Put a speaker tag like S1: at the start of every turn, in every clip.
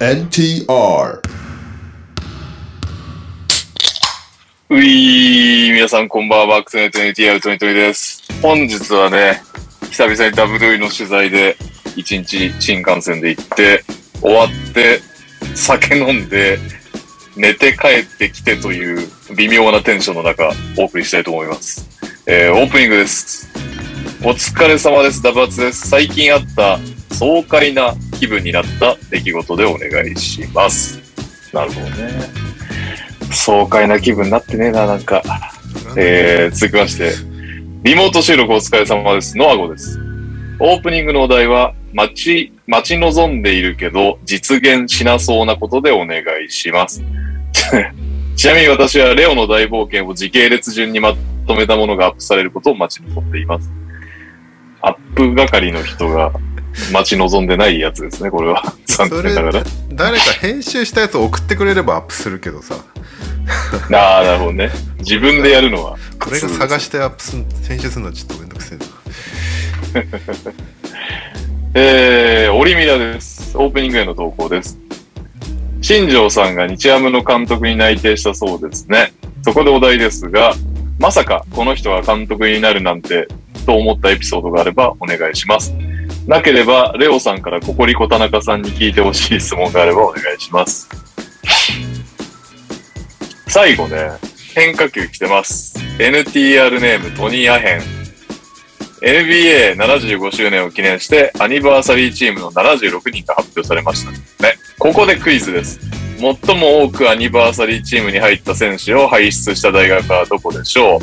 S1: NTR
S2: ういー、皆さんこんばんは、バックスネット NTR トニトニです。本日はね、久々に W の取材で、一日新幹線で行って、終わって、酒飲んで、寝て帰ってきてという微妙なテンションの中、お送りしたいと思います。えー、オープニングです。お疲れ様です、ダブアツです。最近あった爽快な気分になった出来事でお願いします。なるほどね。爽快な気分になってねえな、なんか。えー、続きまして、リモート収録お疲れ様です。ノアゴです。オープニングのお題は、待ち、待ち望んでいるけど、実現しなそうなことでお願いします。 ちなみに私はレオの大冒険を時系列順にまとめたものがアップされることを待ち望んでいます。アップ係の人が待ち望んでないやつですね、これは。残
S1: そ
S2: 念
S1: れ
S2: ながら。
S1: 誰か編集したやつを送ってくれればアップするけどさ
S2: ああ、なるほどね。自分でやるのは。
S1: これが探してアップすん編集するのはちょっとめんどくせえな
S2: えー、オリミラです。オープニングへの投稿です。新庄さんが日ハムの監督に内定したそうですね。そこでお題ですが、まさかこの人が監督になるなんてと思ったエピソードがあればお願いします。なければ、レオさんからココリコ田中さんに聞いてほしい質問があればお願いします。最後ね、変化球来てます。NTR ネームトニーアヘン。NBA75 周年を記念してアニバーサリーチームの76人が発表されましたね。ここでクイズです。最も多くアニバーサリーチームに入った選手を輩出した大学はどこでしょう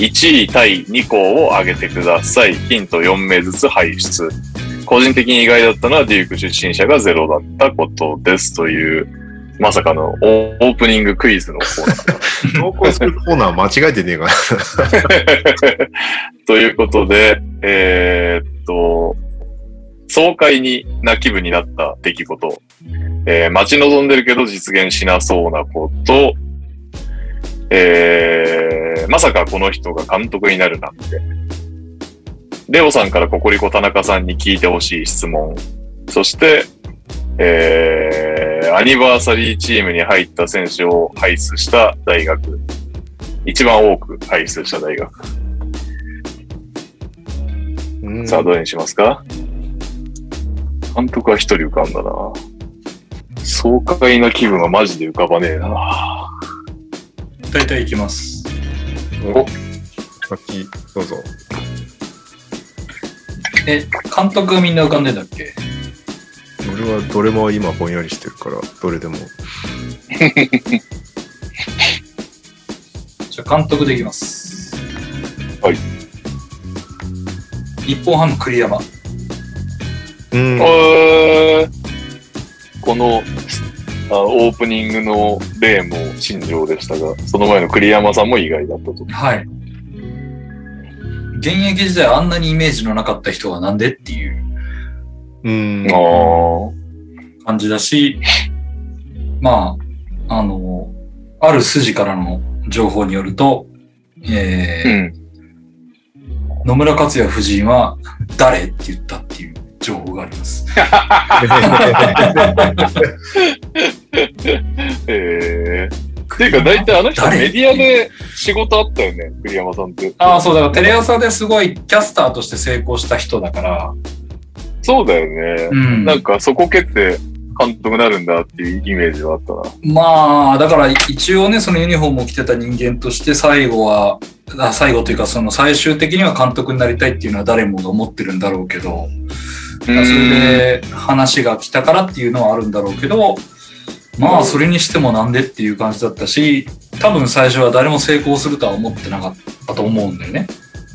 S2: ?1 位対2校を挙げてください。ヒント4名ずつ輩出。個人的に意外だったのはデューク出身者がゼロだったことですという、まさかのオープニングクイズのコーナー。
S1: 投稿するコーナー間違えてねえかな
S2: ということで、えーっと、爽快にな気分になった出来事、えー待ち望んでるけど実現しなそうなこと、えーまさかこの人が監督になるなんて、レオさんからココリコ田中さんに聞いてほしい質問、そして、えーアニバーサリーチームに入った選手を輩出した大学、一番多く輩出した大学。
S1: うん
S2: さあ、どれにしますか監督は一人浮かんだな。爽快な気分はマジで浮かばねえな。
S3: 大体行きます。
S1: さっきどうぞ
S3: え、監督がみんな浮かんでんだっけ
S1: 俺はどれも今ぼんやりしてるからどれでも
S3: じゃあ監督でいきます。
S2: はい。
S3: 日本ハム栗山。
S1: うん
S2: えーこのあオープニングの例も新庄でしたが、その前の栗山さんも意外だったと。
S3: はい。現役時代あんなにイメージのなかった人がなんでっていう
S1: うん
S2: あ
S3: 感じだし、 まあ、あの、ある筋からの情報によると、え
S2: あ。う
S3: ー
S2: ん。
S3: 野村克也夫人は誰って言ったっていう情報があり ます。
S2: えーっていうか、大体あの人
S3: 誰
S2: メディアで仕事あったよね、栗山さんって。
S3: ああ、そうだから、テレ朝ですごいキャスターとして成功した人だから、
S2: そうだよね。
S3: ん
S2: なんか、そこ蹴って監督になるんだっていうイメージはあったな。
S3: まあ、だから一応ね、そのユニフォームを着てた人間として、最後は、あ最後というか、その最終的には監督になりたいっていうのは誰もが思ってるんだろうけど、
S2: そ
S3: それで話が来たからっていうのはあるんだろうけど、まあ、それにしてもなんでっていう感じだったし、多分最初は誰も成功するとは思ってなかったと思うんだよね。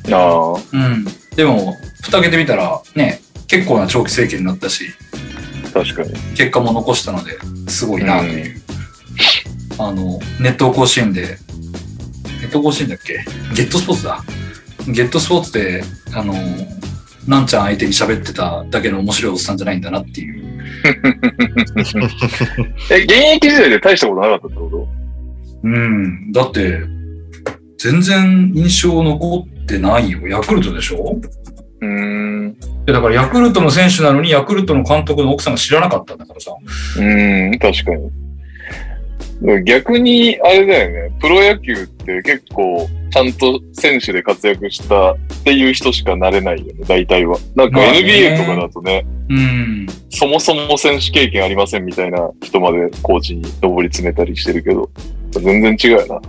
S2: ああ。
S3: うん。でも、蓋開けてみたら、ね、結構な長期政権になったし、
S2: 確かに。
S3: 結果も残したので、すごいなという。あの、ネット甲子園で、ネット甲子園だっけゲットスポーツだ。ゲットスポーツで、あの、なんちゃん相手に喋ってただけの面白いおっさんじゃないんだなっていう。
S2: え、現役時代で大したことなかったってこ
S3: うん。だって、全然印象残ってないよ。ヤクルトでしょ
S2: とうーん。
S3: でだからヤクルトの選手なのに、ヤクルトの監督の奥さんが知らなかったんだからさ。
S2: うん、確かに。逆に、あれだよね、プロ野球って結構、ちゃんと選手で活躍したっていう人しかなれないよね、大体は。なんか
S3: まあね
S2: NBA とかだとね、
S3: うん。
S2: そもそも選手経験ありませんみたいな人までコーチに上り詰めたりしてるけど、全然違うよな。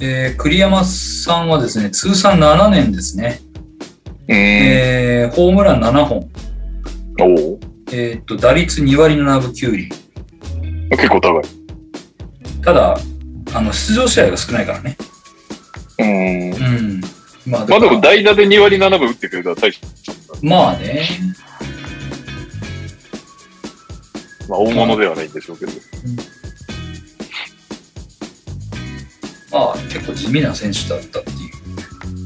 S3: えー栗山さんはですね、通算7年ですね。
S2: うん。
S3: えーホームラン7本。
S2: おう
S3: えーっと、打率2割7分9厘。
S2: 結構高い。
S3: ただ、あの、出場試合が少ないからね。
S2: うん。
S3: うん。まあ、
S2: まあでも
S3: だ
S2: 代打で2割7分打ってくれたら大した。
S3: まあね。
S2: まあ大物ではないんでしょうけど。
S3: まあ、結構地味な選手だったっていうう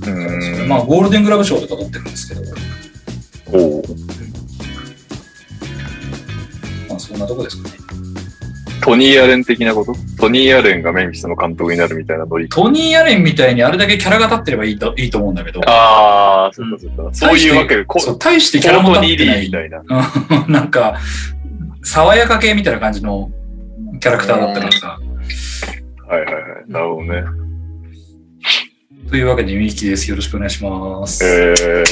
S3: ですね。
S2: ん。
S3: まあ、ゴールデングラブ賞とか取ってるんですけど、
S2: おう
S3: まあ、そんなとこですかね。
S2: トニー・アレン的なことトニー・アレンがメンフィスの監督になるみたいなノリ。
S3: トニー・アレンみたいにあれだけキャラが立ってればいいといいと思うんだけど、
S2: ああ、そうかそうか。そういうわけで、こ、
S3: そうう、大してキャラ
S2: 本
S3: も
S2: 当
S3: 立
S2: に
S3: っ
S2: い
S3: てない
S2: み。たいな。
S3: うん なんか、爽やか系みたいな感じのキャラクターだったからさ。
S2: はいはいはい。なるほどね。
S3: というわけで、ミキです。よろしくお願いします。
S2: えー、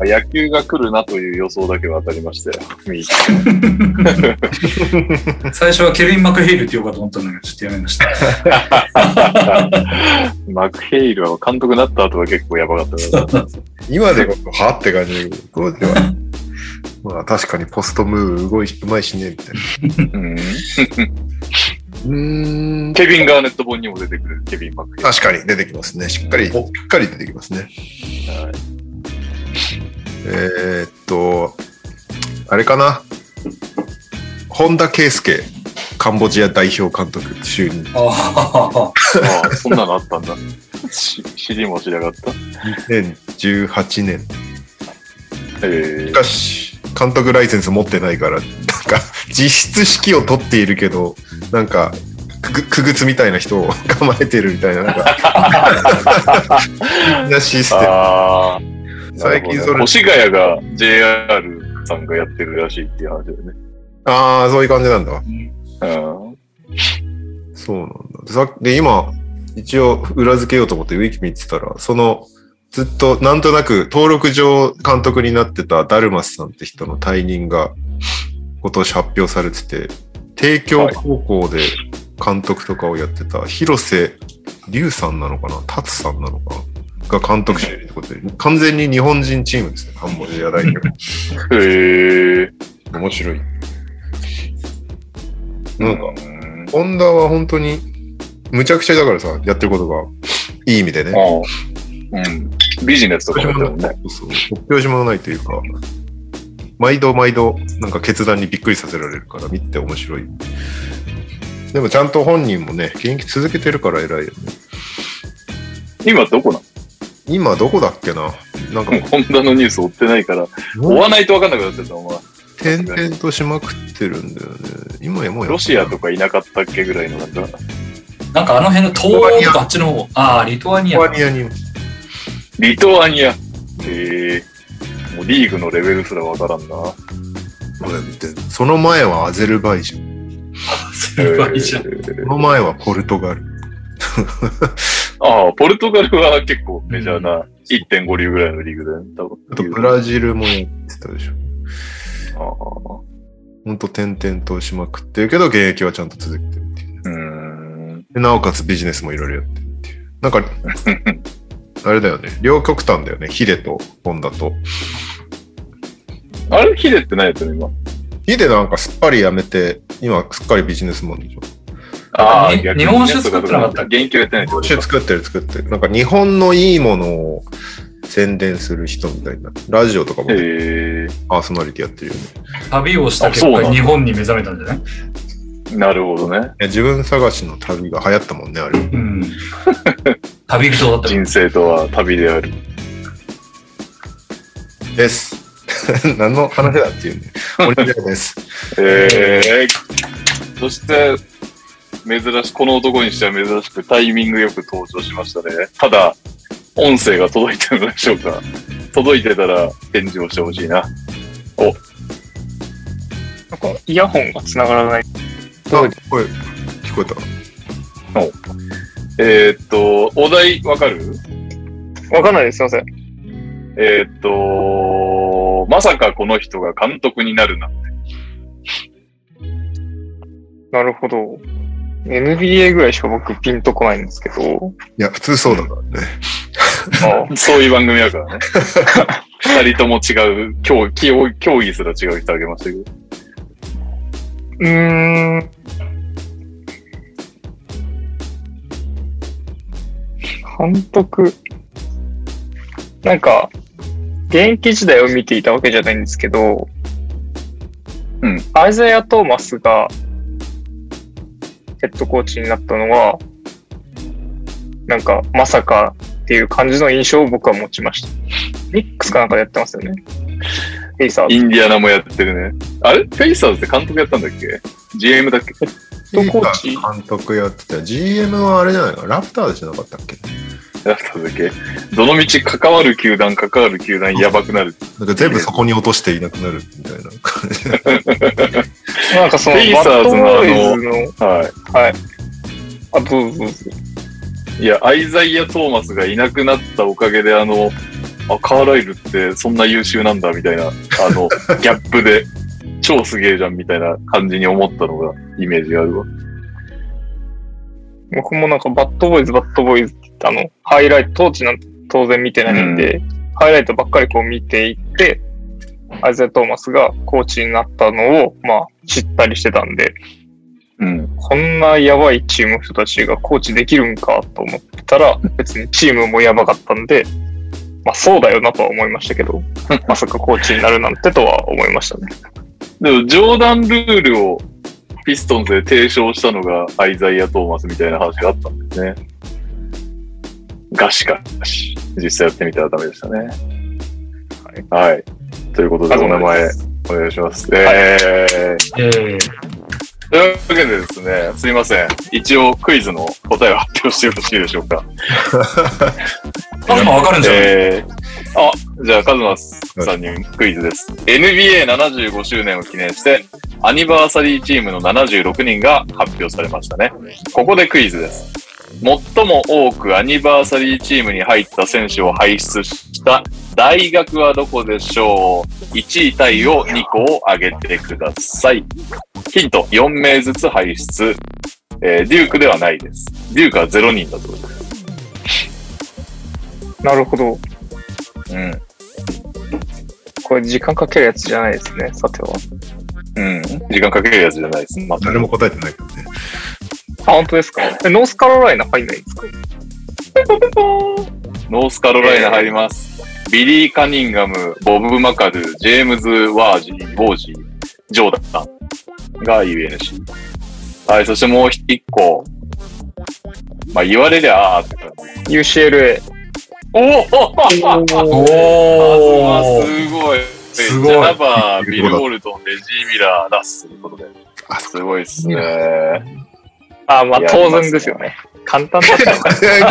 S2: 野球が来るなという予想だけは当たりま したよ。ミーキ
S3: 最初はケビン・マクヘイルって言おうかと思ったんだけど、ちょっとやめました。
S2: マクヘイルは監督になった後は結構やばかったから。
S1: 今でこそはって感じだけど、当時は。まあ確かにポストムーブ動いし、うまいしね、みたいな。
S2: うん
S1: うーん。
S2: ケビン・ガーネット本にも出てくる、ケビン・マクヘイル。
S1: 確かに出てきますね。しっかり、し
S3: お
S1: っかり出てきますね。
S2: はい
S1: えーっと、あれかな。本田圭佑、カンボジア代表監督就任。
S3: あ
S2: ああ、そんなのあったん だ。し知りもしなかった。
S1: 2018年。
S2: え
S1: しかし、監督ライセンス持ってないから、なんか、実質指揮を取っているけど、なんか、くくぐつみたいな人を 構えてるみたいな、なんか、 みんなシス
S2: ー、
S1: テム。
S2: ああ。
S1: 最近それ
S2: 越谷が JR さんがやってるらしいっていう話だよね。
S1: ああ、そういう感じなんだ。
S2: うん。
S1: そうなんだ。さっきで、今、一応裏付けようと思ってウィキ見てたら、その、ずっとなんとなく登録上監督になってたダルマスさんって人の退任が今年発表されてて、帝京高校で監督とかをやってた広瀬龍さんなのかな達さんなのかなが監督してるってことで、完全に日本人チームですね、カンボジア代表。
S2: へえ。
S1: 面白い。
S2: う
S1: なんか、
S2: ん。
S1: ホンダは本当に、むちゃくちゃだからさ、やってることが、いい意味でね。
S2: うん。ビジネスとかもやってるもんね。
S1: そうそう。突拍子もないというか、毎度毎度、なんか決断にびっくりさせられるから、見て面白い。でもちゃんと本人もね、現役続けてるから偉いよね。
S2: 今どこな
S1: 今どこだっけななんか
S2: のホンダのニュース追ってないから、追
S1: もう、
S2: わないと分かんなくなってた、お前。
S1: 転々としまくってるんだよね。今やもうや
S2: ロシアとかいなかったっけぐらいのなんか、
S3: あ。 なんかあの辺の東欧とかあっちの方。ああ、リトアニ
S1: リ
S3: ア
S1: ト
S3: か。
S1: アニアにも。
S2: リトアニア。へえ。もうリーグのレベルすら分からんな。
S1: その前はアゼルバイジャン。
S3: アゼルバイジャン
S2: へー
S1: その前はポルトガル。
S2: ああ、ポルトガルは結構メジャーな、1.5流ぐらいのリーグだよね、多分。
S1: あとブラジルもやってたでしょ。
S2: ああ
S1: ほんと転々としまくってるけど、現役はちゃんと続けてるっていう。
S2: うーん。
S1: でなおかつビジネスもいろいろやってるっていう。なんか、 あれだよね。両極端だよね。ヒデとホンダと。
S2: あれ、ヒデって何やったの、今。
S1: ヒデなんかすっぱりやめて、今すっかりビジネスマンでしょ。
S2: ああ、
S3: に
S2: 逆
S3: 日
S2: に
S3: 本酒作ってなかったっ
S2: 元気をやってないってことか
S1: 作ってる作ってる。なんか日本のいいものを宣伝する人みたいな。ラジオとかもね
S2: へえ
S1: パーソナリティやってるよね。
S3: 旅をした
S2: あ
S3: 結
S2: そうな
S3: 果、
S2: んだ
S3: 日本に目覚めたんじゃない
S2: なるほどね。
S1: いや自分探しの旅が流行ったもんね、あれ。
S3: うん。旅人だったよ
S2: 人生とは旅である。
S1: です。 何の話だってい うね。オリンピアです。
S2: ええそして、珍し、この男にしては珍しくタイミングよく登場しましたね。ただ、音声が届いてるのでしょうか。届いてたら返事をしてほしいな。
S4: なんかイヤホンが繋がらない。
S1: あ、声、聞こえた。
S2: えーっと、お題わかる
S4: わかんないです。すいません。
S2: えーっと、まさかこの人が監督になるな。
S4: なるほど。NBA ぐらいしか僕ピンとこないんですけど。
S1: いや、普通そうだからね。
S4: あ
S2: そういう番組だからね。二人とも違う競競、競技すら違う人あげましたけど。
S4: うーん。監督。なんか、現役時代を見ていたわけじゃないんですけど、
S2: うん。
S4: アイザイア・トーマスが、ヘッドコーチになったのは、なんか、まさかっていう感じの印象を僕は持ちました。ミックスかなんかでやってますよね。ペイサーズ
S2: インディアナもやってるね。あれフェイサーズって監督やったんだっけ ?GM だっけ
S4: ヘッドコーチ
S1: 監督やってた。GM はあれじゃないか。ラプターズじゃなかったっけ
S2: やったんだっけどの道関わる球団、関わる球団やばくなる。
S1: なんか全部そこに落としていなくなるみたいな 感じ。
S4: なんかその、
S2: ペイサ
S4: バッ
S2: ーズ
S4: ド
S2: の
S4: ボ
S2: あの
S4: ーイズの、
S2: は
S4: はい。あ、どうぞどうぞ。
S2: い。いや、アイザイア・トーマスがいなくなったおかげで、あの、あ、カーライルってそんな優秀なんだ、みたいな、あ の、ギャップで、超すげえじゃん、みたいな感じに思ったのが、イメージがあるわ。
S4: 僕もなんか、バッドボーイズ、バッドボーイズって言って、あの、ハイライト、当時なんて当然見てないんで、ハイライトばっかりこう見ていって、アイゼア・トーマスがコーチになったのを、まあ、知ったりしてたんで、
S2: うん。
S4: こんなやばいチームの人たちがコーチできるんかと思ってたら、別にチームもやばかったんで、まあそうだよなとは思いましたけ ど、まさかコーチになるなんてとは思いましたね。
S2: でも、ジョーダンルールを、ピストンズで提唱したのが、アイザイア・トーマスみたいな話があったんですね。がしかし、実際やってみたらダメでしたね。はい。ということで、お名前、お願いします。えー
S3: ええ
S2: というわけでですね、すいません。一応クイズの答えを発表してよろしいでしょうか。
S3: カズマわかるんじゃない、
S2: えー、あ、じゃあ、カズマさんにクイズです。NBA75 周年を記念して、アニバーサリーチームの76人が発表されましたね。ここでクイズです。最も多くアニバーサリーチームに入った選手を輩出した大学はどこでしょう ?1 位タイを2個を挙げてください。ヒント、4名ずつ輩出。えーデュークではないです。デュークは0人だと思います。
S4: なるほど。
S2: うん。
S4: これ時間かけるやつじゃないですね、さては。
S2: うん。時間かけるやつじゃないです。まあ、
S1: 誰も答えてないけどね。
S4: あ、本当ですかえ、ノースカロライナ入んないんですか
S2: ノースカロライナ入ります。ビリー・カニンガム、ボブ・マカル、ジェームズ・ワージー、ウォージー、ジョーダンが UNC。はい、そしてもう一個。まあ、言われりゃあーって感じ。
S4: ?UCLA。
S2: おお
S3: お
S2: お
S3: ー
S2: すごい。
S3: すごい
S2: ジャナバー、ビル・ウォルトン、レジー・ミラー、ラスということで。
S1: あ
S2: すごいですね。い
S4: あ、まあ
S2: いや
S4: 当然ですよね。簡単だったのか
S2: やいや、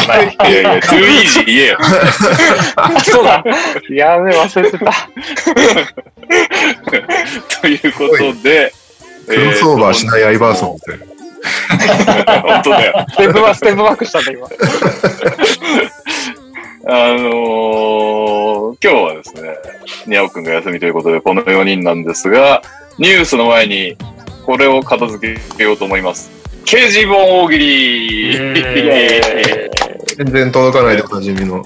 S2: トゥーイージー言えよ。
S4: あ そうだ。やべ、忘れてた。
S2: ということで、
S1: クロスオーバーしないアイバーソンみたいな。
S2: ン。 本当だよ。
S4: ステップバステップバックしたんだ、今。
S2: あのー今日はですね、にゃおくんが休みということで、この4人なんですが、ニュースの前に、これを片付けようと思います。掲示本大喜利
S3: イエーイ
S2: イエーイ
S1: 全然届かないでおなじみの。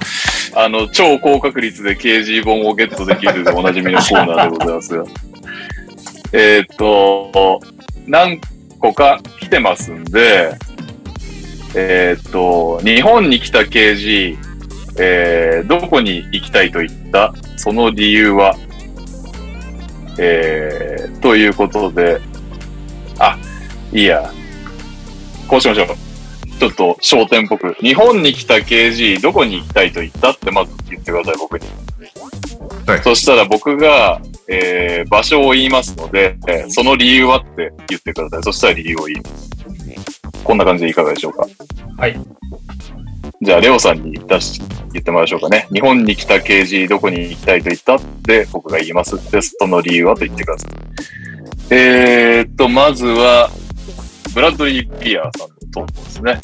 S2: あの、超高確率で掲示本をゲットできるでおなじみのコーナーでございますが。えーっと、何個か来てますんで、えーっと、日本に来た KG、えーどこに行きたいと言った、その理由は、えーということで、あ、いいや。こうしましょう。ちょっと焦点っぽく。日本に来た KG、どこに行きたいと言ったってまず言ってください、僕に。
S1: はい
S2: そしたら僕が、えー場所を言いますので、えーその理由はって言ってください。そしたら理由を言います。こんな感じでいかがでしょうか。
S3: はい。
S2: じゃあ、レオさんに出し言ってもらいましょうかね。日本に来た KG、どこに行きたいと言ったって僕が言います。で、その理由はと言ってください。えーっと、まずは、ブラッドリー・ピアーさんの投稿ですね。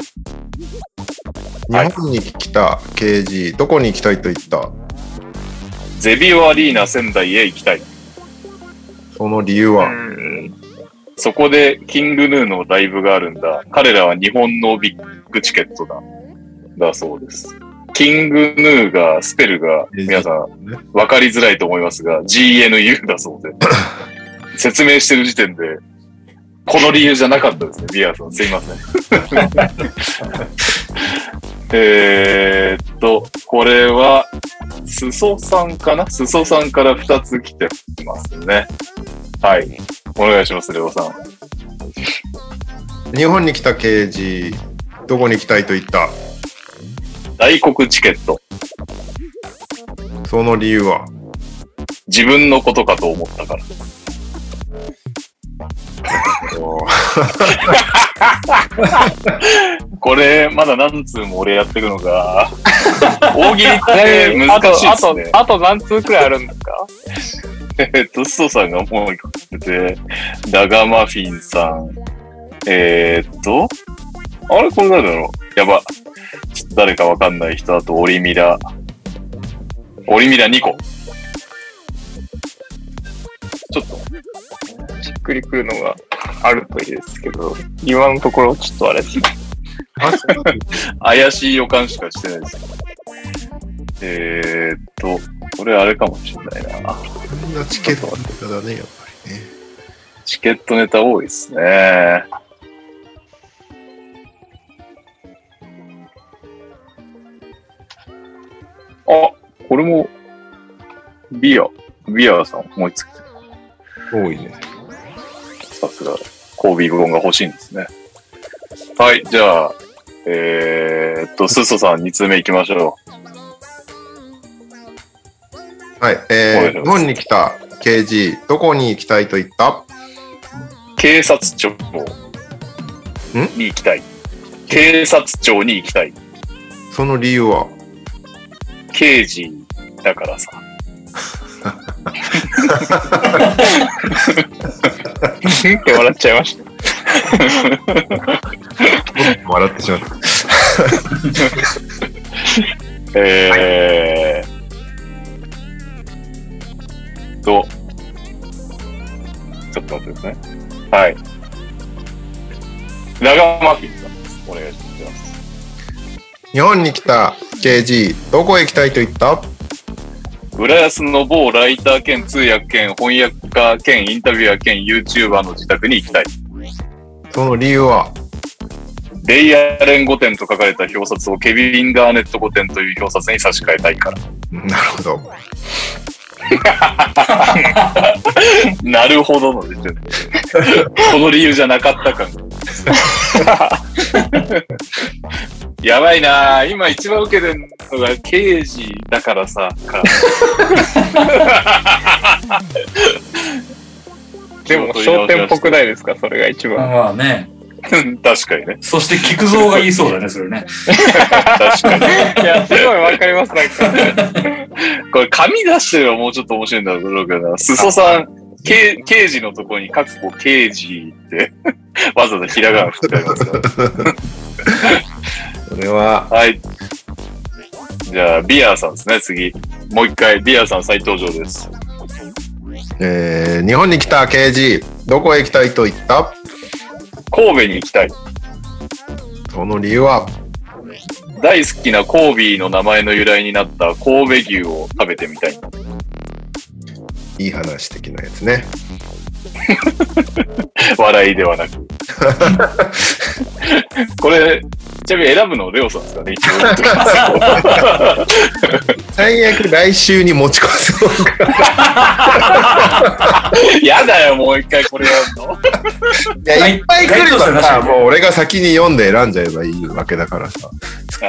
S1: 日本に来た KG、どこに行きたいと言った
S2: ゼビオアリーナ仙台へ行きたい。
S1: その理由
S4: う
S1: は、
S4: ん。
S2: そこでキングヌーのライブがあるんだ。彼らは日本のビッグチケットだ。だそうです。キングヌーが、スペルが、皆さん
S1: ね、
S2: わかりづらいと思いますが、GNU だそうで。説明してる時点で、この理由じゃなかったですね、ビアさん。すいません。えーっと、これは、すそさんかなすそさんから2つ来てますね。はい。お願いします、レオさん。
S1: 日本に来た KG、どこに行きたいと言った
S2: 大黒チケット。
S1: その理由は、
S2: 自分のことかと思ったから。これ、まだ何通も俺やってくのか。大喜利って
S4: あと
S2: 難しい、で
S4: あ
S2: す
S4: と
S2: ね、。
S4: あと何通くらいあるんですか
S2: えっと、ストさんがもう一個来てて、ダガマフィンさん。えーっと、あれこれ誰だろうやば。ちょっと誰かわかんない人、あとオリミラ。オリミラ2個。ちょっと、
S4: しっくりくるのがあるといいですけど、今のところちょっとあれですね。
S2: 怪しい予感しかしてないです。えーっと、これあれかもしれないな。
S1: こんなチケットだね、やっぱりね。
S2: チケットネタ多いですね。あ、これも、ビア、ビアさん思いつく。
S1: 多いね。
S2: さすが、コービーグロンが欲しいんですね。はい、じゃあ、えーっと、スッソさん2通目行きましょ
S1: はい、えー、日
S2: お願いします
S1: 本に来た KG、どこに行きたいと言った
S2: う。警察庁に行きたい。警察庁に行きたい。
S1: その理由は、
S2: 刑事だからさ。
S4: って笑っちゃいました。
S1: 笑ってしまった。
S2: えー、と、ちょっと待ってですね。はい。長マフィンさんです。お願いします。
S1: 日本に来た KG、どこへ行きたいと言った
S2: 浦安の某ライター兼通訳兼翻訳家兼インタビュアー兼 YouTuber の自宅に行きたい。
S1: その理由は、
S2: レイアレン5点と書かれた表札をケビン・ガーネット5点という表札に差し替えたいから。
S1: なるほど。
S2: なるほどの時点で。この理由じゃなかった感が。やばいなぁ今一番受けてるのが刑事だからさ。か
S4: でも、焦点っぽくないですかそれが一番。
S3: まあね。
S2: 確かにね。
S3: そして、菊蔵が言いそうだね、それね。
S2: 確かに。
S4: いや、すごいわかります。なんか、
S2: これ、紙出してればもうちょっと面白いんだろうけどな。すそさん、け刑事のとこに、かっこ刑事って、 わざわざひらがな振ってありますから。
S1: それは、
S2: はい。じゃあ、ビアーさんですね、次。もう一回、ビアーさん再登場です。
S1: えー、日本に来た KG、どこへ行きたいと言った
S2: 神戸に行きたい。
S1: その理由は、
S2: 大好きなコービーの名前の由来になった神戸牛を食べてみたい。
S1: いい話的なやつね。
S2: 笑いではなく。これ、ちなみに選ぶのレオさんですかね、一応言っときますけど
S1: 最悪来週に持ち越そう か。
S2: やだよ、もう一回これやるの。
S1: いや、
S3: い
S1: いっぱい来る
S3: 該当者
S1: から
S3: なしだ
S1: さ、
S3: ね
S1: もう俺が先に読んで選んじゃえばいいわけだからさ。
S2: ああ、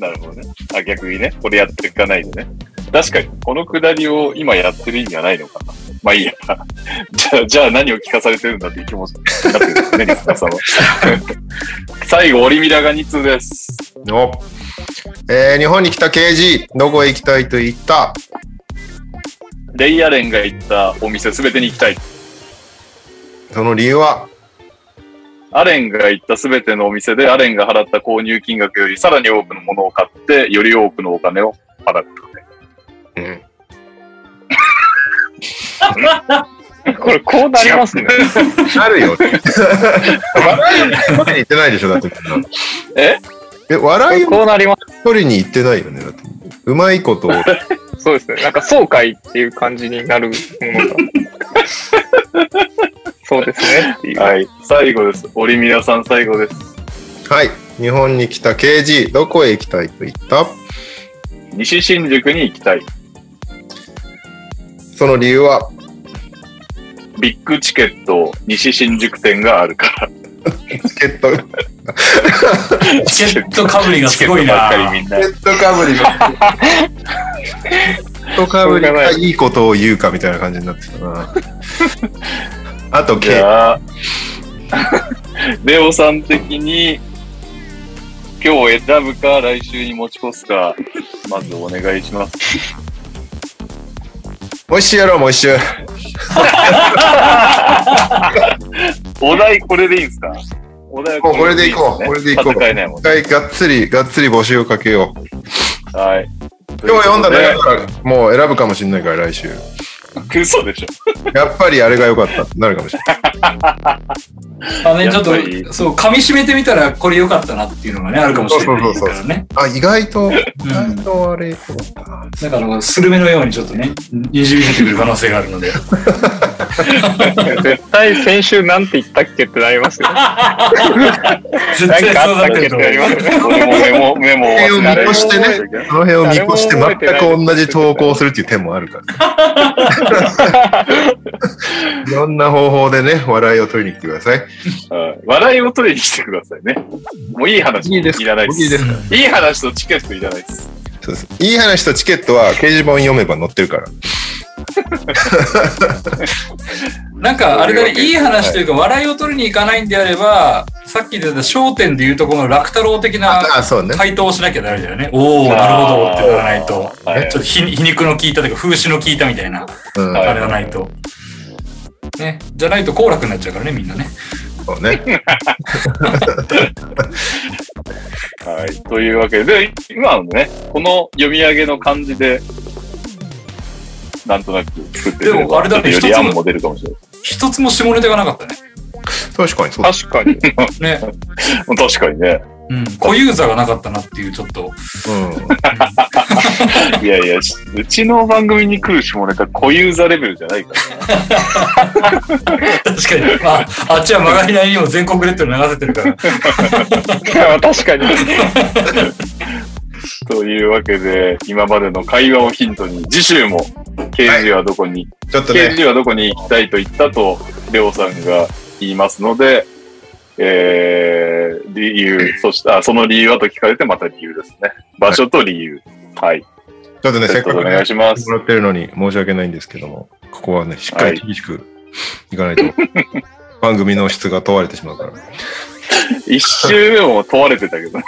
S2: なるほどね。あ、逆にね、これやっていかないでね。確かに、このくだりを今やってる意味はないのかな。まあいいや。 じゃあ、じゃあ何を聞かされてるんだっていう気持ちになってるんですね、リスナーさんは。最後、オリミラが2通です。
S1: おえー日本に来た KG、どこへ行きたいと言った
S2: レイアレンが行ったお店すべてに行きたい。
S1: その理由は
S2: アレンが行ったすべてのお店でアレンが払った購入金額よりさらに多くのものを買って、より多くのお金を払った。
S1: うん。
S4: これ、こうなりますね。
S1: なる よね。笑いを取りに行ってないでしょ、だって。
S2: え
S1: え、笑いを
S4: こうなりま
S1: 取りに行ってないよね、だって。うまい ことを。
S4: す。そうですね。なんか、爽快っていう感じになるも のが。そうですねっていう。
S2: はい。最後です。オリミラさん最後です。
S1: はい。日本に来た KG、どこへ行きたいと言った
S2: 西新宿に行きたい。
S1: その理由は
S2: ビッグチケット、西新宿店があるから。
S1: チケット、チ
S3: チケットかぶりがすごいな
S2: チケットばっかりみんな
S1: ケ。ットかぶりの。チケットかぶりがいいことを言うかみたいな感じになってた な。あと、
S2: じ
S1: K、
S2: ゃあ、レオさん的に、今日選ぶか、来週に持ち越すか、まずお願いします。
S1: もう一周やろう、もう一周。
S2: お題これでいいんですかお題は
S1: もうこれでいこう、これでいこう。
S2: 戦えないもん
S1: 一
S2: ね。
S1: 回がっつり、がっつり募集をかけよう。
S2: はい。
S1: 今日読んだの
S2: ね
S1: やつらもう選ぶかもしれないから、来週。
S2: クソ でしょ。
S1: やっぱりあれが良かったってなるかもしれない。
S3: あね、ちょ
S2: やっぱ
S3: っ
S2: り
S3: と、そう、噛み締めてみたら、これ良かったなっていうのがね、あるかもしれな
S1: そ
S3: いう
S1: そう
S3: か
S1: そう
S3: らね。
S1: あ、意外と、
S3: う
S1: 意外
S3: ん。
S1: とあれ、そうだったな。
S3: だから、スルメのようにちょっとね、にじみ出てくる可能性があるので。
S4: 絶対先週なんて言ったっけってなり ますよ。
S3: 絶
S4: なん
S3: 対
S4: か
S3: そう
S4: あ
S3: な
S4: った
S3: ん
S4: っ
S3: だ
S4: け
S3: け
S4: って
S3: ど。
S4: なりますよね。
S2: 俺もメモ、メモを
S1: それを見越してね
S2: ね。
S1: その辺を見越して全く同じ投稿するっていう手もあるから、ね。いろんな方法でね、笑いを取りに来てください。
S2: はい笑いを取りに来てくださいね。もういい話
S1: いいです
S2: いらないです。
S1: いいです
S2: いい話とチケットいらないです。
S1: そうです。いい話とチケットは掲示板読めば載ってるから。
S3: なんか、あれだね、いい話というか、笑いを取りに行かないんであれば、さっき出た商点でいうとこの楽太郎的な
S1: ああ、そうね。
S3: 回答をしなきゃダメだよね。おおなるほどってならないと。
S2: はい
S3: ちょっと皮皮肉の効いたというか、風刺の効いたみたいな、
S1: うん、
S2: はい
S3: あれがないと。ね、じゃないと、好楽になっちゃうからね、みんなね。
S1: そうね。
S2: はい。というわけで、今のね、この読み上げの感じで、なんとなく作ってくれ
S3: でもあ
S2: ば、
S3: れだね
S2: より
S3: 一つ
S2: 案
S3: の
S2: も出るかもしれない。
S3: 一つも下ネタがなかったね。
S1: 確かにそうだ。
S4: 確かに。
S3: ね。
S2: 確かにね。
S3: うん。固有座がなかったなっていう、ちょっと。
S1: う
S2: いやいや、しうちの番組に来る下ネタ、固有座レベルじゃないから。
S3: 確かに。まあ、あっちは曲がりなりにも全国レッドで流せてるから。
S4: 確かに。
S2: というわけで、今までの会話をヒントに、次週も、刑事はどこに、
S1: ん。ちょっと
S2: 刑
S1: ね、
S2: 事はどこに行きたいと言ったと、レオさんが言いますので、えー、理由、そして、あ、その理由はと聞かれてまた理由ですね。場所と理由。はい。
S1: ちょっとね、
S2: ち
S1: せ
S2: ょ
S1: っ
S2: っと
S1: か
S2: お
S1: く
S2: 願
S1: ね
S2: い、しま
S1: 来て
S2: す
S1: も。らってるのに申し訳ないんですけども、ここはね、しっかり厳しくいかないと、番組の質が問われてしまうから。
S2: 一周目も問われてたけ ど、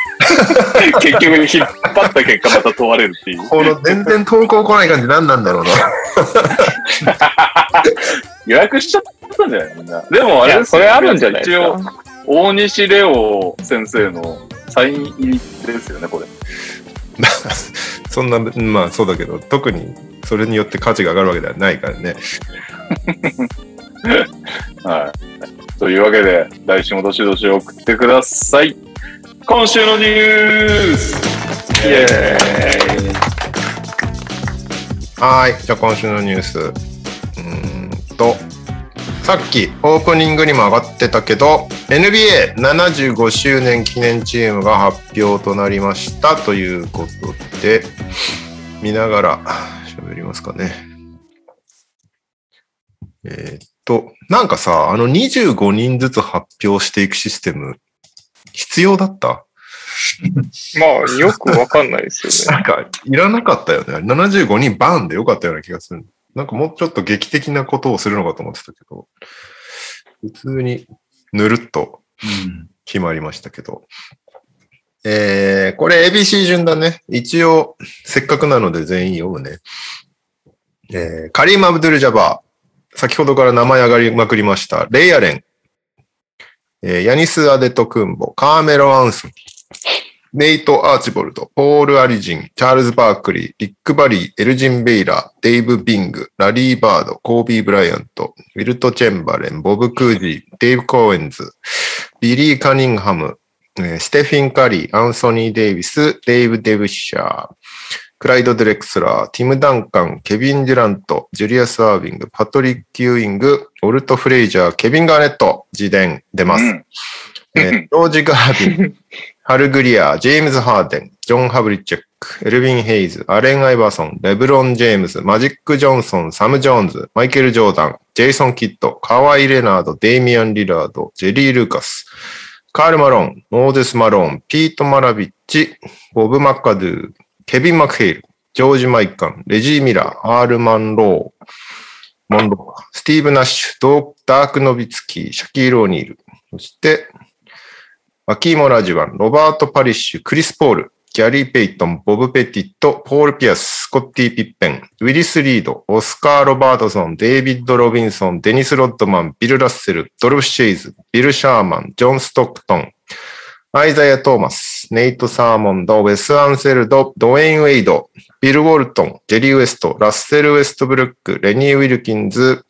S2: 結局引っ張った結果また問われるっていう。
S1: この全然投稿来ない感じ何なんだ ろうな。
S2: 予約しちゃったんじゃないみんな。でもあ
S4: い
S2: れ
S4: や、
S2: です
S4: そ
S2: よ
S4: れあるんじゃないですか。
S2: 一応、大西レオ先生のサイン入りですよね、これ。
S1: そんな、まあそうだけど、特にそれによって価値が上がるわけではないからね。
S2: はい。というわけで、来週もどしどし送ってください。今週のニュースイエーイ
S1: はーい。じゃあ今週のニュース。うーんと、さっきオープニングにも上がってたけど、NBA75 周年記念チームが発表となりましたということで、見ながら喋りますかね。えーっと、なんかさ、あの25人ずつ発表していくシステム、必要だった
S4: まあ、よくわかんないですよ
S1: な
S4: ね。
S1: んか、いらなかったよね。75人バーンでよかったような気がする。なんかもうちょっと劇的なことをするのかと思ってたけど、普通にぬるっと
S3: うん。
S1: 決まりましたけど。えー、これ ABC 順だね。一応、せっかくなので全員読むね。えー、カリーム・アブドゥル・ジャバー。先ほどから名前上がりまくりました。レイアレン。えー、ヤニス・アデト・クンボ。カーメロ・アンソニー。ネイト・アーチボルド。ポール・アリジン。チャールズ・バークリー。リック・バリー。エルジン・ベイラー。デイブ・ビング。ラリー・バード。コービー・ブライアント。ウィルト・チェンバレン。ボブ・クージー。デイブ・コーエンズ。ビリー・カニンハム。えーステフィン・カリー、アンソニー・デイビス、デイブ・デブッシャー、クライド・デレクスラー、ティム・ダンカン、ケビン・デュラント、ジュリアス・アービング、パトリック・ユーイング、オルト・フレイジャー、ケビン・ガーネット、自伝出ます。
S2: うん
S1: えージョージ・ガービン、ハル・グリアー、ジェームズ・ハーデン、ジョン・ハブリッチェック、エルビン・ヘイズ、アレン・アイバーソン、レブロン・ジェームズ、マジック・ジョンソン、サム・ジョーンズ、マイケル・ジョーダン、ジェイソン・キッド、カワイ・レナード、デイミアン・リラード、ジェリー・ルーカス、カール・マロン、モーデス・マロン、ピート・マラビッチ、ボブ・マッカドゥ、ケビン・マクヘイル、ジョージ・マイカン、レジー・ミラー、アール・マンロー、モンロー、スティーブ・ナッシュ、ドーダーク・ノビツキー、シャキール・オニール、そして、アキーモ・ラジワン、ロバート・パリッシュ、クリス・ポール、ギャリー・ペイトン、ボブ・ペティット、ポール・ピアス、スコッティ・ピッペン、ウィリス・リード、オスカー・ロバートソン、デイビッド・ロビンソン、デニス・ロッドマン、ビル・ラッセル、ドルフ・シェイズ、ビル・シャーマン、ジョン・ストックトン、アイザイア・トーマス、ネイト・サーモンド、ウェス・アンセルド、ドウェイン・ウェイド、ビル・ウォルトン、ジェリー・ウェスト、ラッセル・ウェストブルック、レニー・ウィルキンズ、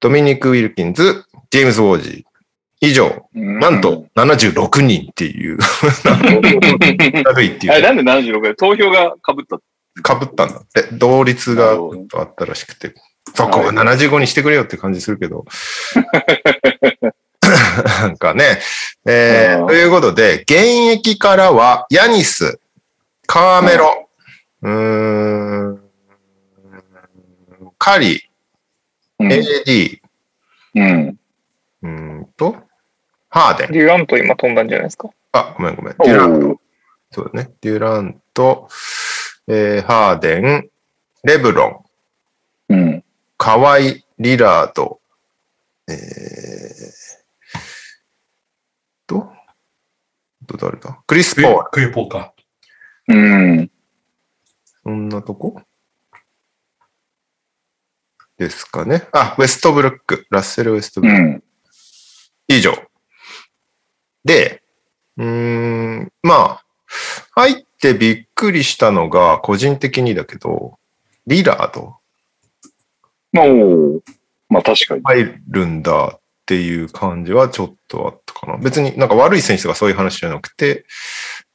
S1: ドミニク・ウィルキンズ、ジェームズ・ウォージー。以上、
S2: な
S1: なん。 と76人っていう、悪いって
S2: あ
S1: い
S2: れ
S1: う、
S2: なんで76で投票が被った
S1: かぶったんだって、同率がちょっとあったらしくて、そこを75にしてくれよって感じするけ ど。なんかね、え
S2: うん
S1: ー、ということで、現役からは、ヤニス、カーメロ、うーん、カリ、AD、
S2: うん。
S1: うーんと、ハーデン。
S4: デュラント今飛んだんじゃないですか。
S1: あ、ごめんごめん。
S2: お
S1: デュラン
S2: ー
S1: そうだね。デュラント、えーハーデン、レブロン、
S2: うん。
S1: カワイ、リラード、えー、と、あと誰だクリス・ポ
S3: ク
S1: ール
S3: イ。クイポーか。
S2: うん。
S1: そんなとこですかね。あ、ウェストブルック。ラッセル・ウェストブ
S2: う
S1: ルック。
S2: ん。
S1: 以上。で、うーん、まあ、入ってびっくりしたのが、個人的にだけど、リラード
S2: まあ、おーまあ確かに。
S1: 入るんだっていう感じはちょっとあったかな。別になんか悪い選手とかそういう話じゃなくて、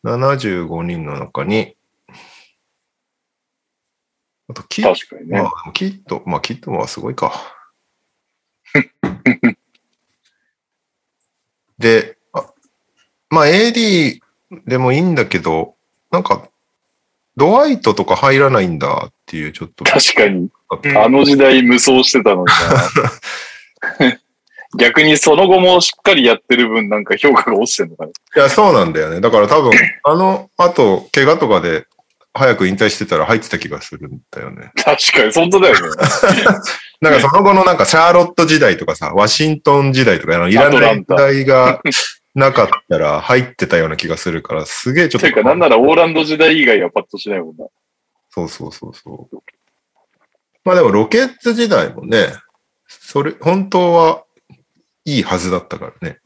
S1: 75人の中に、あとキッ、
S2: 確かにね
S1: ま。あ、キット、まあ、キットはすごい か。で、あまあ、AD でもいいんだけど、なんか、ドワイトとか入らないんだっていう、ちょっと、
S2: 確かに。
S4: うん
S2: あの時代無双してたのにな。 逆にその後もしっかりやってる分なんか評価が落ちてるのかな。
S1: いや、そうなんだよね。だから多分、あの後、怪我とかで早く引退してたら入ってた気がするんだよね。
S2: 確かに、本当だよ ね。
S1: なんかその後のなんかシャーロット時代とかさ、ワシントン時代とか、あのいら
S2: アト
S1: な
S2: ラ
S1: い
S2: ン
S1: 時
S2: タ
S1: 代がなかったら入ってたような気がするから、すげえちょっと。
S2: ていうか、なんならオーランド時代以外はパッとしないもんな。
S1: そうそうそうそう。まあでもロケッツ時代もね、それ、本当はいいはずだったからね。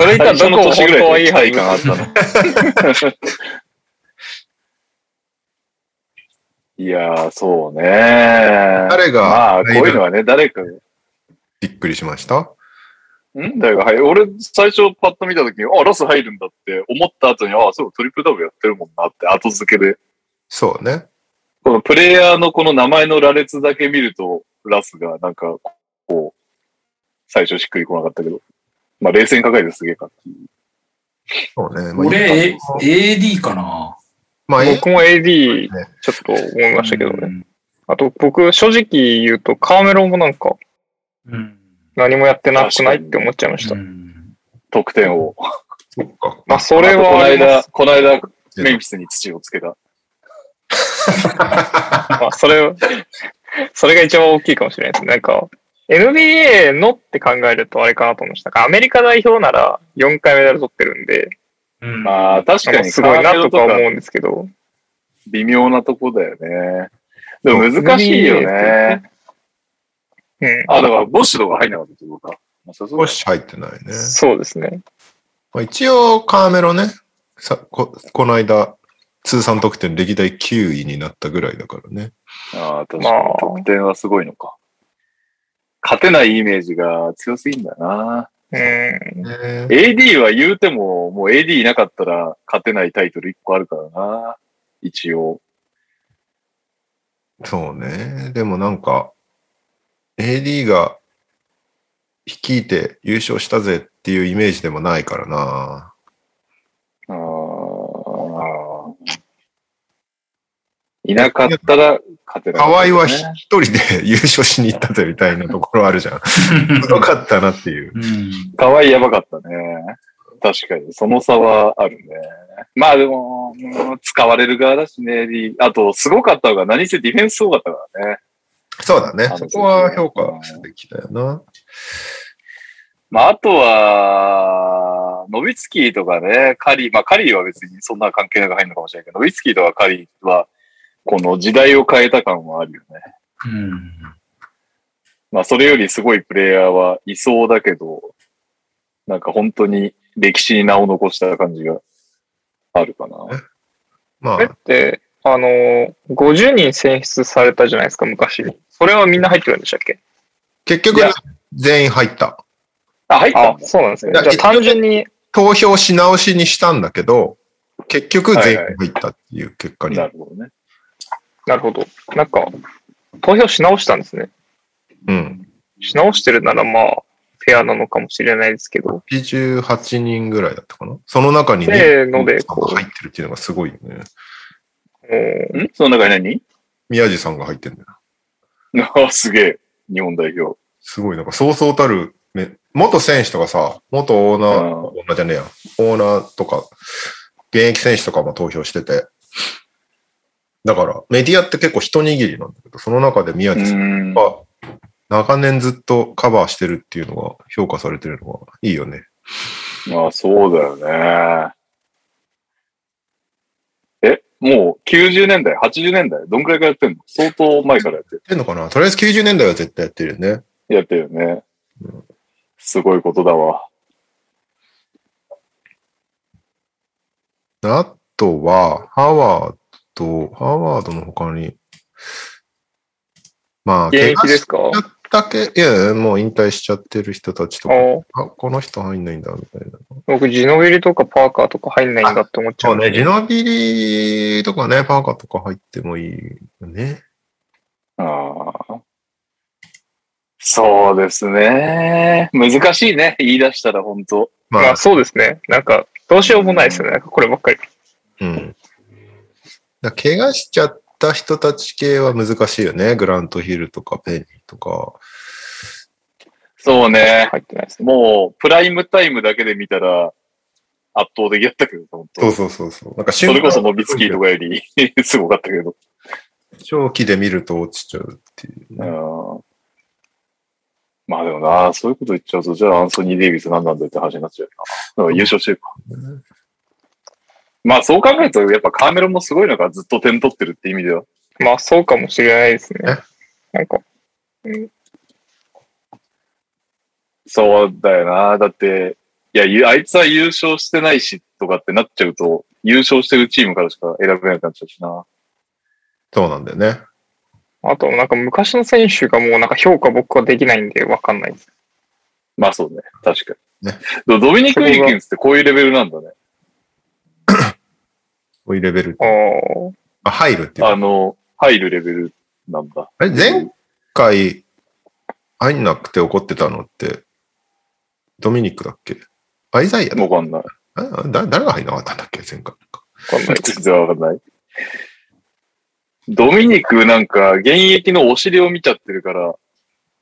S4: それ以下ど
S2: 最初の
S4: こも
S2: 年
S4: 本
S2: ぐらいで
S4: 当はいいは
S2: 期待感あったの。 いやー、そうね
S1: 誰が
S2: まあ、こういうのはね、誰か、ん
S1: びっくりしました。
S2: 誰が入る俺、最初パッと見たときに、あ、ロス入るんだって思った後に、あ、そう、トリプルダブルやってるもんなって、後付けで。
S1: そうね。
S2: このプレイヤーのこの名前の羅列だけ見ると、ラスがなんか、こう、最初しっくりこなかったけど、まあ冷静に考えてすげえかっていう。
S1: そうね。まあ、いい
S3: 俺
S1: かも、
S3: A- AD かな。
S1: まあ、いい
S4: 僕も AD ちょっと思いましたけど
S3: う
S4: ね。
S3: ん
S4: あと僕正直言うとカーメロンもなんか
S3: うん。
S4: 何もやってなくないって思っちゃいました
S3: う。ん
S2: 得点を。
S1: そっか。
S4: まあそれ
S2: こ
S4: は
S2: の
S4: ありま
S2: 間、
S4: す、
S2: この間、メンフィスに土をつけた。
S4: まあそれは、 それが一番大きいかもしれないですね。なんか NBA のって考えるとあれかなと思いました。なんかアメリカ代表なら4回メダル取ってるんで、
S3: うん。
S2: まあ、確か
S4: なん
S2: に
S4: すごいな
S2: カーネ
S4: と
S2: ル
S4: か思うんですけど。
S2: 微妙なとこだよね。でも難しいよね。
S4: うん。
S2: あ、だから、ボッシュとか入んなかったってことか。まあ、さすが
S1: 少
S2: に
S1: し入ってないね。
S4: そうですね。
S1: まあ、一応、カーメロね、さここの間、通算得点歴代9位になったぐらいだからね。
S2: ああ、確
S4: ま
S2: かに
S4: あ。
S2: 得点はすごいのか。勝てないイメージが強すぎんだな。
S4: うん。
S1: ね
S2: AD は言うても、もう AD いなかったら勝てないタイトル1個あるからな。一応。
S1: そうね。でもなんか、AD が率いて優勝したぜっていうイメージでもないからな。
S2: ああ。いなかったら勝てない、
S1: 河合はひ一人で 優勝しに行ったぜみたいなところあるじゃん。 よかったなっていう。
S3: うん。
S2: 河合やばかったね。確かに、その差はあるね。まあでも、うん使われる側だしね、AD あと、すごかったのが、何せディフェンスすごかったからね。
S1: そうだね
S2: あ。の
S1: そこは評価すべきだよな。
S2: まあ、あとは、ノビツキーとかね、カリー、まあカリーは別にそんな関係なく入るのかもしれないけど、ノビツキーとかカリーは、この時代を変えた感はあるよね。
S3: うん。
S2: まあ、それよりすごいプレイヤーはいそうだけど、なんか本当に歴史に名を残した感じがあるかな。
S1: ま
S4: これっ
S1: あ、
S4: て、あのー、50人選出されたじゃないですか、昔。それはみんな入ってるんでしたっけ
S1: 結局
S2: いや
S1: 全員入った。
S2: あ、入った
S4: あ
S2: ん、だ
S4: そうなんですね。
S1: いや
S4: じゃあ単純に、
S1: 投票し直しにしたんだけど、結局全員入ったっていう結果にな
S2: な
S1: る。
S2: るほどね。
S4: なるほど。なんか、投票し直したんですね。
S1: うん。
S4: し直してるならまあ、フェアなのかもしれないですけど。
S1: 28人ぐらいだったかな。その中に
S4: せーのでこう
S1: 入ってるっていうのがすごいよね。
S4: うん
S2: んその中に
S1: 宮地さんが入ってんだよ。
S2: 何あ、すげえ。日本代表。
S1: すごい、なんかそうそうたるめ、元選手とかさ、元オーナー、
S2: うん
S1: オーナーじゃねえや、オーナーとか、現役選手とかも投票してて、だからメディアって結構一握りなんだけど、その中で宮
S2: う
S1: 地さん
S2: ん。
S1: が長年ずっとカバーしてるっていうのが評価されてるのはいいよね。
S2: まあ、そうだよね。え、もう90年代、80年代、どんくらいからやってんの相当前からやってる。
S1: やってんのかなとりあえず90年代は絶対やってるよね。
S2: やってるよね。すごいことだわ。
S1: あとは、ハワード、ハワードの他に、まあ、
S4: 現
S1: 怪
S4: 役
S1: 我
S4: で
S1: し
S4: すか
S1: ちゃったけ、いやいや、もう引退しちゃってる人たちと
S4: あ
S1: か、
S4: ー
S1: あ、この人入んないんだ、みたいな。
S4: 僕、ジノビリとかパーカーとか入んないんだって思っちゃ
S1: そううね、ジノビリとかね、パーカーとか入ってもいいよね。
S2: ああ。そうですね。難しいね。言い出したら本当。
S1: まあ、
S4: まあそうですね。なんか、どうしようもないですよね。なんかこればっかり。
S1: うん。だ怪我しちゃった人たち系は難しいよね。グラントヒルとかペニーとか。
S2: そうね。
S4: 入ってないですね。
S2: もう、プライムタイムだけで見たら、圧倒的だったけど、本当
S1: そうそうそうそう。なんか
S2: そ
S1: 瞬
S2: れこそ、ノビツキーとかより、すごかったけど。
S1: 長期で見ると落ちちゃうっていう
S2: う
S1: ね、
S2: ん。まあでもな、そういうこと言っちゃうと、じゃあアンソニー・デイビス何なんだよって話になっちゃうよな。だから優勝してるか。まあそう考えると、やっぱカーメロもすごいのがずっと点取ってるって意味では。
S4: まあそうかもしれないですね。なんか、
S2: そうだよな。だって、いや、ゆあいつは優勝してないしとかってなっちゃうと、優勝してるチームからしか選べなくなっちゃうしな。
S1: そうなんだよね。
S4: あとなんか昔の選手がもうなんか評価僕はできないんでわかんないです。
S2: まあそうね。確かに。
S1: ね
S2: でもドミニク・ウィーキンスってこういうレベルなんだね。
S1: こういうレベル
S4: あ。ー
S1: あ、入るっていう。
S2: あ
S1: あ
S2: の、入るレベルなんだ。
S1: れ、前回、入んなくて怒ってたのって、ドミニクだっけアイザイアだ
S2: わかんない。
S1: あだ誰が入んなかったんだっけ前回。
S4: わかんないです。
S2: 全然わかんない。ドミニクなんか現役のお尻を見ちゃってるから、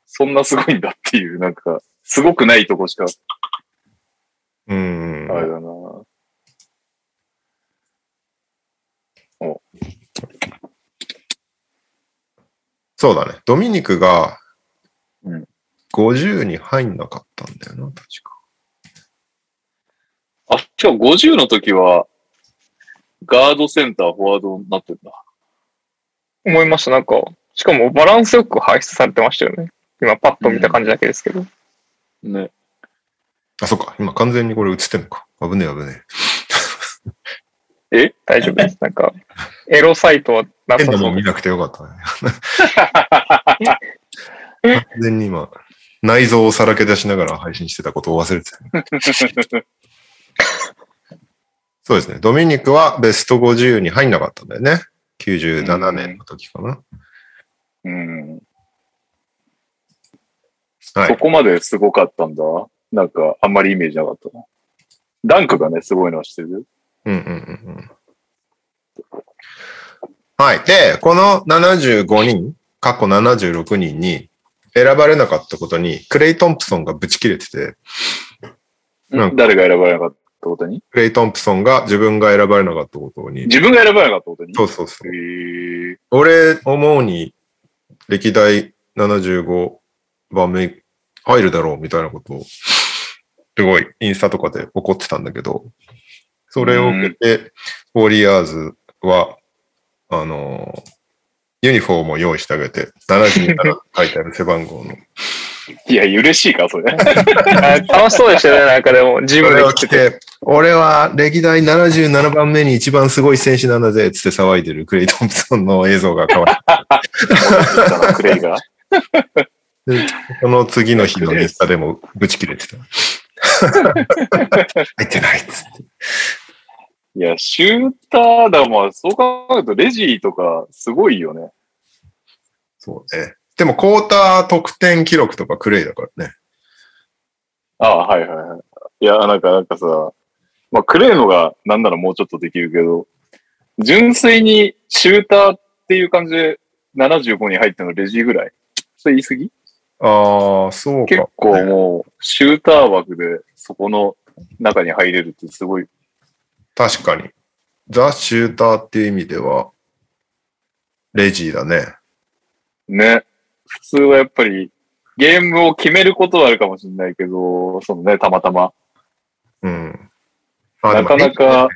S2: そんなすごいんだっていう、なんか、すごくないとこしか、
S1: うん
S2: あれだな。
S1: そうだね。ドミニクが
S2: うん、
S1: 50に入んなかったんだよな、確か。
S2: あ、しかも50の時は、ガードセンター、フォワードになってんだ。
S4: 思いました。なんか、しかもバランスよく排出されてましたよね。今パッと見た感じだけですけど。
S2: ね。
S1: あ、そっか。今完全にこれ映ってんのか。危ねえ危ね
S4: 大丈夫です。なんか、エロサイトはな
S1: え。
S4: さ
S1: 変
S4: そ
S1: なもん
S4: う
S1: 見。なくてよかった ね。完全に今、内臓をさらけ出しながら配信してたことを忘れてた。そうですね。ドミニクはベスト50に入んなかったんだよね。97年の時かな。
S2: うん。
S1: は
S2: そ
S1: い。
S2: こまですごかったんだ。なんか、あんまりイメージなかったな。ダンクがね、すごいのはしてる。
S1: うんうんうんうん。はい。で、この75人、過去76人に選ばれなかったことに、クレイ・トンプソンがブチ切れてて、うん
S2: 誰が選ばれなかったことに
S1: クレイ・トンプソンが自分が選ばれなかったことに、
S2: 自分が選ばれなかったことに
S1: そうそうそう
S2: へ。ー
S1: 俺、思うに、歴代75番目入るだろうみたいなことを、すごいインスタとかで怒ってたんだけど、それを受けて、ウォリアーズは、あのー、ユニフォームを用意してあげて、77って書いてある背番号の。
S2: いや、嬉しいか、それ。
S4: あ楽しそうでしたね。なんかでも、ジ
S1: そ
S4: ム
S1: れ
S4: で
S1: を
S4: 来
S1: 着
S4: てて。
S1: て、俺は歴代77番目に一番すごい選手なんだぜ、つって騒いでるクレイ・トンプソンの映像が変わる。
S2: クレイが。
S1: でその次の日のインスタでもぶち切れて た。入ってないっつって。
S2: いや、シューターだもん、そう考えると、レジーとか、すごいよね。
S1: そうね。でも、クォーター得点記録とかクレイだからね。
S2: ああ、はいはいはい。いや、なんか、なんかさ、まあ、クレームが、なんならもうちょっとできるけど、純粋にシューターっていう感じで、75に入ったのレジーぐらい。それ言い過ぎ
S1: ああ、そう
S2: 結構もう、シューター枠で、そこの中に入れるってすごい。
S1: 確かに。ザ・シューターっていう意味では、レジーだね。
S2: ね。普通はやっぱり、ゲームを決めることはあるかもしれないけど、そのね、たまたま。
S1: うん。あ
S2: なかな。か、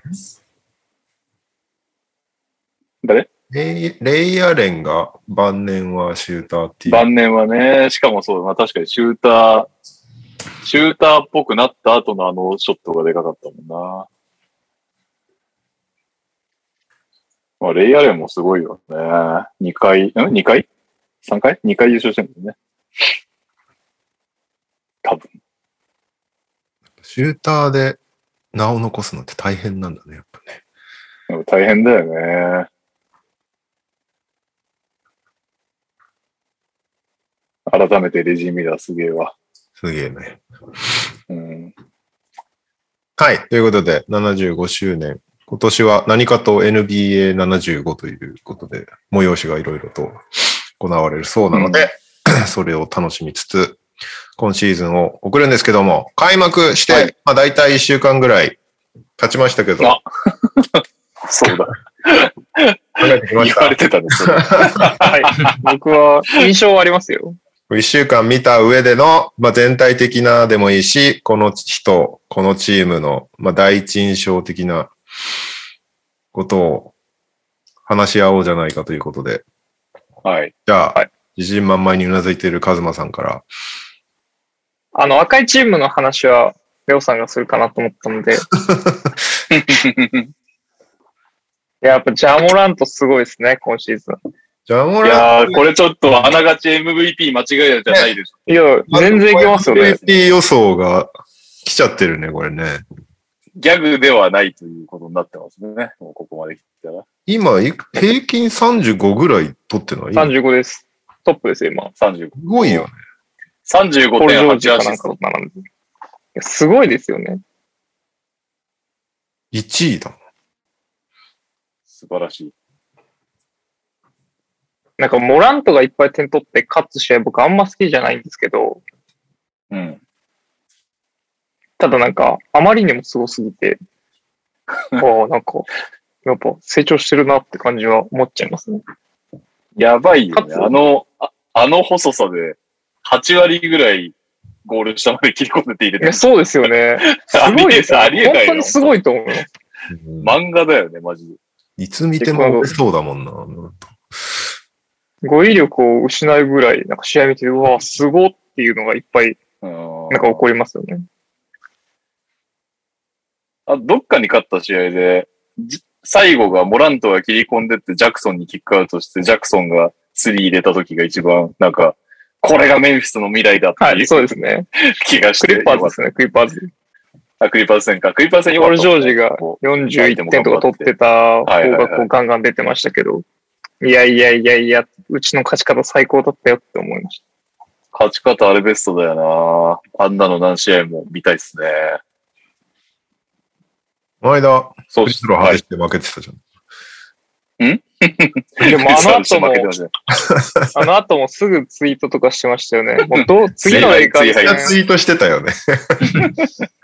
S2: 誰
S1: レイレイヤーレンが晩年はシューターっていう。
S2: 晩年はね、しかもそうだな、確かにシューター、シューターっぽくなった後のあのショットがでかかったもんな。まあ、レイアレンもすごいよね。2回、ん ?2 回 ?3 回 ?2 回優勝してるんだよね。多分。
S1: シューターで名を残すのって大変なんだね、やっぱね。
S2: でも大変だよね。改めてレジミラーすげえわ。
S1: すげえね。
S2: うん。
S1: はい。ということで、75周年。今年は何かと NBA75 ということで、催しがいろいろと行われるそうなので、それを楽しみつつ、今シーズンを送るんですけども、開幕して、
S2: はい
S1: まあ大体1週間ぐらい経ちましたけど、考
S2: あそうだ。
S1: えてきま
S2: 言
S1: し
S2: われ
S1: た。
S2: てたね、それ。
S4: はい。僕は、印象はありますよ。
S1: 1週間見た上での、まあ全体的なでもいいし、この人、このチームの、まあ第一印象的なことを話し合おうじゃないかということで、
S2: はい。
S1: じゃあ、
S4: は
S1: 自信満々にうなずいているカズマさんから。
S4: あの、赤いチームの話は、レオさんがするかなと思ったので。いや、やっぱジャモラントすごいですね、今シーズ
S1: じゃあ、も
S2: い
S1: ら
S2: やー、これちょっとあながち MVP 間違いじゃないです。
S4: ン。いや、全然いけますよね。
S1: MVP 予想が来ちゃってるね、これね。
S2: ギャグではないということになってますね。もうここまで来たら。
S1: 今、い平均35ぐらい取ってないす
S4: 35です。トップですよ、今。
S2: 35。
S1: ごいよね。
S4: ポル・ジョージ
S2: 35.8ア
S4: かな
S2: シ
S4: ん
S2: ス
S4: か
S2: ト。
S4: と並んで。いやすごいですよね。
S1: 1位だ。
S2: 素晴らしい。
S4: なんか、モラントがいっぱい点取って勝つ試合、僕あんま好きじゃないんですけど、
S2: うん。
S4: ただなんか、あまりにもすごす ぎて、ああ、なんか、やっぱ成長してるなって感じは思っちゃいますね。
S2: やばいよ
S4: か
S2: ね。
S4: つ
S2: あの、ああの細さで8割ぐらいゴール下まで切り込んでて入れ
S4: い
S2: て。
S4: や、そうですよね。すごいですよ。
S2: ありえないありえない
S4: 本当にすごいと思うよ。
S1: うん
S2: 漫画だよね、マジで。
S1: いつ見ても折れそうだもんな。なんか
S4: 語彙力を失うぐらい、なんか試合見て、うわ、すごっていうのがいっぱい、
S2: うん
S4: なんか起こりますよね。
S2: あどっかに勝った試合で、じ最後がモラントが切り込んでってジャクソンにキックアウトして、ジャクソンがスリー入れた時が一番、なんか、これがメンフィスの未来だって
S4: はいい、
S2: う
S4: そうですね。
S2: 気がし
S4: ク
S2: て。
S4: リッパーズですね、クリッパーズ。
S2: あ、クリッパーズ戦か。クリッパーズ戦
S4: ジ
S2: よか
S4: ョ
S2: っ
S4: ル
S2: た
S4: ジョージが
S2: こ
S4: 41点とか取ってた方
S2: はいはい
S4: が
S2: は
S4: こ
S2: いう
S4: ガンガン出てましたけど、いやいやいやいや、うちの勝ち方最高だったよって思いまし
S2: 勝ち方あれベストだよなあんなの何試合も見たいっすね。
S1: 前田、フ
S2: そう
S1: リ
S2: し
S1: ースロー
S2: は
S1: 外
S2: い。
S1: して負けてたじゃん。
S4: た。でもあ の後も
S2: 負けて、ましたね
S4: あの後もすぐツイートとかしてました よね。もうどう次のレイカーズ
S2: はい
S1: いやツ
S4: 戦、
S1: イートしてたよね。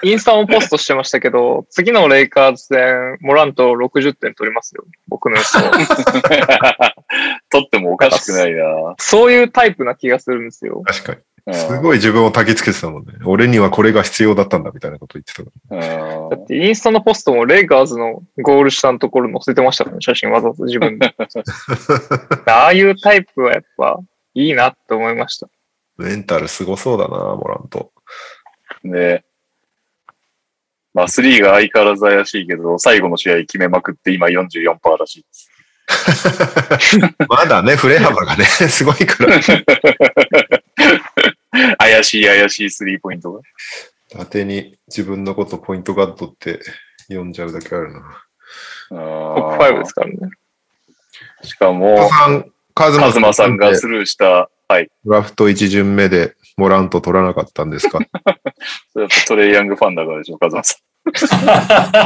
S4: インスタもポストしてましたけど、次のレイカーズ戦、モラント60点取りますよ。僕の予想。
S2: 取ってもおかしくないな
S4: そういうタイプな気がするんですよ。
S1: 確か
S2: うん
S1: に。すごい自分を焚きつけてたもんね。俺にはこれが必要だったんだみたいなこと言ってたか
S2: うん
S4: だってインスタのポストもレイカーズのゴール下のところに載せてましたからね、写真わざわざ自 分で。ああいうタイプはやっぱいいなって思いました。
S1: ら。メンタルすごそうだな、モラント。
S2: ね。まあ、スリーが相変わらず怪しいけど、最後の試合決めまくって今44%らしいです。
S1: まだね、振れ幅がね、 すごいから。
S2: 怪しい怪しいスリーポイントが。
S1: 当てに自分のことポイントガッドって呼んじゃうだけあるな。
S4: トップ5ですからね。
S2: す。しかも、
S1: さん、カズマ
S2: カズマさ
S1: さ
S2: ん
S1: ん
S2: が
S1: が
S2: スルーした、はい。
S1: ドラフト1巡目でモラント取らなかったんです か
S2: それやっぱトレイヤングファンだからでしょ、カズマさ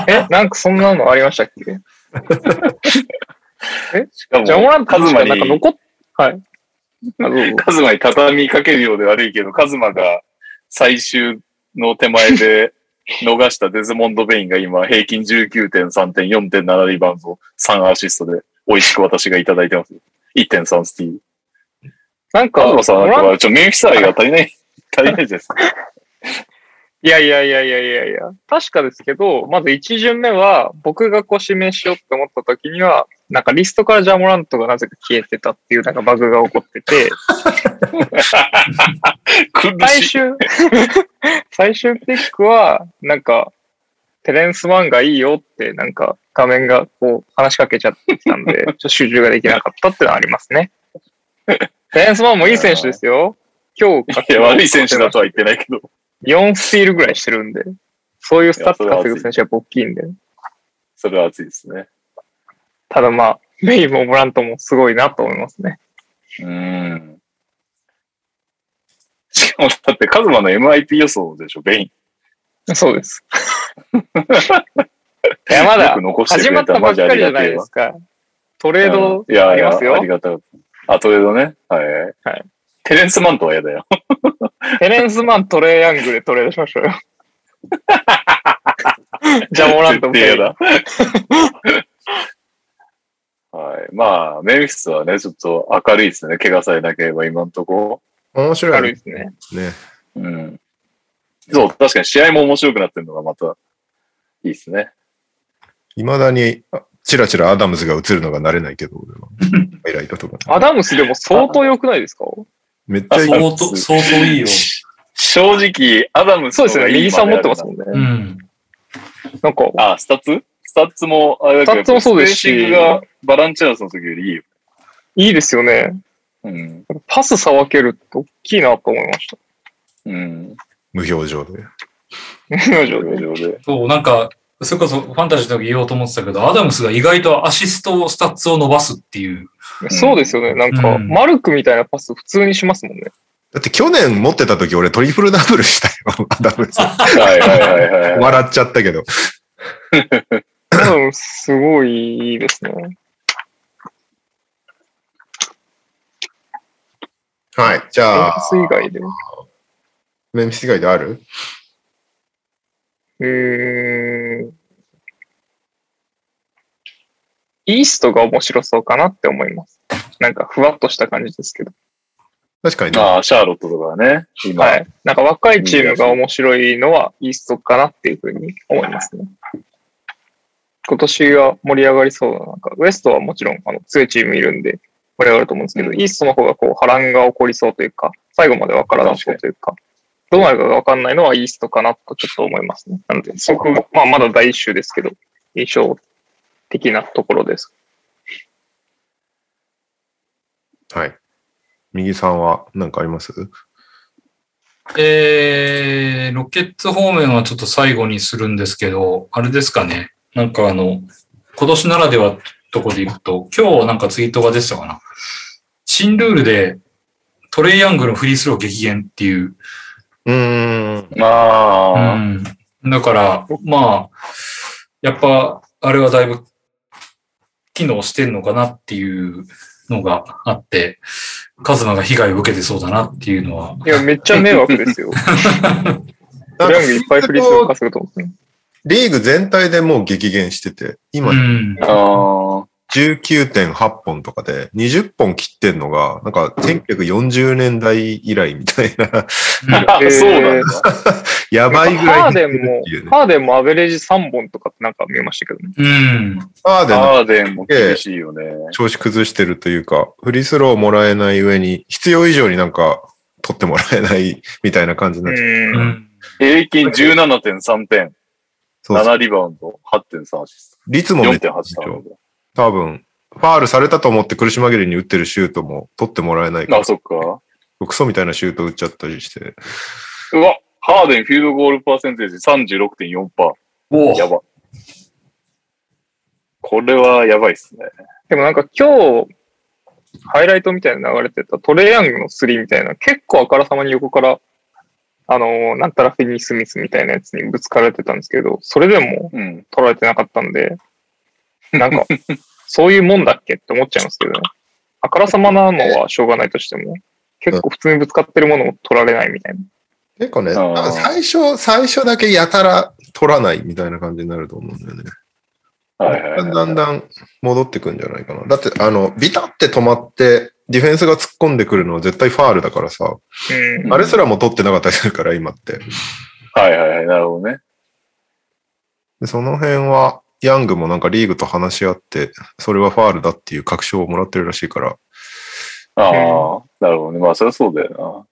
S2: ん。
S4: え、なんかそんなのありましたっけ
S2: しかも、
S4: じゃあ、モラント
S2: カズマ
S4: なんか
S2: に、
S4: 残っ、はい。あどうぞ
S2: カズマに畳みかけるようで悪いけど、カズマが最終の手前で逃したデズモンド・ベインが今、平均19.3点、4.7リバウンド、3アシストで、美味しく私がいただいてます。1.3スティール。
S4: なん
S2: カ
S4: か、
S2: ズマさん、な
S4: モ
S2: ん
S4: ラン
S2: か、ちょ、メンフィス愛が足りない、足りないです。
S4: いやいやいやいやいやいや、確かですけど、まず一巡目は、僕がこう指名しようって思った時には、なんかリストからジャモラントがなぜか消えてたっていうなんかバグが起こってて、
S2: 苦
S4: 最
S2: しい。
S4: 終、 最終ピックは、なんか、テレンス・マンがいいよって、なんか、画面がこう、話しかけちゃってきた んで、ちょっと集中ができなかったってのはありますね。テレンス・マンもいい選手ですよ。今日か
S2: いや、悪い選手だとは言ってないけど。
S4: 4スティールぐらいしてるんで、そういうスタッツ稼ぐ選手はやっぱ大きいんで。
S2: それは熱いですね。
S4: ただまあ、メイもブラントもすごいなと思いますね。
S2: うん。しかも、だって、カズマの MIP 予想でしょ、ベイン。
S4: そう です。いや、まだ
S2: よく残して
S4: 始
S2: く
S4: ま
S2: れ、
S4: ったたば
S2: マ
S4: っ
S2: ジあ
S4: か
S2: り
S4: りじ
S2: が
S4: ゃな
S2: てえ
S4: いで
S2: わ
S4: す。か。トレード
S2: うんいや
S4: ありますよ
S2: いやありがたかった。あ、トレードね。はい。
S4: はい。
S2: テレンス・マントは嫌だよ。
S4: テレンスマン、トレイヤングでトレードしましょうよ。ジャモラント
S2: 絶対嫌だ。 はい。まあ、メンフィスはね、ちょっと明るいですね。怪我さえなければ、今んとこ。
S1: 面白
S4: 軽い
S1: い
S4: ですね。
S1: ね。
S2: うん。そう、確かに試合も面白くなってるのがまた、いいですね。
S1: いまだに、あチラチラアダムズが映るのが慣れないけど、俺 は。ハイライトとか。
S4: アダムスでも相当良くないですか
S1: めっちゃいい。
S2: あ
S1: う
S2: そ
S1: ん
S2: う
S3: 相当、相当いいよ。
S2: 正直、アダムス
S4: そう
S2: の
S4: です
S2: 方
S4: よ
S2: が
S4: ね。
S2: いい
S4: 右さん持ってます
S2: ま
S4: もんね。
S3: うん。
S4: なんか、
S2: であるなあ、スタッツスタッツも、あれだけど
S4: スタッツもそうですし
S2: スペーシングがバランチャーズの時よりいいよ。
S4: いいですよね。
S2: うん。
S4: パスさ分けるって大きいなと思いました。
S2: うん。
S1: 無表情で。
S4: 表情で
S2: 上で。
S3: そう、なんか、それこそファンタジーの時言おうと思ってたけど、アダムスが意外とアシストを、スタッツを伸ばすっていう。
S4: そうですよね。なんか、
S3: うん
S4: マルクみたいなパス普通にしますもんね。
S1: だって去年持ってた時俺トリプルダブルしたよ、 アダムズ。
S2: はいはいはいは い。
S1: 笑っちゃったけど。
S4: 多分、すごいいいですね。
S1: はい。じ
S4: メン
S1: ゃ
S4: フィ
S1: あ、
S4: ス以外で。
S1: メンフィス以外である
S4: うーん。イーストが面白そうかなって思います。なんか、ふわっとした感じですけど。
S1: 確かにね。
S2: ああ、シャーロットとかね。今。
S4: はい。なんか若いチームが面白いのはイーストかなっていうふうに思いますね。今年は盛り上がりそうな、なんかウエストはもちろんあの強いチームいるんで盛り上がると思うんですけど、イーストの方がこう波乱が起こりそうというか、最後までわからなそうというか、どうなるかがわかんないのはイーストかなとちょっと思いますね。なので、そこが、まあまだ第一週ですけど、印象的なところです。
S1: はい。右さんは何かあります
S3: えー、ロケッツ方面はちょっと最後にするんですけど、あれですかね。なんかあの、今年ならではってとこでいくと、今日なんかツイートが出てたかな。新ルールでトレイヤングルのフリースロー激減っていう。
S1: うーん。
S3: う
S2: ああ、
S3: ん。だから、まあ、やっぱ、あれはだいぶ機能してんのかなっていうのがあって、カズマが被害を受けてそうだなっていうのは、
S4: いや、めっちゃ迷惑です よ。トライアングルいっぱいフリースロー稼ぐと思うんですね。
S1: リーグ全体でもう激減してて、今
S3: うん。
S2: ああ、
S1: 19.8本とかで20本切ってんのが、なんか1940年代以来みたいな、
S2: あそうなん
S4: だ。
S1: やばいぐ
S4: ハ
S1: ら
S4: ー
S1: い
S4: デ
S1: 減って
S4: ン
S1: る
S4: も
S1: っていう、ね。
S4: ハーデンもアベレージ3本とかってなんか見えましたけどね。
S3: うん。
S1: ハーデンの
S2: ガーデンも厳しいよね。
S1: 調子崩してるというか、フリースローもらえない上に、必要以上になんか取ってもらえないみたいな感じに
S4: う。
S1: なっちゃう。
S3: うんん。
S2: 平均17.3点、
S1: そうそう
S2: 7リバウンド、8.3アシス
S1: 率
S2: ト、
S1: もめっちゃ
S2: 4.8ターンオー
S1: 多分、ファールされたと思って苦し紛れに打ってるシュートも取ってもらえない
S2: バ
S1: か
S2: ー。
S1: ら
S2: あ、、そっか。
S1: クソみたいなシュート打っちゃったりして。
S2: うわ、ハーデンフィールドゴールパーセンテージ36.4%。
S3: お
S2: やば。これはやばいっすね。
S4: でもなんか今日、ハイライトみたいなの流れてたトレイヤングの3みたいな、結構あからさまに横から、あのーなんたらフィニー・スミスみたいなやつにぶつかられてたんですけど、それでも
S2: うん。
S4: 取られてなかったんで、なん か、そういうもんだっけって思っちゃいますけどね。あからさまなのはしょうがないとしても、結構普通にぶつかってるものを取られないみたいな。
S1: 結構ね、
S2: あ
S1: な
S2: ー
S1: んか最初、最初だけやたら取らないみたいな感じになると思うんだよね。
S2: はいはい、はい。
S1: だんだんだん戻ってくんじゃないかな。だって、あの、ビタって止まって、ディフェンスが突っ込んでくるのは絶対ファールだからさ、
S4: うん。
S1: あれすらも取ってなかったりするから、今って。
S2: はいはいはい。なるほどね。
S1: でその辺は、ヤングもなんかリーグと話し合って、それはファールだっていう確証をもらってるらしいから、
S2: ああ、なるほどね。まあ、そりゃそうだよ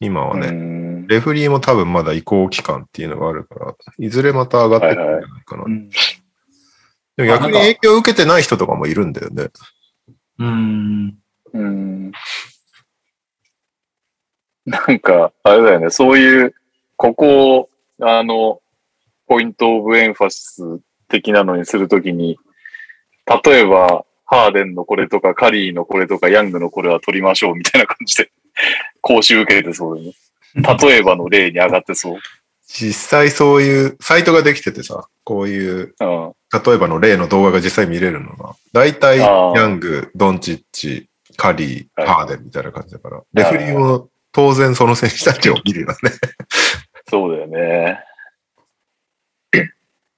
S1: 今は
S2: な。
S1: ね、
S2: うん。
S1: レフェリーも多分まだ移行期間っていうのがあるから、いずれまた上がってくるんじゃないかな。
S3: うん
S1: でも逆に影響を受けてない人とかもいるんだよね。
S3: うん。
S2: うん。なんか、あれだよね。そういう、ここを、あの、ポイントオブエンファシス的なのにするときに、例えば、ハーデンのこれとか、カリーのこれとか、ヤングのこれは取りましょうみたいな感じで、 講習受けてそうだね。例えばの例に上がってそう。
S1: 実際そういうサイトができててさ、こういう
S2: う
S1: 例
S2: ん。
S1: えばの例の動画が実際見れるのが、大体、ヤ
S2: あー
S1: ング、ドンチッチ、カリー、
S2: はい
S1: ハーデンみたいな感じだから、レフェリーも当然その選手たちを見るよね。
S2: そうだよね。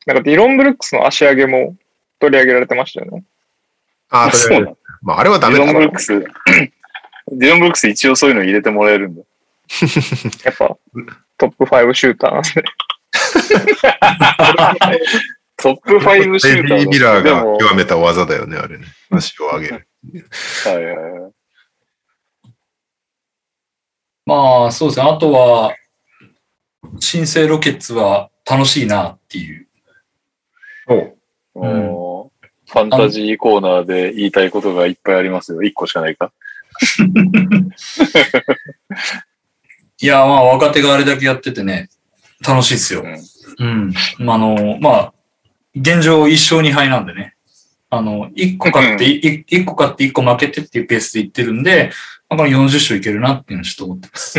S4: なんかディロン・ブルックスの足上げも取り上げられてましたよね。
S1: あー、とり
S2: そ
S1: あえ
S2: う
S1: ずまあ、あれはダ
S2: デ
S1: メ
S2: ィ
S1: だ
S2: ロン・
S1: か
S2: ブル
S1: ら
S2: ッ。ク ス、ディロン・ブルックス一応そういうの入れてもらえるんだ。
S4: やっぱ、トップ5シューターなんで。
S2: トップ5シ
S1: デ
S2: ューターだ。
S1: ビー・ミラー
S2: で
S1: が
S2: も
S1: 極めた技だよね、あれね。足を上げる。
S2: はいはいはい。
S3: まあ、そうですね。あとは、新生ロケッツは楽しいなっていう。ん
S2: もうファンタジーコーナーで言いたいことがいっぱいありますよ。1個しかないか。
S3: いや、まあ、若手があれだけやっててね、楽しいですよ。うん。まあ、あの、まあ、現状一勝二敗なんでね。あの、一個勝って、
S2: うん
S3: い一個勝って一個負けてっていうペースでいってるんで、まあ、この40勝いけるなっていうのをちょっと思ってます。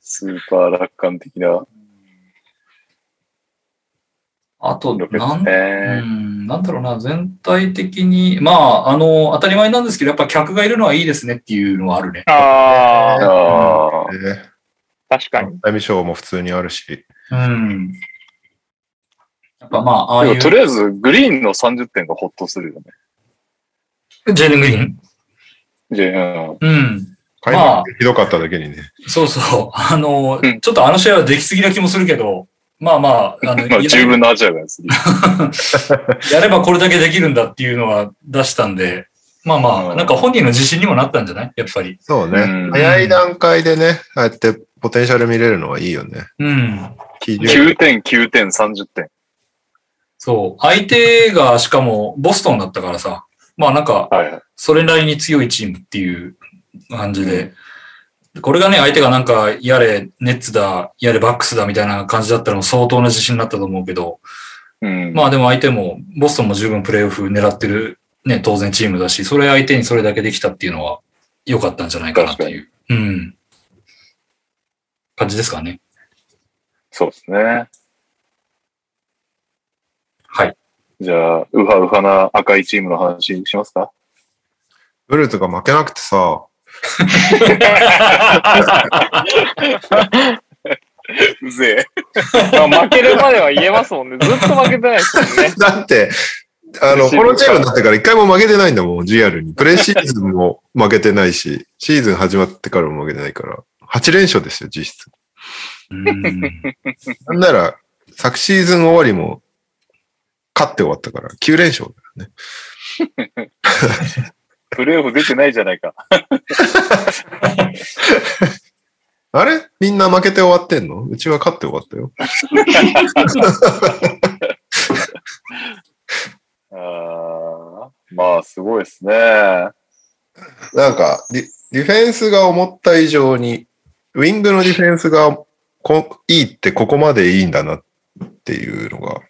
S2: スーパー楽観的な
S3: あと、
S2: ロケッ
S3: な
S2: ト
S3: んう
S2: ね。
S3: んなんだろうな、全体的に、まあ、あの、当たり前なんですけど、やっぱ客がいるのはいいですねっていうのはあるね。
S4: ああ、
S2: ああ、
S1: ね。
S4: 確かに。
S1: タイムショーも普通にあるし。
S3: うん。やっぱまあ、ああ
S2: で
S3: い
S2: もと
S3: う、
S2: りあえず、グリーンの30点がほっとするよね。
S3: ジェイデン・グリーン。
S2: ジェうん
S3: うん。
S1: 開幕がひどかっただけにね。
S3: そうそう。あの、
S2: うん
S3: ちょっとあの試合はできすぎな気もするけど、まあまあ、あの
S2: まあ、
S3: や
S2: 十分のアジアがですね。
S3: やればこれだけできるんだっていうのは出したんで、まあま
S2: う
S3: あ、
S2: ん
S3: なんか本人の自信にもなったんじゃないやっぱり。
S1: そう
S2: うん
S1: ね。早い段階でね、ああやってポテンシャル見れるのはいいよね。
S3: うん。
S1: 基準。
S2: 9点、9点、30点。
S3: そう。相手がしかもボストンだったからさ、まあなんか、
S2: はいはい。
S3: それなりに強いチームっていう感じで、これがね、相手がなんか、やれ、ネッツだ、やれ、バックスだみたいな感じだったらもう相当な自信になったと思うけど、
S2: うん。
S3: まあでも相手も、ボストンも十分プレーオフ狙ってる、ね、当然チームだし、それ相手にそれだけできたっていうのは良かったんじゃないかなっていう、うん。感じですかね。
S2: そうですね。
S3: はい。
S2: じゃあ、ウハウハな赤いチームの話しますか
S1: ブルーとか負けなくてさ、
S2: うぜ
S4: まあ負けるまでは言えますもんね。ずっと負けてないですもんね。
S1: だって、あの、
S2: 嬉しい
S1: このチームになってから一回も負けてないんだもん、GR に。プレシーズンも負けてないし、 シーズン始まってからも負けてないから、8連勝ですよ、実質。
S3: うん。
S1: なんなら、昨シーズン終わりも、勝って終わったから、9連勝だよね。
S2: え。プレイオフ出てないじゃないか。
S1: あれみんな負けて終わってんのうちは勝って終わったよ。
S2: あーまあ、すごいですね。
S1: なんかディ、ディフェンスが思った以上に、ウィングのディフェンスがこいいってここまでいいんだなっていうのが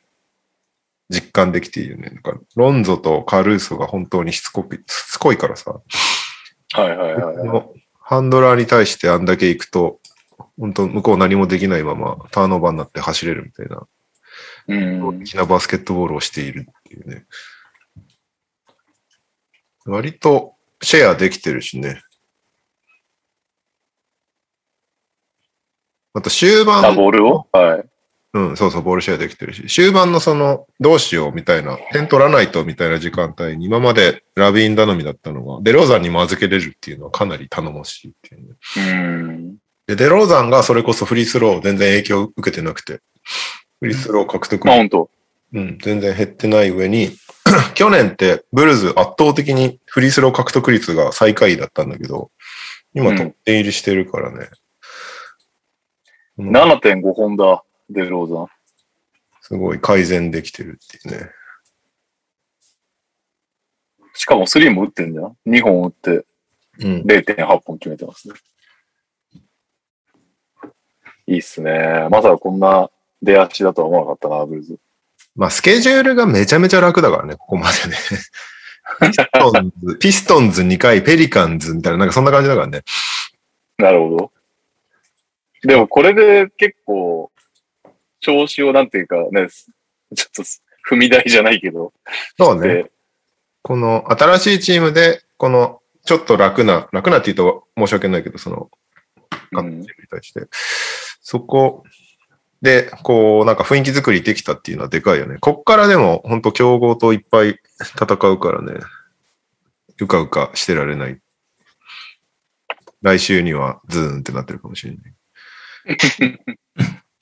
S1: 実感できていいよね。なんかロンゾとカルーソが本当にしつこく、しつこいからさ、
S2: はいはいはい
S1: こ
S2: はい。
S1: のハンドラーに対してあんだけ行くと、本当向こう何もできないままターンオーバーになって走れるみたいな、
S2: うん
S1: 大。きなバスケットボールをしているっていうね。割とシェアできてるしね。あと終
S2: あ、
S1: 盤、
S2: ボールをはい。
S1: うん、そうそう、ボールシェアできてるし、終盤のその、どうしようみたいな、点取らないとみたいな時間帯に、今までラビーン頼みだったのが、デローザンにも預けれるっていうのはかなり頼もしいっていうね、
S2: うん。
S1: で、デローザンがそれこそフリースロー全然影響を受けてなくて、フリースロー獲得
S2: まあ、本当
S1: うん、全然減ってない上に、 去年ってブルーズ圧倒的にフリースロー獲得率が最下位だったんだけど、今
S2: うん
S1: トップ10入りしてるからね。うん
S2: 7.5本だ、デローザン。
S1: すごい改善できてるっていうね。
S2: しかも3も打ってんじゃん。2本打って
S1: うん。
S2: 0.8本決めてますね。いいっすね。まさかこんな出足だとは思わなかったな、ブルーズ。
S1: まあ、スケジュールがめちゃめちゃ楽だからね、ここまでね。 ピストンズ、ピストンズ2回、ペリカンズみたいな、なんかそんな感じだからね。
S2: なるほど。でもこれで結構、調子をなんていうかね、すちょっとす踏み台じゃないけど、
S1: そうね。
S2: で
S1: この新しいチームで、このちょっと楽な、楽なって言うと申し訳ないけど、その、
S2: う
S1: 各
S2: ん
S1: チームに対して、そこで、こう、なんか雰囲気作りできたっていうのはでかいよね。こっからでも、本当強豪といっぱい戦うからね、うかうかしてられない。来週にはズーンってなってるかもしれない。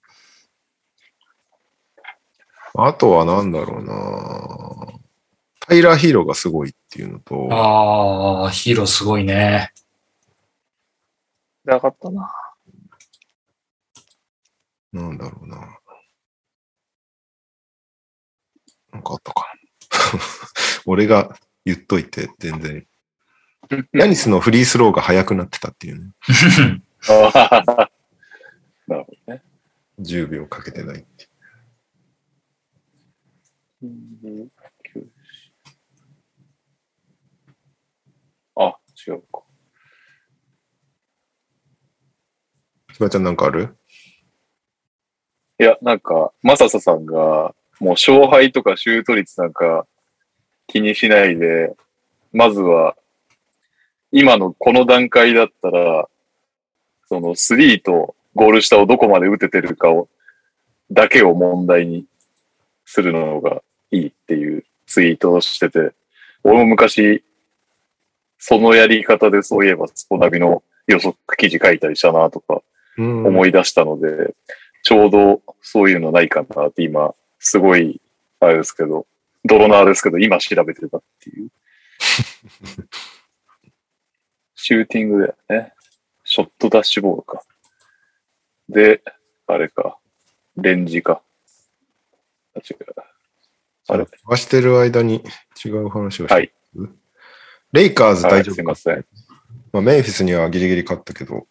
S1: あとは何だろうなタイラーヒーローがすごいっていうのと、
S3: ああ、ヒーローすごいね。
S4: なかったな。
S1: なんだろうな。なんかあったかな。 俺が言っといて、全 然。ヤニスのフリースローが速くなってたっていうね。
S2: あなるほどね。
S1: 10秒かけてないって。
S2: あ、違うか。
S1: ひばちゃんなんかある
S2: いや、なんか、マササさんが、もう勝敗とかシュート率なんか気にしないで、まずは、今のこの段階だったら、そのスリーとゴール下をどこまで打ててるかを、だけを問題にするのがいいっていうツイートをしてて、俺も昔、そのやり方でそういえば、スポナビの予測記事書いたりしたなとか
S1: うん
S2: 思い出したので、ちょうどそういうのないかなって今、すごい、あれですけど、泥縄ですけど、今調べてたって いう。シューティングだよね。ショットダッシュボールか。で、あれか。レンジか。あ、違う。あれ
S1: 探してる間に違う話をして、
S2: はい
S1: レイカーズ大丈
S2: はいすい
S1: 夫か、
S2: ません。
S1: まあ、メンフィスにはギリギリ勝ったけど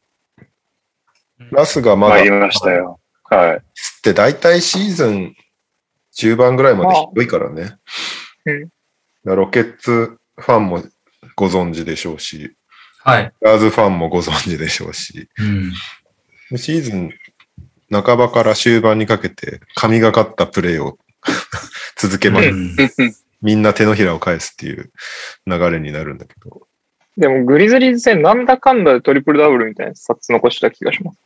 S3: うん、
S1: ラスがまだ
S2: 参りましたよ。はい。
S1: って大体シーズン中盤ぐらいまでひどいからね。
S4: うん
S1: だからロケッツファンもご存知でしょうし、
S3: はい。
S1: ラーズファンもご存知でしょうし、
S3: うん。
S1: シーズン半ばから終盤にかけて神がかったプレーを 続けま
S3: う
S1: す。
S3: ん
S1: みんな手のひらを返すっていう流れになるんだけど。
S4: でも、グリズリーズ戦、なんだかんだでトリプルダブルみたいな冊残した気がします。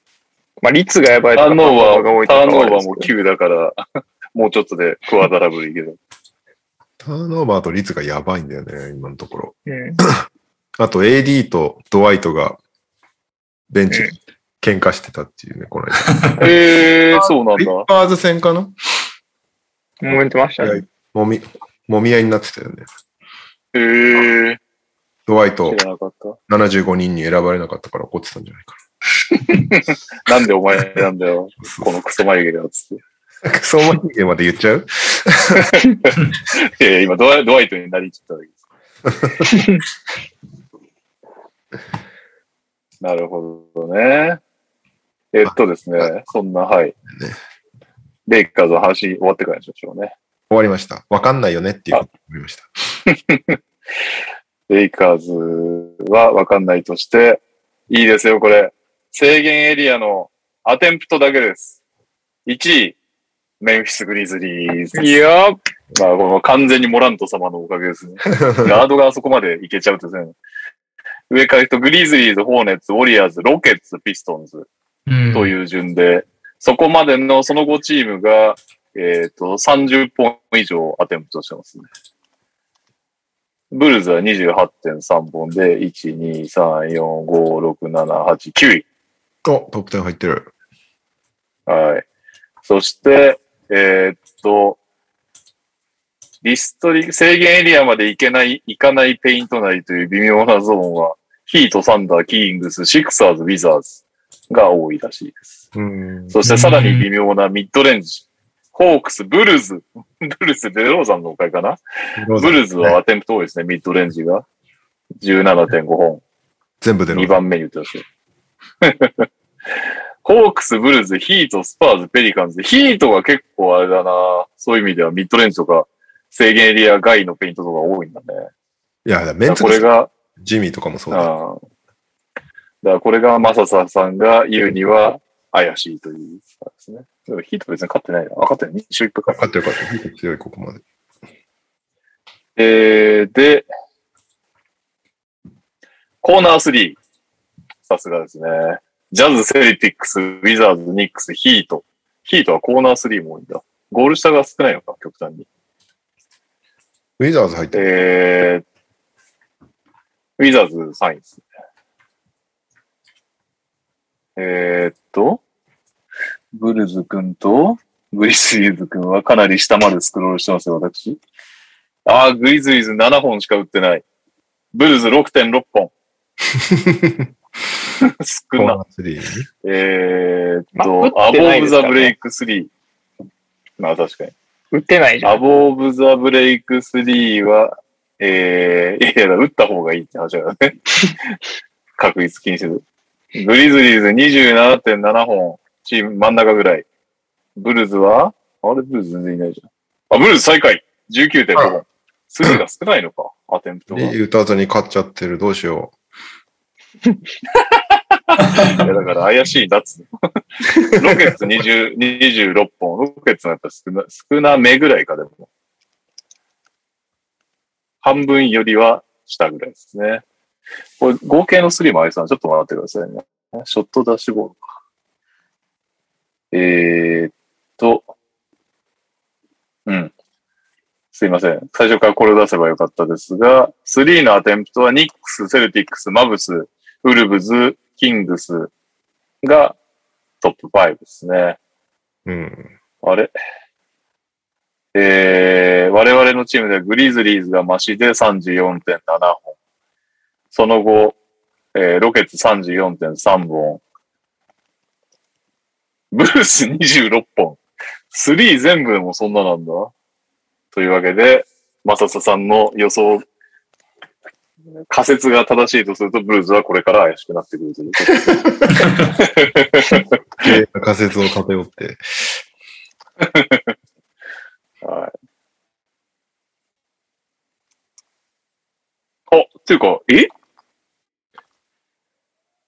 S4: まあ、率がやばい
S2: ター
S4: とか、
S2: ンオーバ
S4: パが多
S2: ー、
S4: いと
S2: ター
S4: かはあ
S2: ンオ
S4: れ
S2: ーバ
S4: で
S2: ー
S4: す
S2: も
S4: けど
S2: 9だから、 もうちょっとでクワダラブルいける。
S1: ターンオーバーと率がやばいんだよね、今のところ。
S4: うん
S1: あと AD とドワイトがベンチで喧嘩してたっていうね、この間。
S2: えー、そうなん
S1: クリ
S2: だ。
S1: ッパーズ戦かな
S4: 揉めてましたね。
S1: もみ、もみ合いになってたよね。
S2: えー、
S1: ドワイト
S2: 知らなかっ
S1: 75人に選ばれなかったから怒ってたんじゃないか
S2: た。なんでお前なんだよ。
S1: な。
S2: このクソ眉毛がつっ
S1: そう思いまで言っちゃう
S2: て。いやいや今ドワイ、ドワイトになりきっただけです。 なるほどね。えっとですね、そんな、はい。レイカーズの話終わってからにしましょうね。
S1: 終わりました。わかんないよねっていうことになりました。
S2: レイカーズはわかんないとして、いいですよ、これ。制限エリアのアテンプトだけです。1位、メンフィス・グリズリーズ。
S4: いやー、
S2: まあ、この完全にモラント様のおかげ ですね。ガードがあそこまでいけちゃうとですね。上から行くと、グリズリーズ、ホーネッツ、ウォリアーズ、ロケッツ、ピストンズ。
S3: うん
S2: という順で、そこまでのその5チームが、えっ、と、30本以上アテンプトしてますね。ブルズは28.3本で、1、2、3、4、5、6、7、8、9位。
S1: お、トップ10入ってる。
S2: はい。そして、えーっと、リストリ、制限エリアまで行けない、行かないペイント内という微妙なゾーンは、ヒート、サンダー、キーングス、シクサーズ、ウィザーズが多いらしいです。
S1: うん。
S2: そしてさらに微妙なミッドレンジ。ホークス、ブルーズ。 ブルーズ、デローザンのおかげかな。
S1: ローザ
S2: ブ
S1: ン
S2: ルーズはアテンプト多いですね、ミッドレンジが。17.5本。
S1: 全部でロ
S2: 2
S1: ーザン
S2: 番目に言ってますよ。 ホークス、ブルーズ、ヒート、スパーズ、ペリカンズ。ヒートが結構あれだなそういう意味ではミッドレンジとか制限エリア外のペイントとか多いんだね。
S1: いや、だからメ
S2: だ
S1: ン
S2: から
S1: ツ
S2: これが、
S1: ジミーとかもそう
S2: あ
S1: だ。
S2: ーだからこれがマササさんが言うには怪しいということですね。でもヒート別に勝ってないな。あ勝ってない。一勝一敗か。
S1: 勝ってる勝ってる。強い、ここまで。
S2: えー、で、コーナー3。さすがですね。ジャズ、セルティックス、ウィザーズ、ニックス、ヒート。ヒートはコーナー3も多いんだ。ゴール下が少ないのか、極端に。
S1: ウィザーズ入ってる。
S2: えー、ウィザーズ3位ですね。えー、っと、ブルズ君とグリズリーズ君はかなり下までスクロールしてますよ、私。あー、グリズリーズ7本しか打ってない。ブルズ6.6本。
S1: コ
S2: 少
S1: ー
S2: な
S1: ナ。ー3に。
S2: えー、っ
S4: ま
S2: と、
S4: あ
S2: ア
S4: 打ってない
S2: ボブ
S4: です
S2: ザ
S4: からね
S2: ブレイク3。まあ確かに。
S4: 打てないじゃん。
S2: アボーブ・ザ・ブレイク3は、えー、いやいや、打った方がいいって話だよね。 確率禁止で。グリズリーズ27.7本、チーム真ん中ぐらい。ブルズはあれ、ブルズ全然いないじゃん。あ、ブルズ最下位 !19.5 本。数字が少ないのか、アテンプトが。い
S1: 打たずに勝っちゃってる。どうしよ
S2: や、だから怪しいなっつうの ロケッツ20 26本。ロケッツのやっぱ少な、少なめぐらいか、でも。半分よりは下ぐらいですね。これ、合計のスリーもありさん、ちょっと待ってくださいね。ショットダッシュボールか。えー、っと、うん。すいません。最初からこれを出せばよかったですが、3のアテンプトはニックス、セルティックス、マブス、ウルブズ、キングスがトップ5ですね。
S1: うん。
S2: あれえー、我々のチームではグリズリーズがマシで34.7本。その後、えーロケッツ34.3本。ブルース26本。スリー全部でもそんななんだ。というわけで、マササさんの予想、仮説が正しいとすると、ブルーズはこれから怪しくなってくるということで
S1: で仮説を偏って。
S2: はい。あ、っていうか、え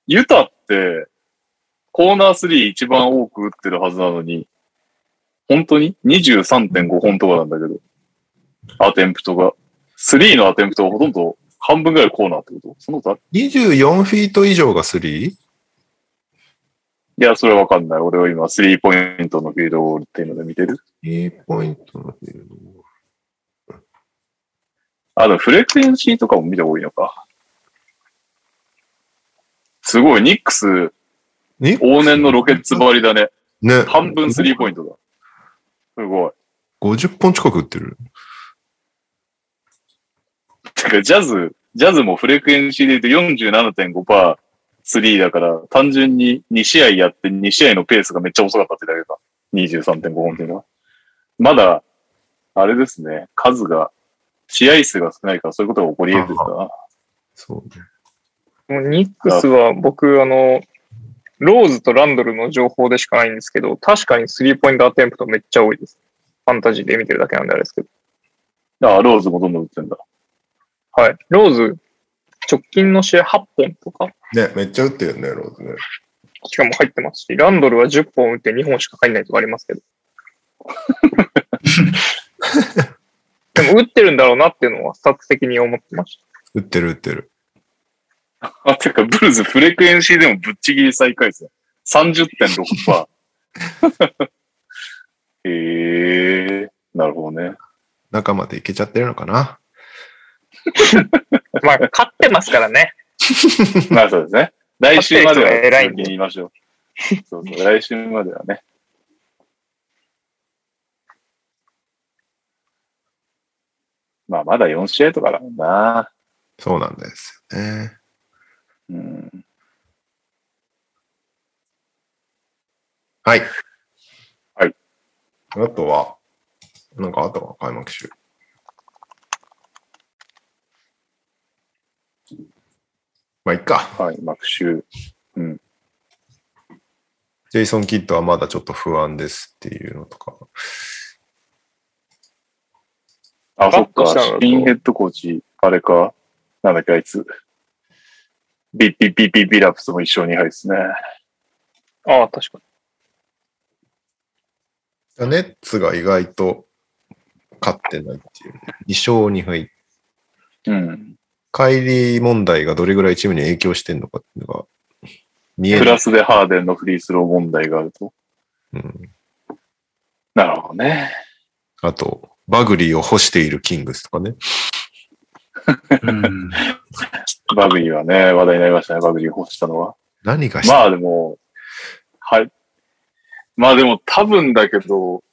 S2: ユタって、コーナー3一番多く打ってるはずなのに、本当に ?23.5 本とかなんだけど、アテンプトが。3のアテンプトはほとんど半分ぐらいコーナーってことその他い
S1: 24フィート以上が 3?
S2: や、それはわかんない。俺は今、スリーポイントのフィールドゴールっていうので見てる。
S1: いいポイントのフィールド
S2: あ、でもフレクエンシーとかも見た方がいいのか。すごい、ニックス、
S1: ニックス
S2: 往年のロケッツばりだね。
S1: ね。
S2: 半分スリーポイントだ。すごい。
S1: 50本近く打ってる。
S2: てか、ジャズ、ジャズもフレクエンシーで言うと47.5%スリーだから、単純に2試合やって2試合のペースがめっちゃ遅かったってだけか。23.5本っていうのは。まだ、あれですね、数が、試合数が少ないからそういうことが起こり得るんだな。
S1: そうね。
S4: もうニックスは僕、あの、ローズとランドルの情報でしかないんですけど、確かにスリーポイントアテンプトめっちゃ多いです。ファンタジーで見てるだけなんであれですけど。
S2: ああ、ローズもどんどん打ってんだ。
S4: はい。ローズ、直近の試合8本とか、
S1: ね、めっちゃ打ってるね、ローズね。
S4: しかも入ってますし、ランドルは10本打って2本しか入んないとかありますけど。でも打ってるんだろうなっていうのは、スタッツ的に思ってました。
S1: 打ってる打ってる。
S2: あ、てか、ブルーズフレクエンシーでもぶっちぎり最下位ですね。30.6%。へえー、なるほどね。
S1: 中までいけちゃってるのかな。
S4: まあ、勝ってますからね。
S2: まあそうですね。来週までは
S4: 勝ってる人が偉いん
S2: 続
S4: で
S2: き言いましょう。そうそう、来週まではね。まあまだ4試合とかだもんな。
S1: そうなんですよね。
S2: うん。
S1: はい。
S2: はい。
S1: あとは、なんかあったかな開幕週。まあ、いっか。
S2: はい、幕週。
S1: ジェイソン・キッドはまだちょっと不安ですっていうのとか。
S2: あ、そっ
S4: カット
S2: か
S4: したのだ、と
S2: スピンヘッドコーチ、あれか、なんだっけ、あいつ。ビッビッビッビッビラプスも一勝2敗ですね。
S4: ああ、確かに。
S1: ネッツが意外と勝ってないっていう、ね。2勝2敗。
S2: うん。
S1: カイリー問題がどれぐらいチームに影響してんのかっていうのが見え
S2: プ
S1: ない。
S2: ラスでハーデンのフリースロー問題があると。
S1: うん、
S2: なるほどね。
S1: あと、バグリーを干しているキングスとかね。
S3: うん。
S2: バグリーはね、話題になりましたね、バグリー欲したのは。
S1: 何がして
S2: まあでも、はい。まあでも多分だけど、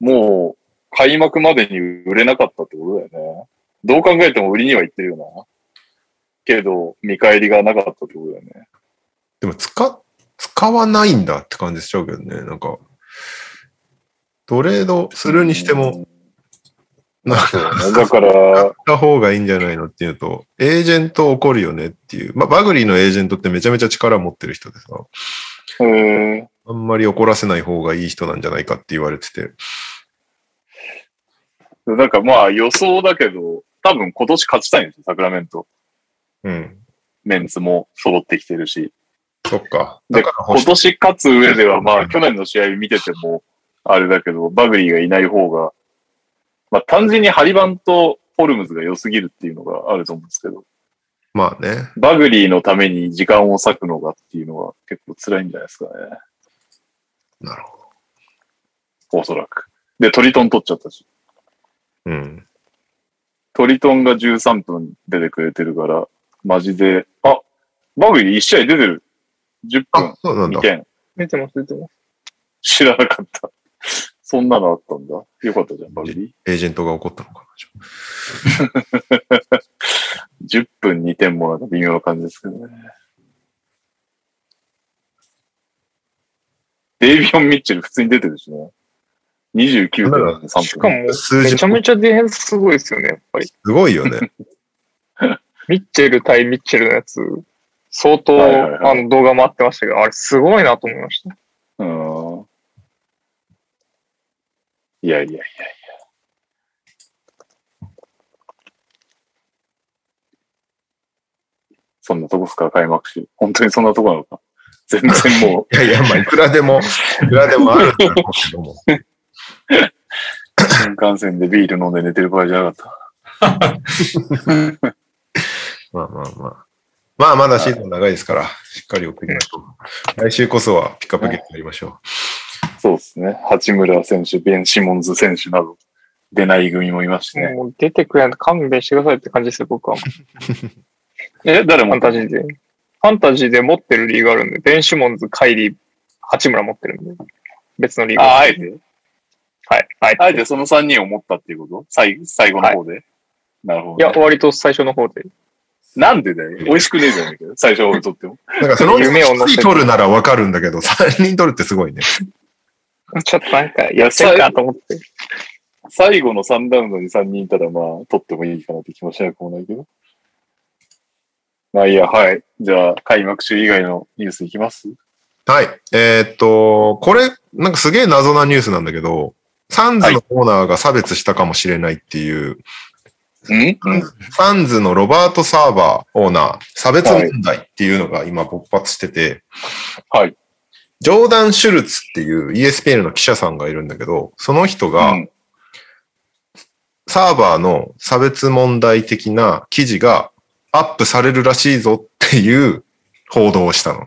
S2: もう開幕までに売れなかったってことだよね。どう考えても売りには行ってるよな。けど、見返りがなかったってことだよね。
S1: でも使、使わないんだって感じしちゃうけどね。なんか、トレードするにしても、なん か、
S2: うん。だから、
S1: した方がいいんじゃないのっていうと、エージェント怒るよねっていう。まあ、バグリーのエージェントってめちゃめちゃ力持ってる人でさ、
S2: うん。
S1: あんまり怒らせない方がいい人なんじゃないかって言われてて。
S2: なんかまあ予想だけど、多分今年勝ちたいんですよ、サクラメント。
S1: うん。
S2: メンツも揃ってきてるし。
S1: そっか。だ
S2: で、
S1: から欲
S2: 今
S1: しい
S2: 年勝つ上では、まあ、去年の試合見てても、あれだけど、バグリーがいない方が、まあ、単純にハリバンとホルムズが良すぎるっていうのがあると思うんですけど、
S1: まあね。
S2: バグリーのために時間を割くのがっていうのは結構辛いんじゃないですかね。
S1: なるほ
S2: おそらく。で、トリトン取っちゃったし。
S1: うん。
S2: トリトンが13分出てくれてるから、マジで、あ、バグリー1試合出てる。10
S1: あ
S2: 分、、
S1: そうなんだ
S2: 2。点。
S4: 出てます、出てます。
S2: 知らなかった。そんなのあったんだ。よかったじゃん、バグリ
S1: エージェントが怒ったのかな。じゃあ
S2: ー。10分2点もなんか微妙な感じですけどね。デイビオン・ミッチェル普通に出てるしね。
S4: し
S2: 29.3
S4: か
S2: 分。
S4: も、め
S1: 数字
S4: ちゃめちゃディフェンスすごいですよね、やっぱり。
S1: すごいよ ね。
S4: ミッチェル対ミッチェルのやつ、相当、
S2: はいはいはい
S4: あの動画回ってましたけど、あれすごいなと思いました。
S2: うん。いやいやいやいや。そんなとこっすか、開幕し。本当にそんなとこなのか。全然も
S1: いやいや、まあ、いくらでも、いくらでもあるんだろうけども。
S2: う、新幹線でビール飲んで寝てる場合じゃなかっ
S1: まあまあまあ。まあまだシーズン長いですから、しっかり送りましょう。来週こそはピックアップゲームやりましょ
S2: た。そうですね。八村選手、ベン・シモンズ選手など、出ない組もいますしね。
S4: もう出てくれないと勘弁してくださいって感じですよ、僕は。フ
S2: え、誰
S4: ァ
S2: も
S4: ンタジーで。ファンタジーで持ってるリーグあるんで、ベン・シモンズ、カイリー、八村持ってるんで、別のリーグ。
S2: あ、あえて
S4: はい。はい。
S2: あえてその三人を持ったっていうこと最最後の方で、なるほど、
S4: いや、割と最初の方で。
S2: なんでだよ。美味しくねえじゃねえかよ。最初俺とっても。
S1: う。なんかその
S4: 夢を乗
S1: 1
S4: せ
S1: 人
S4: て
S1: 取るならわかるんだけど、3人 取るってすごいね。
S4: ちょっとなんか、やってんかと思って。
S2: 最後の3ラウンドに3人いたら、まあ、取ってもいいかなって気もしなくもないけど。まあいいや、はい。じゃあ、開幕週以外のニュースいきます
S1: はい。えーっと、これ、なんかすげえ謎なニュースなんだけど、サンズのオーナーが差別したかもしれないっていう、
S2: ん
S1: サンズのロバート・サーバーオーナー、差別問題っていうのが今勃発してて、
S2: はい。
S1: ジョーダン・シュルツっていう ESPN の記者さんがいるんだけど、その人が、
S2: うん
S1: サーバーの差別問題的な記事がアップされるらしいぞっていう報道をしたの。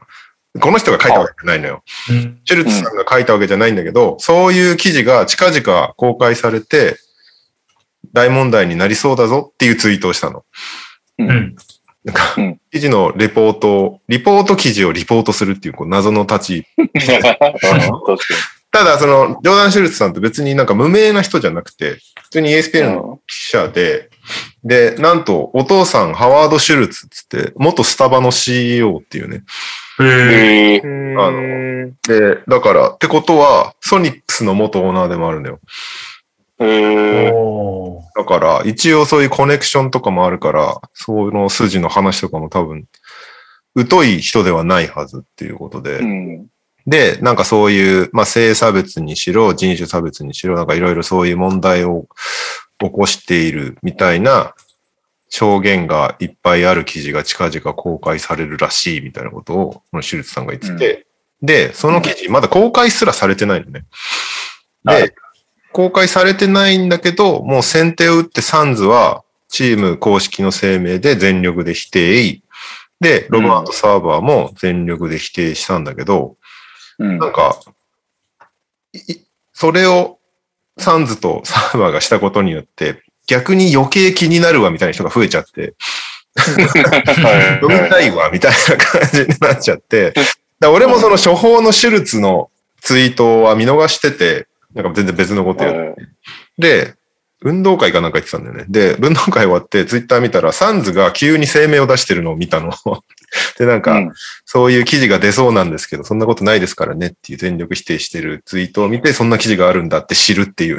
S1: この人が書いたわけじゃないのよ。
S3: うん。
S1: シュルツさんが書いたわけじゃないんだけど、そういう記事が近々公開されて、大問題になりそうだぞっていうツイートをしたの。
S3: うん。
S1: なんか
S2: うん、
S1: 記事のレポートを、リポート記事をリポートするっていう、こう、謎の立ち位置
S2: 確か
S1: ただ、その、ジョーダン・シュルツさんって別になんか無名な人じゃなくて、普通に ESPN の
S2: に。
S1: 記者で、で、なんと、お父さん、ハワード・シュルツっつって、元スタバの CEO っていうね。
S3: へえ。
S2: えー
S4: うーん。
S1: で、だから、ってことは、ソニックスの元オーナーでもあるんだよ。
S2: えー
S3: おー
S1: だから、一応そういうコネクションとかもあるから、その筋の話とかも多分、疎い人ではないはずっていうことで、
S2: うん。
S1: で、なんかそういう、まあ、性差別にしろ、人種差別にしろ、なんかいろいろそういう問題を起こしているみたいな証言がいっぱいある記事が近々公開されるらしいみたいなことを、このシュルツさんが言ってて、で、その記事、まだ公開すらされてないのね。
S2: は
S1: で、公開されてないんだけど、もう先手を打ってサンズは、チーム公式の声明で全力で否定。で、ロバート・サーバーも全力で否定したんだけど、
S2: うん
S1: なんか、いいそれをサンズとサーバーがしたことによって、逆に余計気になるわみたいな人が増えちゃって、
S2: はい
S1: 読みたいわみたいな感じになっちゃって、だから俺もその処方のシュルツのツイートは見逃してて、なんか全然別のことやって
S2: はい
S1: で、運動会かなんか言ってたんだよね。で、運動会終わってツイッター見たら、サンズが急に声明を出してるのを見たの。 で、なんか、
S2: うん
S1: そういう記事が出そうなんですけど、そんなことないですからねっていう全力否定してるツイートを見て、そんな記事があるんだって知るっていう、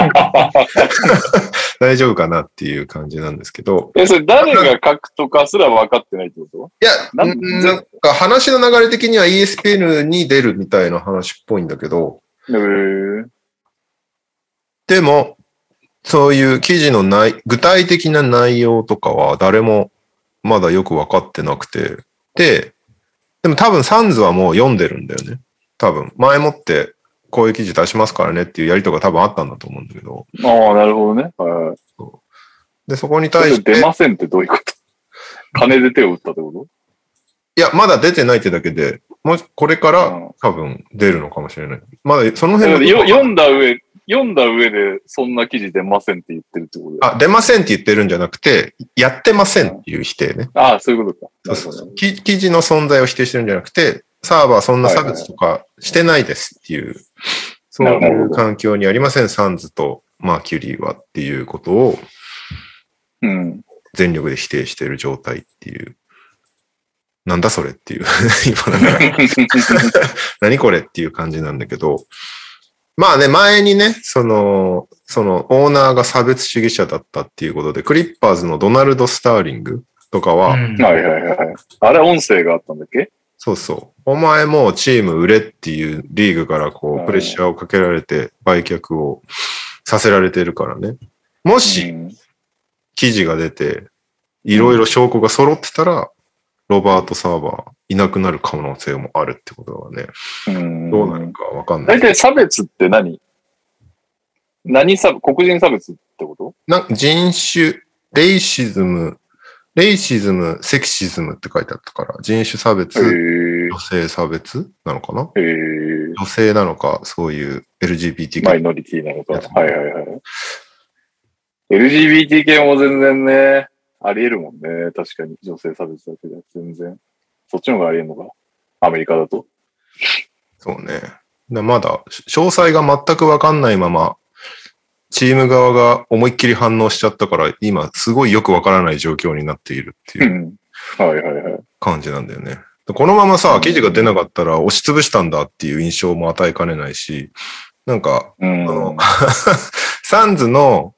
S1: 大丈夫かなっていう感じなんですけど、
S2: え、それ誰が書くとかすら分かってないってこと
S1: いや、
S2: な
S1: うんなんか話の流れ的には ESPN に出るみたいな話っぽいんだけど、
S2: えー
S1: でも、そういう記事の内、具体的な内容とかは誰もまだよくわかってなくて。で、でも多分サンズはもう読んでるんだよね。多分。前もってこういう記事出しますからねっていうやりとか多分あったんだと思うんだけど。
S2: ああ、なるほどね。はい
S1: で、そこに
S2: ちょ
S1: 対
S2: っ
S1: し
S2: と
S1: て、
S2: 出
S1: い
S2: ませんってどういうこと金で手を打ったってこ
S1: や、まだ出てないってだけで、もしこれか
S2: う
S1: ら多分出るのかもしれない。まだその
S2: と
S1: 辺
S2: よ読んだ上読んだ上で、そんな記事出ませんって言ってるってことだよ
S1: あ、出ませんって言ってるんじゃなくて、やってませんっていう否定ね。
S2: ああ、そういうことか。
S1: そうそうそうき記事の存在を否定してるんじゃなくて、サーバーそんな差別とかしてないですっていう、そう
S2: なる
S1: い
S2: ほ
S1: う
S2: ど
S1: 環境にありません、サンズとマーキュリーはっていうことを
S2: うん。
S1: 全力で否定している状態っていう。なんだそれっていう。 今だから何これっていう感じなんだけど、まあね、前にね、その、そのオーナーが差別主義者だったっていうことで、クリッパーズのドナルド・スターリングとかは、
S3: うん
S2: はいはいはい。あれ音声があったんだっけ
S1: そうそう、お前もうチーム売れっていうリーグからこ
S2: うん
S1: う、プレッシャーをかけられて売却をさせられてるからね。もし
S2: うん
S1: 記事が出て、いろいろ証拠が揃ってたら、ロバート・サーバーいなくなる可能性もあるってことはね、
S2: うん
S1: どうなるかわかんない
S2: 大。体差別って何何差別黒人差別ってこと
S1: な人種、レイシズム、レイシズム、セクシズムって書いてあったから、人種差別、
S2: へえ
S1: 女性差別なのかな
S2: へえ
S1: 女性なのか、そういう LGBT
S2: マイノリティなのか。
S1: やつ
S2: はいはいはい。LGBT 系も全然ね、あり得るもんね。確かに女性差別だけで全然。そっちの方があり得るのか。アメリカだと。
S1: そうね。だまだ、詳細が全くわかんないまま、チーム側が思いっきり反応しちゃったから、今、すごいよくわからない状況になっているって
S2: う。
S1: いうん
S2: はいはいはい。
S1: 感じなんだよね。このままさ、記事が出なかったら押し潰したんだっていう印象も与えかねないし、なんか、
S2: うん。
S1: あのサンズの、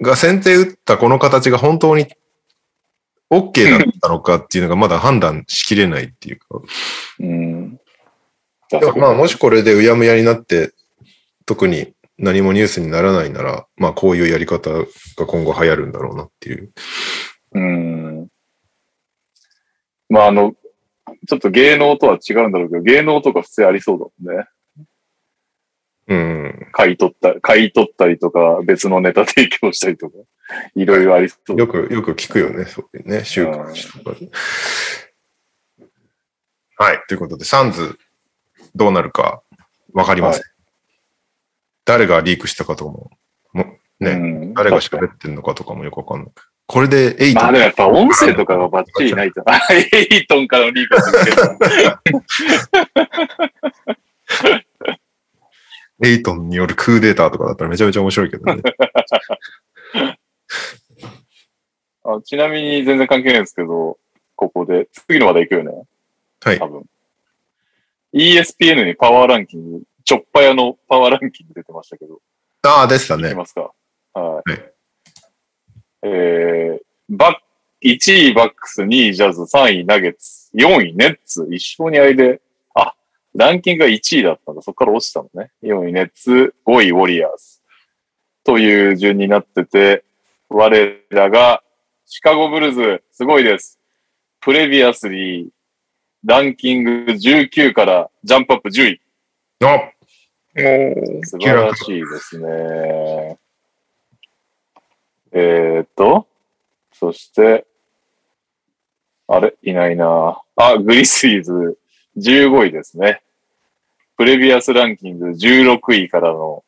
S1: が先手打ったこの形が本当に OK だったのかっていうのがまだ判断しきれないっていうか。
S2: うん。
S1: でもまあもしこれでうやむやになって、特に何もニュースにならないなら、まあこういうやり方が今後流行るんだろうなっていう。
S2: うん。まああの、ちょっと芸能とは違うんだろうけど、芸能とか普通ありそうだもんね。
S1: うん。
S2: 買い取った、買い取ったりとか、別のネタ提供したりとか、いろいろありそう。
S1: よく、よく聞くよね、そういうね、週刊誌とかで。はい。ということで、サンズ、どうなるか、わかりません。誰がリークしたかとかも、もね、
S2: うん
S1: 誰が喋ってんのかとかもよくわかんない。これでエイト
S2: まあでもやっぱ音声とかがバッチ リ ないと。あエイトンからのリークするけど。
S1: エイトンによるクーデーターとかだったらめちゃめちゃ面白いけどね。
S2: あちなみに全然関係ないんですけど、ここで、次の話題行くよね。
S1: はい
S2: 多分。ESPN にパワーランキング、ちょっぱ屋のパワーランキング出てましたけど、
S1: ああ、でした
S2: いき
S1: ね。
S2: ますか。はい。
S1: はい
S2: えー、バッ、1位バックス、2位ジャズ、3位ナゲッツ、4位ネッツ、一勝に合いで、あ、ランキングが1位だったんだ。そこから落ちたのね。4位ネッツ、5位ウォリアーズ。という順になってて、我らがシカゴブルーズ、すごいです。プレビアスリー、ランキング19からジャンプアップ10位。
S1: あ
S4: も
S2: 素晴らしいですね。えーっと、そして、あれいないなあ、グリスリーズ15位ですね。プレビアスランキング16位からの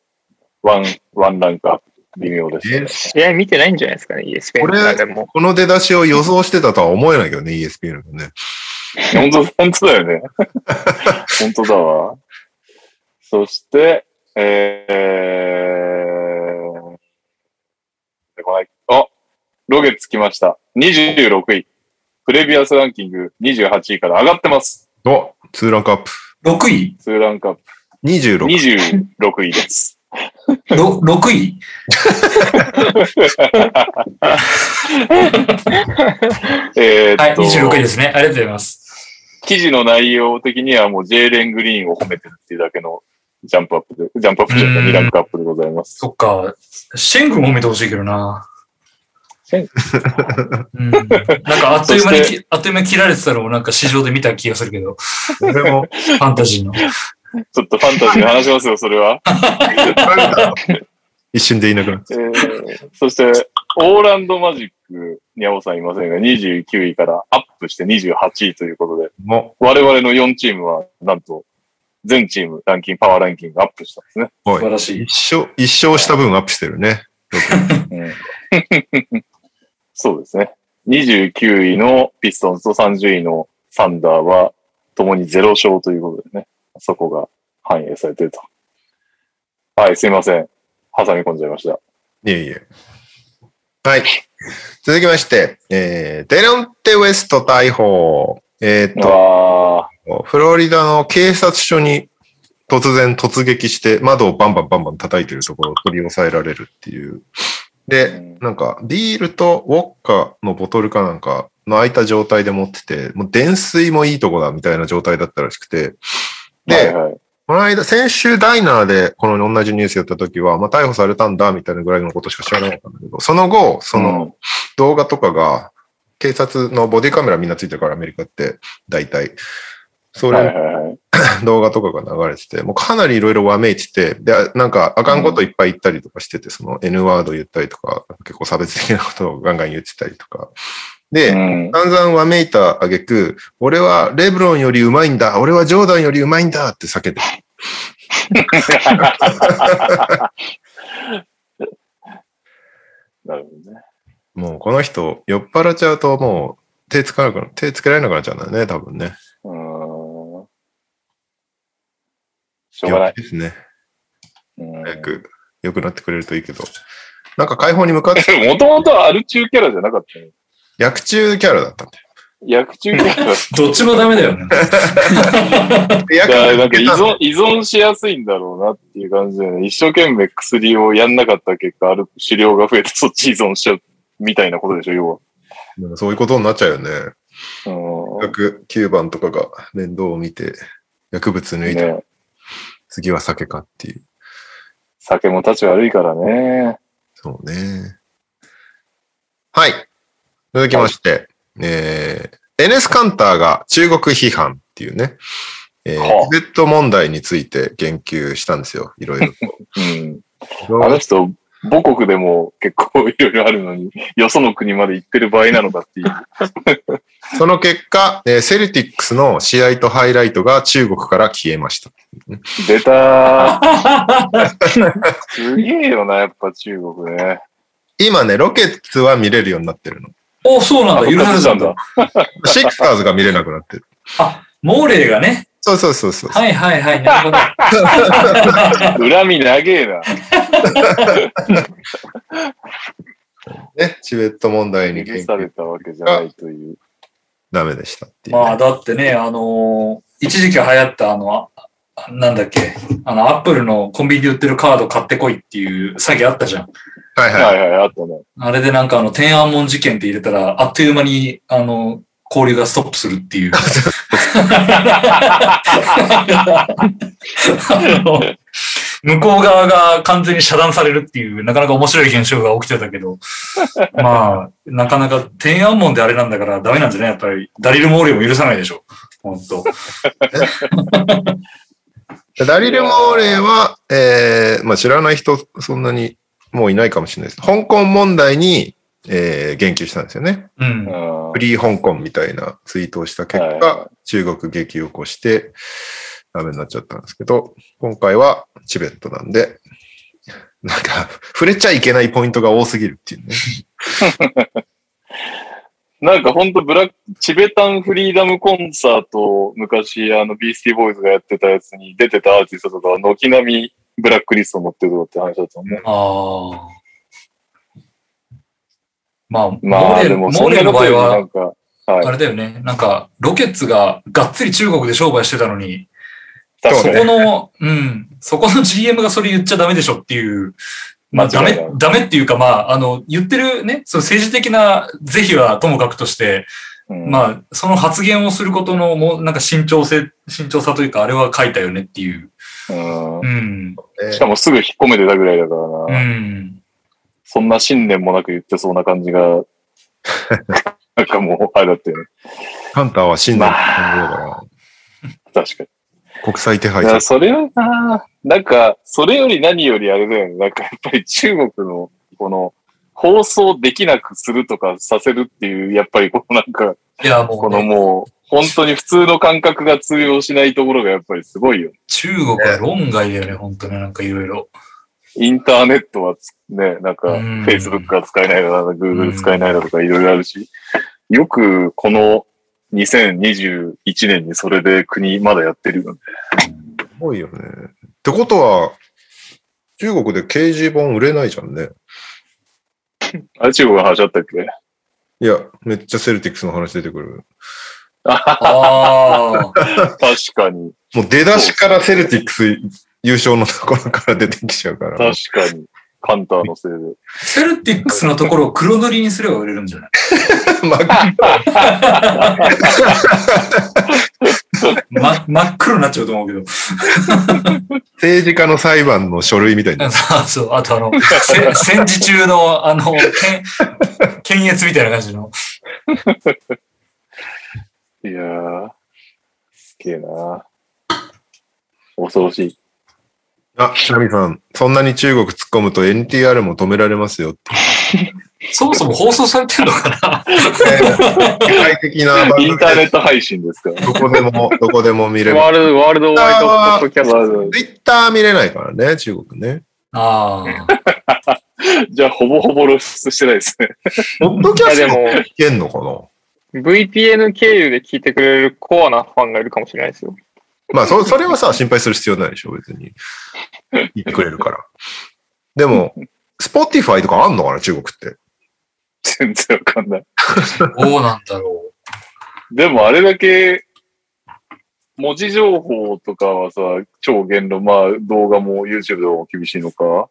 S2: ワン、ワンランクアップ。微妙ですね。
S4: う、いや、見てないんじゃないですかね、ESPN
S1: これ
S4: なんかも。
S1: この出だしを予想してたとは思えないけどね、ESPN のね。
S2: 本当、本当だよ ね。本当だわ。そして、えー、でこないあ、ロゲッツ来ました。26位。プレビアスランキング28位から上がってます。
S1: お !2 ランクアップ。
S3: 6位
S2: ツーランカップ
S1: 26。
S2: 26位 です。
S3: ろ ?6 位
S2: え
S3: は
S2: ー
S3: い、
S2: っと、
S3: 26位ですね。ありがとうございます。
S2: 記事の内容的にはもうジェーレン・グリーンを褒めてるっていうだけのジャンプアップで、ジャンプアップじゃない、
S3: うん
S2: 2ランクアップでございます。
S3: そっか。シェン君褒めてほしいけどな。
S2: シェン
S3: うん。なんかあっという間に
S2: そし
S3: き、あっという間に切られてたのをなんか市場で見た気がするけど、
S1: 俺も
S3: ファンタジーの。
S2: ちょっとファンタジーで話しますよ、それは。
S1: 一瞬でいなくなっ
S2: えーそして、オーランドマジックにゃおさんいませんが、29位からアップして28位ということで、
S1: も
S2: 我々の4チームは、なんと、全チームランキング、パワーランキングがアップしたんですね。
S3: 素晴らしい。
S1: 一勝、一勝した分アップしてるね。
S2: そうですね。29位のピストンズと30位のサンダーは、共に0勝ということでね、そこが反映されてると。はい、すいません。挟み込んじゃいました。
S1: いえいえ。はい。続きまして、えー、デロンテ・ウェスト逮捕。えーっ
S2: あ
S1: と、フロリダの警察署に突然突撃して窓をバンバンバンバン叩いてるところを取り押さえられるっていう。
S2: ーう
S1: で、
S2: ん
S1: なんかビールとウォッカのボトルかなんかの空いた状態で持ってて、もう電水もいいとこだみたいな状態だったらしくて。で、
S2: はいはい。
S1: この間、先週ダイナーでこの同じニュースやった時は、まあ逮捕されたんだみたいなぐらいのことしか知らなかったんだけど、その後、その動画とかが、警察のボディカメラみんなついてるからアメリカって、大体。そ
S2: はい
S1: れ
S2: はいはい。
S1: 動画とかが流れてて、もうかなりいろいろわめいてて、で、あなんかあかんこといっぱい言ったりとかしてて、その N ワード言ったりとか、結構差別的なことをガンガン言ってたりとか。で、
S2: うん
S1: 散々わめいた挙句俺はレブロンよりうまいんだ、俺はジョーダンよりうまいんだって叫んでた
S2: なるほどね。
S1: もうこの人、酔っ払っちゃうともう手つかなくな、手つけられなくなっちゃうんだよね、多分ね。
S2: うーん。しょうがない。
S1: 病気ですね。
S2: うん
S1: 早く良くなってくれるといいけど。なんか解放に向かって、
S2: もともとはアル中キャラじゃなかったね。
S1: 薬中キャラだったんだよ。
S2: 薬中キャラだっ
S3: どっちもダメだよね。
S1: で
S2: た
S1: 薬
S2: から、なん
S1: 抜
S2: か
S1: け
S2: 依
S1: たの
S2: 存依存しやすいんだろうなっていう感じで、ね、一生懸命薬をやんなかった結果、ある狩猟が増えてそっち依存しちゃうみたいなことでしょ、要は。
S1: でもそういうことになっちゃうよね。
S2: うん
S1: 薬9番とかが面倒を見て、薬物抜いて、
S2: ね、
S1: 次は酒かっていう。
S2: 酒も立ち悪いからね。
S1: そうね。はい。続きまして、えー、エネスカンターが中国批判っていうね、えー
S2: はあ
S1: チベット問題について言及したんですよ、いろいろ
S2: うん、
S1: と。
S2: あの人、母国でも結構いろいろあるのに、よその国まで行ってる場合なのか っていう。
S1: その結果、えーセルティックスの試合とハイライトが中国から消えました。
S2: 出たー。すげえよな、やっぱ中国ね。
S1: 今ね、ロケッツは見れるようになってる の。
S3: お、そうなん
S2: あ、
S3: だ。許
S2: 復
S3: さ
S2: 活したたん
S3: れんだ
S2: だ。。
S1: シックサーズが見れなくなってる。
S3: モーレーがね。
S1: そうそうそうそう。
S3: はいはいはい。なるほど。
S2: 恨み長えな。
S1: ね、チベット問題に
S2: 逃
S1: 言
S2: げさ
S1: 及
S2: れたわけじゃないという。
S1: ダメでしたっていうね、
S3: まあ、だってね、あのー一時期流行った、あの、ああなんだっけ、あの、アップルのコンビニで売ってるカード買ってこいっていう詐欺あったじゃん。
S1: はいはい。
S2: はいはい、あったね。
S3: あれでなんか、あの、天安門事件って入れたら、あっという間に、あの、交流がストップするっていう。 あの向こう側が完全に遮断されるっていう、なかなか面白い現象が起きてたけど、まあ、なかなか天安門であれなんだからダメなんじゃないやっぱり、ダリル・モーレも許さないでしょ。本当。
S1: ダリル・モーレーは、えーまあ、知らない人、そんなにもういないかもしれないです。香港問題に、えー言及したんですよね。
S3: うん
S2: う。ん
S1: フリー香港みたいなツイートをした結果、
S2: は
S1: 中国激起こして、ダメになっちゃったんですけど、今回はチベットなんで、なんか、触れちゃいけないポイントが多すぎるっていうね。
S2: なんかほんとブラック、チベタンフリーダムコンサートを昔あのビースティーボーイズがやってたやつに出てたアーティストとかは軒並みブラックリスト持ってるとかって話だったもんね。
S3: ああ。まあ、
S2: ま
S3: モー
S2: あ
S3: レ
S2: で
S3: ルモ
S2: もそ
S3: ー
S2: ん
S3: レ
S2: な
S3: ルの
S2: こ
S3: 場
S2: と
S3: 合
S2: よりな
S3: は、
S2: んか、はい
S3: あれだよね。なんか、ロケッツががっつり中国で商売してたのに、
S2: 確
S3: そ
S2: か
S1: そう
S2: に
S1: ね
S3: この、うん、そこの GM がそれ言っちゃダメでしょっていう、まあ、ダ
S2: 間違いな
S3: メ
S2: い、
S3: ダメっていうか、まあ、あの、言ってるね、その政治的な是非はともかくとして、
S2: うん。
S3: まあ、その発言をすることの、もう、なんか慎重性、慎重さというか、あれは書いたよねっていう。
S2: うん
S3: うん。
S2: しかもすぐ引っ込めてたぐらいだから
S3: う
S2: な。
S3: ん。
S2: そんな信念もなく言ってそうな感じが、なんかもう、あれだったよね。
S1: カンターは真のだから、
S2: 確かに。
S1: 国際手配
S2: いや
S1: さ
S2: それはな、なんか、それより何よりあれだよね。なんかやっぱり中国の、この、放送できなくするとかさせるっていう、やっぱりこのなんか、
S3: いや、も
S2: こ
S3: うね、
S2: のもう、本当に普通の感覚が通用しないところがやっぱりすごいよ。
S3: 中国は論外だよね、本当になんかいろ いろ。
S2: インターネットはつね、なんか、
S3: うん
S2: Facebook が使えないだとか、
S3: う
S2: Google
S3: ん
S2: 使えないだとかいろいろあるし、よくこの2021年にそれで国まだやってるよね。
S1: 多いよね。ってことは、中国で掲示板売れないじゃんね。
S2: あれ中国の話あったっけ
S1: いや、めっちゃセルティックスの話出てくる。
S3: ああ、
S2: 確かに、
S1: もう出だしからセルティックス優勝のところから出てきちゃうから。
S2: 確かに、カンターのせいで。
S3: セルティックスのところを黒塗りにすれば売れるんじゃない
S1: まあ
S3: ま、真っ黒になっちゃうと思うけど。
S1: 政治家の裁判の書類みた いな。
S3: あ そう、あとあの、 せ戦時中の、あの、けん検閲みたいな感じの。
S2: いやー、すげえな恐ろしい。
S1: あ、シャミさん、そんなに中国突っ込むと NTR も止められますよって。
S3: そもそも放送されてるのかな
S1: 世界的な番
S2: イ
S1: 組
S2: ンターネ
S1: で
S2: ット配信ですから。
S1: どこでも、どこでも見れ
S4: ワ
S1: る。
S4: ールド、ワールドワイドポッドキャス
S2: ワール
S4: ト
S2: ド。
S1: Twitter 見れないからね、中国ね。
S3: ああ。
S2: じゃあ、ほぼほぼ露出してないですね。
S1: ポッドキ
S4: い
S1: ャ
S4: や
S1: ス
S4: で
S1: トも
S4: も、
S1: いけんのかな
S4: VPN 経由で聞いてくれるコアなファンがいるかもしれないですよ。
S1: まあそ、それはさ、心配する必要ないでしょ、別に。言ってくれるから。でも、Spotify とかあんのかな、中国って。
S2: 全然わかんない。
S3: どうなんだろ
S2: でも、あれだけ、文字情報とかはさ、超言論、まあ、動画も YouTube でも厳しいのか。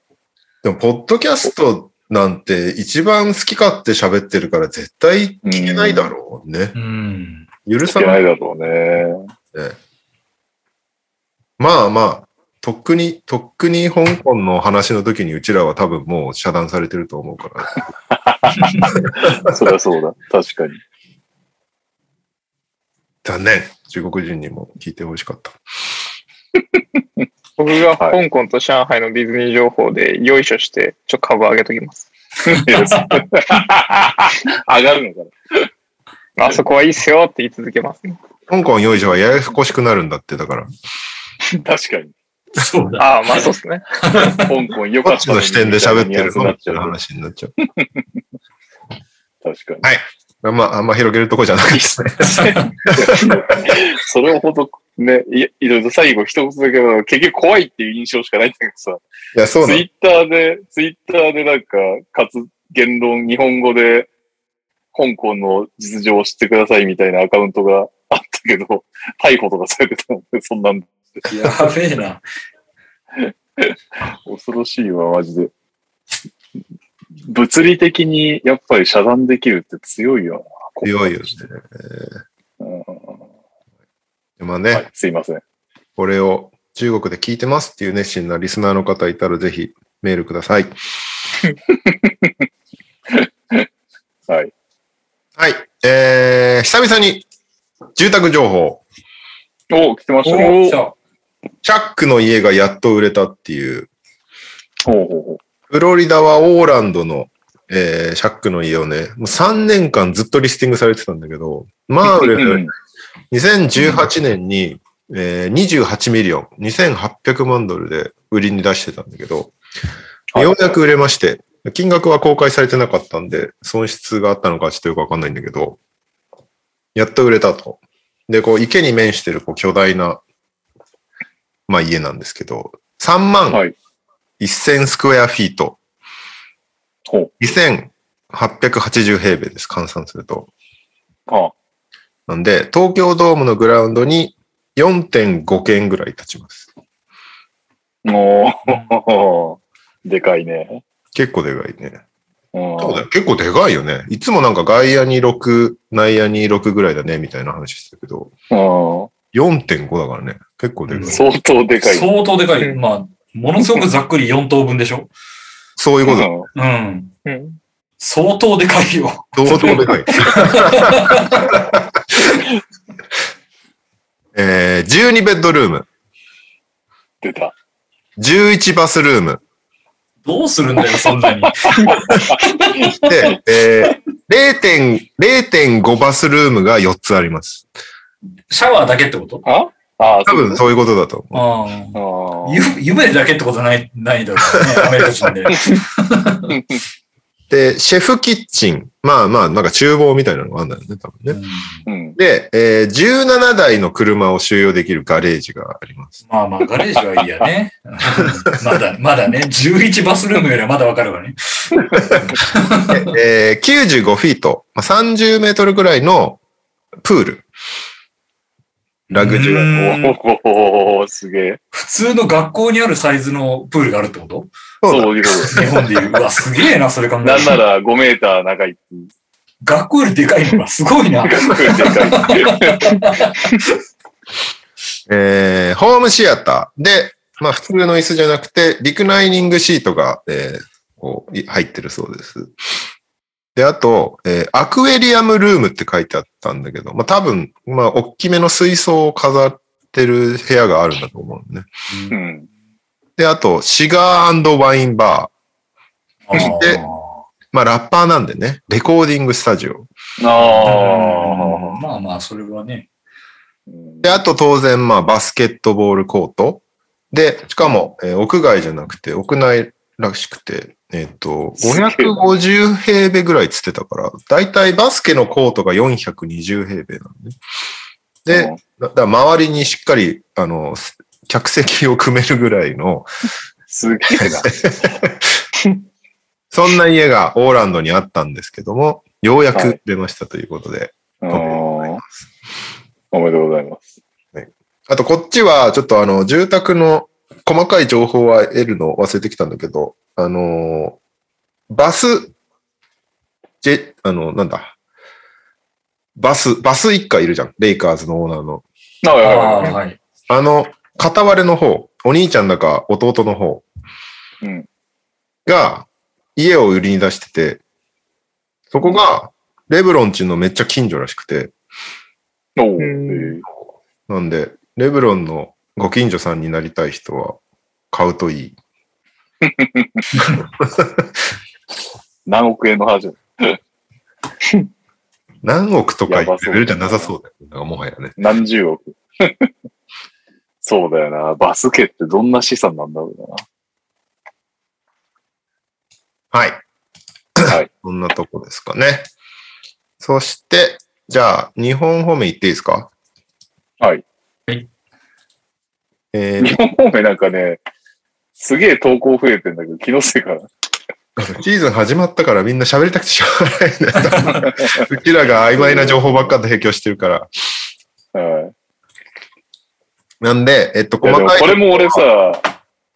S1: でも、ポッドキャストなんて一番好き勝手喋ってるから絶対聞けないだろうね
S3: う。。うん。
S1: 許
S2: い
S1: さ
S2: け
S1: な。
S2: ないいだろうね。
S1: まあまあ、とっくに、とっくに香港の話の時にうちらは多分もう遮断されてると思うから。
S2: そりゃそうだ。確かに。
S1: 残念。中国人にも聞いてほしかった。
S4: 僕が香港と上海のディズニー情報で、よいしょして、ちょ、株上げときます。
S2: いやそう上がるのか
S4: あそこはいいっすよって言い続けます、ね。
S1: 香港よいしょはややこしくなるんだって、だから。
S2: な確かに。
S3: そうだ。
S4: ああ、まあそうっすね。
S2: 香港良
S1: こ
S2: かっ
S1: っち
S2: た
S1: の視点で喋ってる
S2: のに
S1: の
S2: な
S1: っ
S2: っち
S1: て
S2: ゃ
S1: いう
S2: う
S1: 話になっちゃう。
S2: 確かに。
S1: あんま、あんま広げるとこじゃないですね。
S2: それをほど、ね、いいろいろ最後一つだけど、結局怖いっていう印象しかないんだけどさ、
S1: いや、そう
S2: ツ
S1: な
S2: イ
S1: の。
S2: ッターで、ツイッターでなんか、かつ言論、日本語で、香港の実情を知ってくださいみたいなアカウントがあったけど、 逮捕とかされてたもんね、そんなん、
S3: やべえな。
S2: 恐ろしいわ、マジで。物理的にやっぱり遮断できるって強いよな。
S1: 強いよね。
S2: うん
S1: まあね、
S2: はい、すいません。
S1: これを中国で聞いてますっていう熱心なリスナーの方いたらぜひメールください。
S2: はい。
S1: はい。えー、久々に住宅情報。
S2: お来てま
S3: お
S2: した
S3: ー来
S2: ね。
S3: た
S1: チャックの家がやっと売れたっていう、
S2: おほうほうほう
S1: フロリダはオーランドの、えー、チャックの家をね、もう3年間ずっとリスティングされてたんだけど、まあ売れて
S2: うん
S1: 2018年に、えー28ミリオン、2800万ドルで売りに出してたんだけど、
S2: はい
S1: ようやく売れまして、金額は公開されてなかったんで、損失があったのかちょっとよくわかんないんだけど、やっと売れたと。で、こう池に面してるこう巨大な、まあ家なんですけど、3
S2: は
S1: 万
S2: い
S1: 1000スクエアフィート、
S2: ほう。
S1: 2880平米です、換算すると。
S2: あ
S1: なんで、東京ドームのグラウンドに4.5軒ぐらい立ちます。
S2: おー、 でかいね。
S1: 結構でかいね。
S2: うん
S1: そうだよ。結構でかいよね。いつもなんか外野に6、内野に6ぐらいだね、みたいな話してたけど、
S2: う
S1: 4.5だからね。結構でかい。
S3: うん
S2: ん相当でかい。
S3: 相当でかい。
S4: うん
S3: まあ、ものすごくざっくり4等分でしょ
S1: そういうこ
S2: うん
S3: うん。
S4: うん。
S3: 相当でかいよ。
S1: と。相当で かい。えー、12ベッドルーム、
S2: 出た。
S1: 11バスルーム、
S3: どうするんだよ、そん なに。
S1: で、えー、0.5バスルームが4つあります。
S3: シャワーだけってこと
S2: あああ、
S1: 多分そういうことだと思う。
S3: ああ。
S2: ああ
S3: ゆ夢だけってことない、ないだろうね、アメリカ 人で。
S1: で、シェフキッチン。まあまあ、なんか厨房みたいなのがあるんだよね、多
S3: う
S1: 分ね。
S3: ん
S2: うん。
S1: で、えー17台の車を収容できるガレージがあります。
S3: まあまあ、ガレージはいいやね。 まだ、まだね、11バスルームよりはまだわかるわね。
S1: えー95フィート、まあ、30メートルぐらいのプール。ラグジュアリー。
S3: うん
S2: おおすげえ。
S3: 普通の学校にあるサイズのプールがあるってこと
S1: そうだ
S2: そういうこと。
S3: 日本でいう。うわ、すげえな、それ考え
S2: なん
S3: た
S2: な
S3: ら。
S2: ら5メーター長いっていう。
S3: 学校よりでかいのが、すごいな。
S1: えーホームシアターで、まあ普通の椅子じゃなくて、リクライニングシートが、えーこうい入ってるそうです。で、あと、えーアクエリアムルームって書いてあったんだけど、まあ多分、まあ大きめの水槽を飾ってる部屋があるんだと思うね。
S2: うん。
S1: で、あと、シガーワインバー。そしてまあラッパーなんでね、レコーディングスタジオ。
S2: あ
S3: あ
S2: あ。
S3: ーまあまあ、それはね。
S1: で、あと当然、まあ、バスケットボールコート。で、しかも、えー屋外じゃなくて、屋内らしくて、えっ、と、550平米ぐらいっつってたから、だいたいバスケのコートが420平米なんで。で、だだから周りにしっかり、あの、す客席を組めるぐらいの、
S2: すげえな。
S1: そんな家がオーランドにあったんですけども、ようや
S2: は
S1: く
S2: い
S1: 出ましたということで。
S2: あーおめでとうございます。
S1: あと、こっちは、ちょっとあの、住宅の細かい情報は得るの忘れてきたんだけど、あのーバス、ジェ、あの、なんだ、バス、バス一家いるじゃん。レイカーズのオーナーの。
S2: あ
S3: あ
S2: はい
S3: あ
S2: はい
S3: ー、
S2: は
S3: はい。
S1: あの、片割れの方、お兄ちゃんだか弟の方
S2: い。うん。
S1: が、家を売りに出してて、そこが、レブロンちのめっちゃ近所らしくて、
S2: おお。
S4: うん
S1: なんで、レブロンのご近所さんになりたい人は、買うといい。
S2: 何億円の話
S1: 何億とか言ってるじゃなさそうだよね。なんかもはやね。
S2: 何十億そうだよな。バスケってどんな資産なんだろうな。
S1: はい。
S2: はい。
S1: そんなとこですかね。そして、じゃあ、日本方面行っていいですか
S2: はい。
S3: はい
S1: え
S2: 日本方面なんかね、すげえ投稿増えてんだけど、気のせいかな。
S1: ー、シーズン始まったからみんな喋りたくてしょうがない ね。うちらが曖昧な情報ばっかで提供してるから。
S2: はい
S1: なんで、えっと、
S2: い
S1: 細
S2: やでも
S1: かい。
S2: これも俺さ、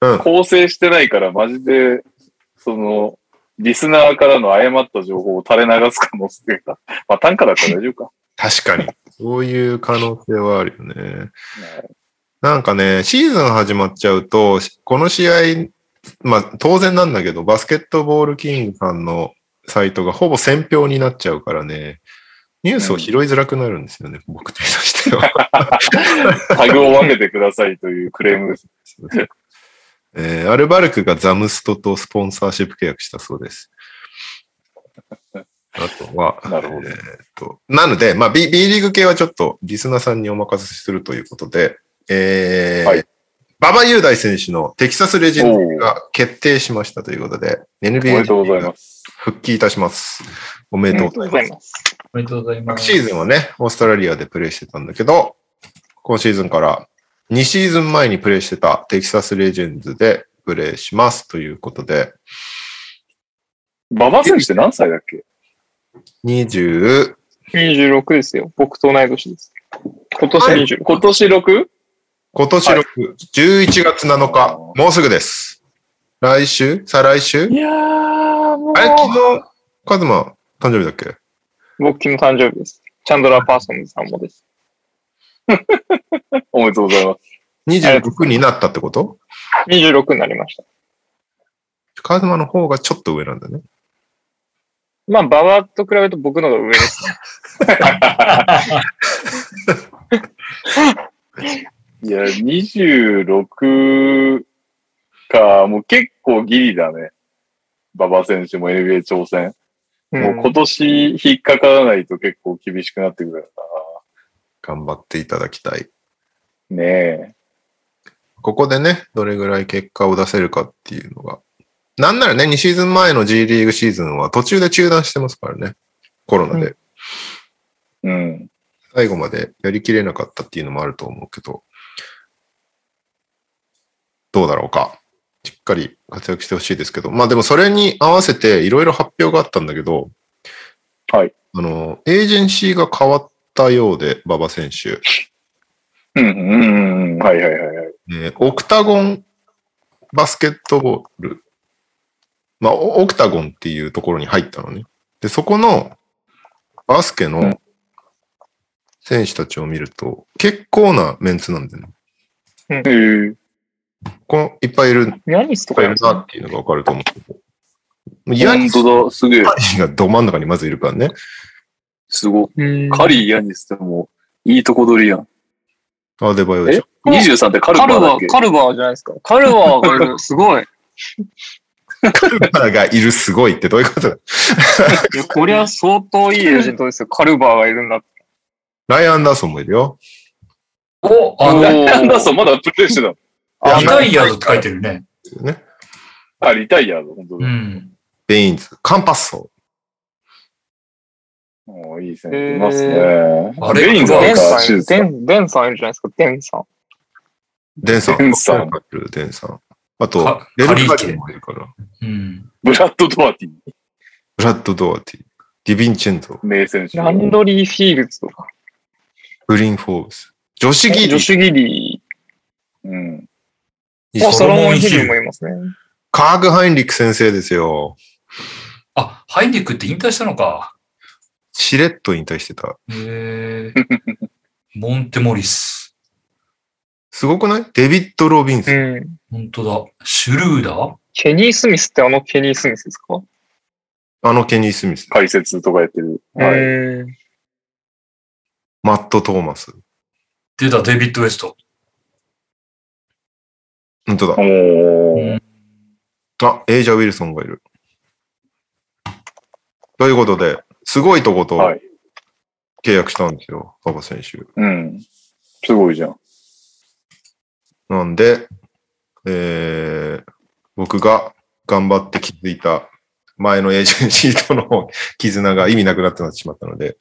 S1: うん
S2: 構成してないから、マジで、その、リスナーからの誤った情報を垂れ流す可能性が。 まあ、単価だったら大丈夫か。
S1: 確かに。そういう可能性はあるよね。なんかね、シーズン始まっちゃうと、この試合、まあ当然なんだけど、バスケットボールキングさんのサイトがほぼ選票になっちゃうからね、ニュースを拾いづらくなるんですよね、僕たちとしては。
S2: タグを分けてくださいというクレームです。
S1: えーアルバルクがザムストとスポンサーシップ契約したそうです。あとは、
S2: なるほど
S1: えーっと、なので、まあ B, B リーグ系はちょっとリスナーさんにお任せするということで、えー
S2: はい
S1: 馬場雄大選手のテキサスレジェン
S2: お
S1: ド
S2: お
S1: が決定しましたということで、
S2: おめ
S1: NBA
S2: でとうござい
S1: が
S2: ます。
S1: 復帰いたします。おめでとうございます。
S4: ます。
S3: おめでとうございま
S1: 昨
S3: す。
S1: シーズンはね、オーストラリアでプレーしてたんだけど、今シーズンから2シーズン前にプレーしてたテキサスレジェンズでプレーしますということで、
S2: 馬場選手って何歳だっけ
S1: 20、
S4: 26ですよ。僕と同い年です。今年
S1: はい
S4: 20。
S2: 今年 6?
S1: 今年6、
S2: は
S1: 11月7日、もうすぐです。来週再来週
S4: いやー、もう
S1: あれ、昨日、カズマ、誕生日だっけ
S4: 僕の誕生日です。チャンドラー・パーソンズさんもです。
S2: おめでとうございます。
S1: ?26 になったってこと
S4: 26になりました。
S1: カズマの方がちょっと上なんだね。
S4: まあ、ババと比べると僕の方が上です。
S2: いや、26か、もう結構ギリだね。馬場選手も NBA 挑戦。
S4: う
S2: もう今年引っかからないと結構厳しくなってくるよ
S1: 頑張っていただきたい。
S2: ねえ。
S1: ここでね、どれぐらい結果を出せるかっていうのが。なんならね、2シーズン前の G リーグシーズンは途中で中断してますからね。コロナで。
S2: うん。
S1: 最後までやりきれなかったっていうのもあると思うけど、どうだろうか。しっかり活躍してほしいですけど、まあでもそれに合わせていろいろ発表があったんだけど、
S2: はい。
S1: あの、エージェンシーが変わったようで、馬場選手。
S2: うんうんうんうん。はいはいはいはい。
S1: ねオクタゴンバスケットボール。まあ、オオクタゴンっていうところに入ったのね。で、そこのバスケ
S2: うん
S1: の選手たちを見ると、結構なメンツなんだよね。
S2: えー、
S1: このいっぱいいる、いっ
S4: ヤニスとか
S1: ぱいい
S4: や
S1: る
S4: る
S1: なっていうのがわかると思うけど。ヤニ
S2: 本
S1: ス
S2: 当だ、すげえ。
S1: がど真ん中にまずいるからね。
S2: すごい。
S4: うん
S2: カリーヤにしても、いいとこ取りやん。
S1: アデバヨでしょ。
S4: うん
S2: 23ってカルバ
S4: カル
S2: ーだ
S4: バ
S2: っけ
S4: ー、カルバーじゃないですか。カルバーがいる、すごい。
S1: カルバ ーがいるすごいってどういうことだ
S4: いや、こりゃ相当いいエージェントですよ。カルバーがいるんだって。
S1: ライアン・アンダーソンもいるよ。
S3: お、あの、
S2: ライアンダーソンまだプレイしてたの。
S1: や
S3: リタイアードって書いてるね。
S1: ね。
S2: あ、リタイアーだ、本当
S3: う
S2: だ。
S3: ん。
S1: ベインズ、カンパッソー、
S2: おーいい選手いますね。
S3: あれ
S2: レインズは
S4: デン
S2: なん
S4: さ
S2: か手
S4: んいる、
S2: 術だ
S4: デン、デンさんいるじゃないですか、デンさん。
S1: デンさん。
S2: デンさん
S1: デンさん。あと
S3: か、
S1: デルカ
S3: カ
S1: リ
S3: リーケ
S1: もいるから。
S3: うん。
S2: ブラッド・ドアティ、
S1: ブラッド・ドアティ、ディヴィンチェンゾ、
S2: 名選手。
S4: ランドリー・フィールズとか。
S1: グリーン・フォーブス、ジョシュ・ギ
S4: ジョ
S1: リ
S4: シュ・ギリ
S2: うん。
S4: ー。お、
S3: ソ
S4: ソ
S3: ロ
S4: ロ
S3: モ
S4: モ
S3: ン
S4: ン・
S3: ヒ
S4: ヒ
S3: ル
S4: ルもいますね。
S1: カーグ・ハインリック先生ですよ。
S3: あ、ハイネックって引退したのか。
S1: しれっと引退してた。
S3: へえ。モンテモリス。
S1: すごくないデビッド・ロビン
S4: う
S1: スン。
S4: ん。
S3: 本当だ。シュルーダー
S4: ケニー・スミスってあのケニー・スミスですかは
S1: あのケニー・スミス、
S2: 解説とかやってる。はい。
S4: い。
S1: マット・トーマス。
S3: 出た、デビッド・ウェスト。
S1: 本当だ。
S2: お
S3: う
S2: ー
S3: ん
S1: あ、エイジャー・ウィルソンがいる。ということで、すごいとこと
S2: はい
S1: 契約したんですよ、馬場選手。
S2: うん。すごいじゃん。
S1: なんで、えー僕が頑張って気づいた前のエージェンシーとの 絆が意味なくなってしまったので、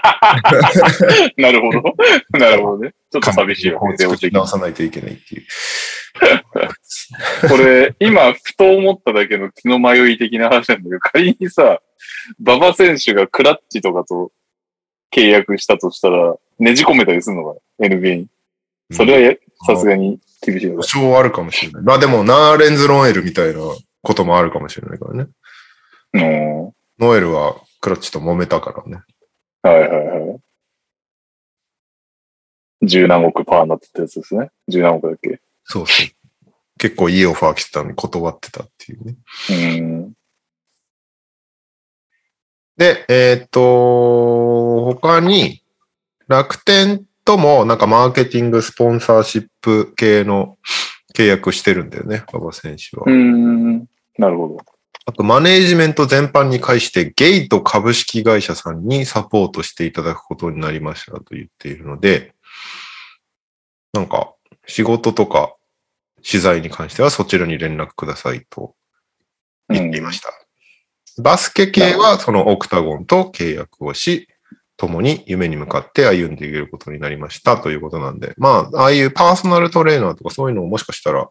S2: なるほど。なるほどね。ちょっと寂しいよ
S1: こう。
S2: で
S1: 作
S2: 落ちて
S1: り
S2: きた
S1: 直さないといけないっていう。
S2: これ、今、ふと思っただけの気の迷い的な話なんだけど、仮にさ、馬場選手がクラッチとかと契約したとしたら、ねじ込めたりするのかな ?NBA に。それはやさすがに厳しいの
S1: 保
S2: か
S1: 証はあるかもしれない。まあでも、ナーレンズ・ロンエルみたいなこともあるかもしれないからね。
S2: なうん。は
S1: ノエルはクラッチと揉めたからね。
S2: いはいはい。十何億パーになってたやつですね。十何億だっけ
S1: そうそう。結構いいオファー来てたのに断ってたっていうね。
S2: うん。
S1: で、えーっと、他に、楽天とも、なんかマーケティング、スポンサーシップ系の契約してるんだよね、馬場選手は。
S2: うん。なるほど。
S1: あと、マネージメント全般に関して、ゲイト株式会社さんにサポートしていただくことになりましたと言っているので、なんか、仕事とか取材に関してはそちらに連絡くださいと言っていました。バスケ系はそのオクタゴンと契約をし、共に夢に向かって歩んでいけることになりましたということなんで、まあ、ああいうパーソナルトレーナーとかそういうのをもしかしたら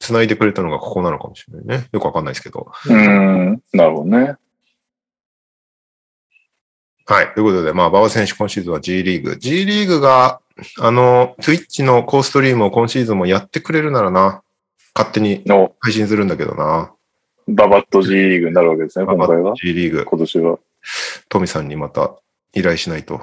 S1: 繋いでくれたのがここなのかもしれないね。よくわかんないですけど。
S2: うん。なるほどね。
S1: はい。ということで、まあ、馬場選手今シーズンは G リーグ。G リーグが、あの、Twitch のコーストリームを今シーズンもやってくれるならな、勝手に
S2: の、
S1: 配信するんだけどな。
S2: ババット G リーグになるわけですね、今回は。
S1: G リーグ。
S2: 今年は。
S1: トミさんにまた依頼しない と。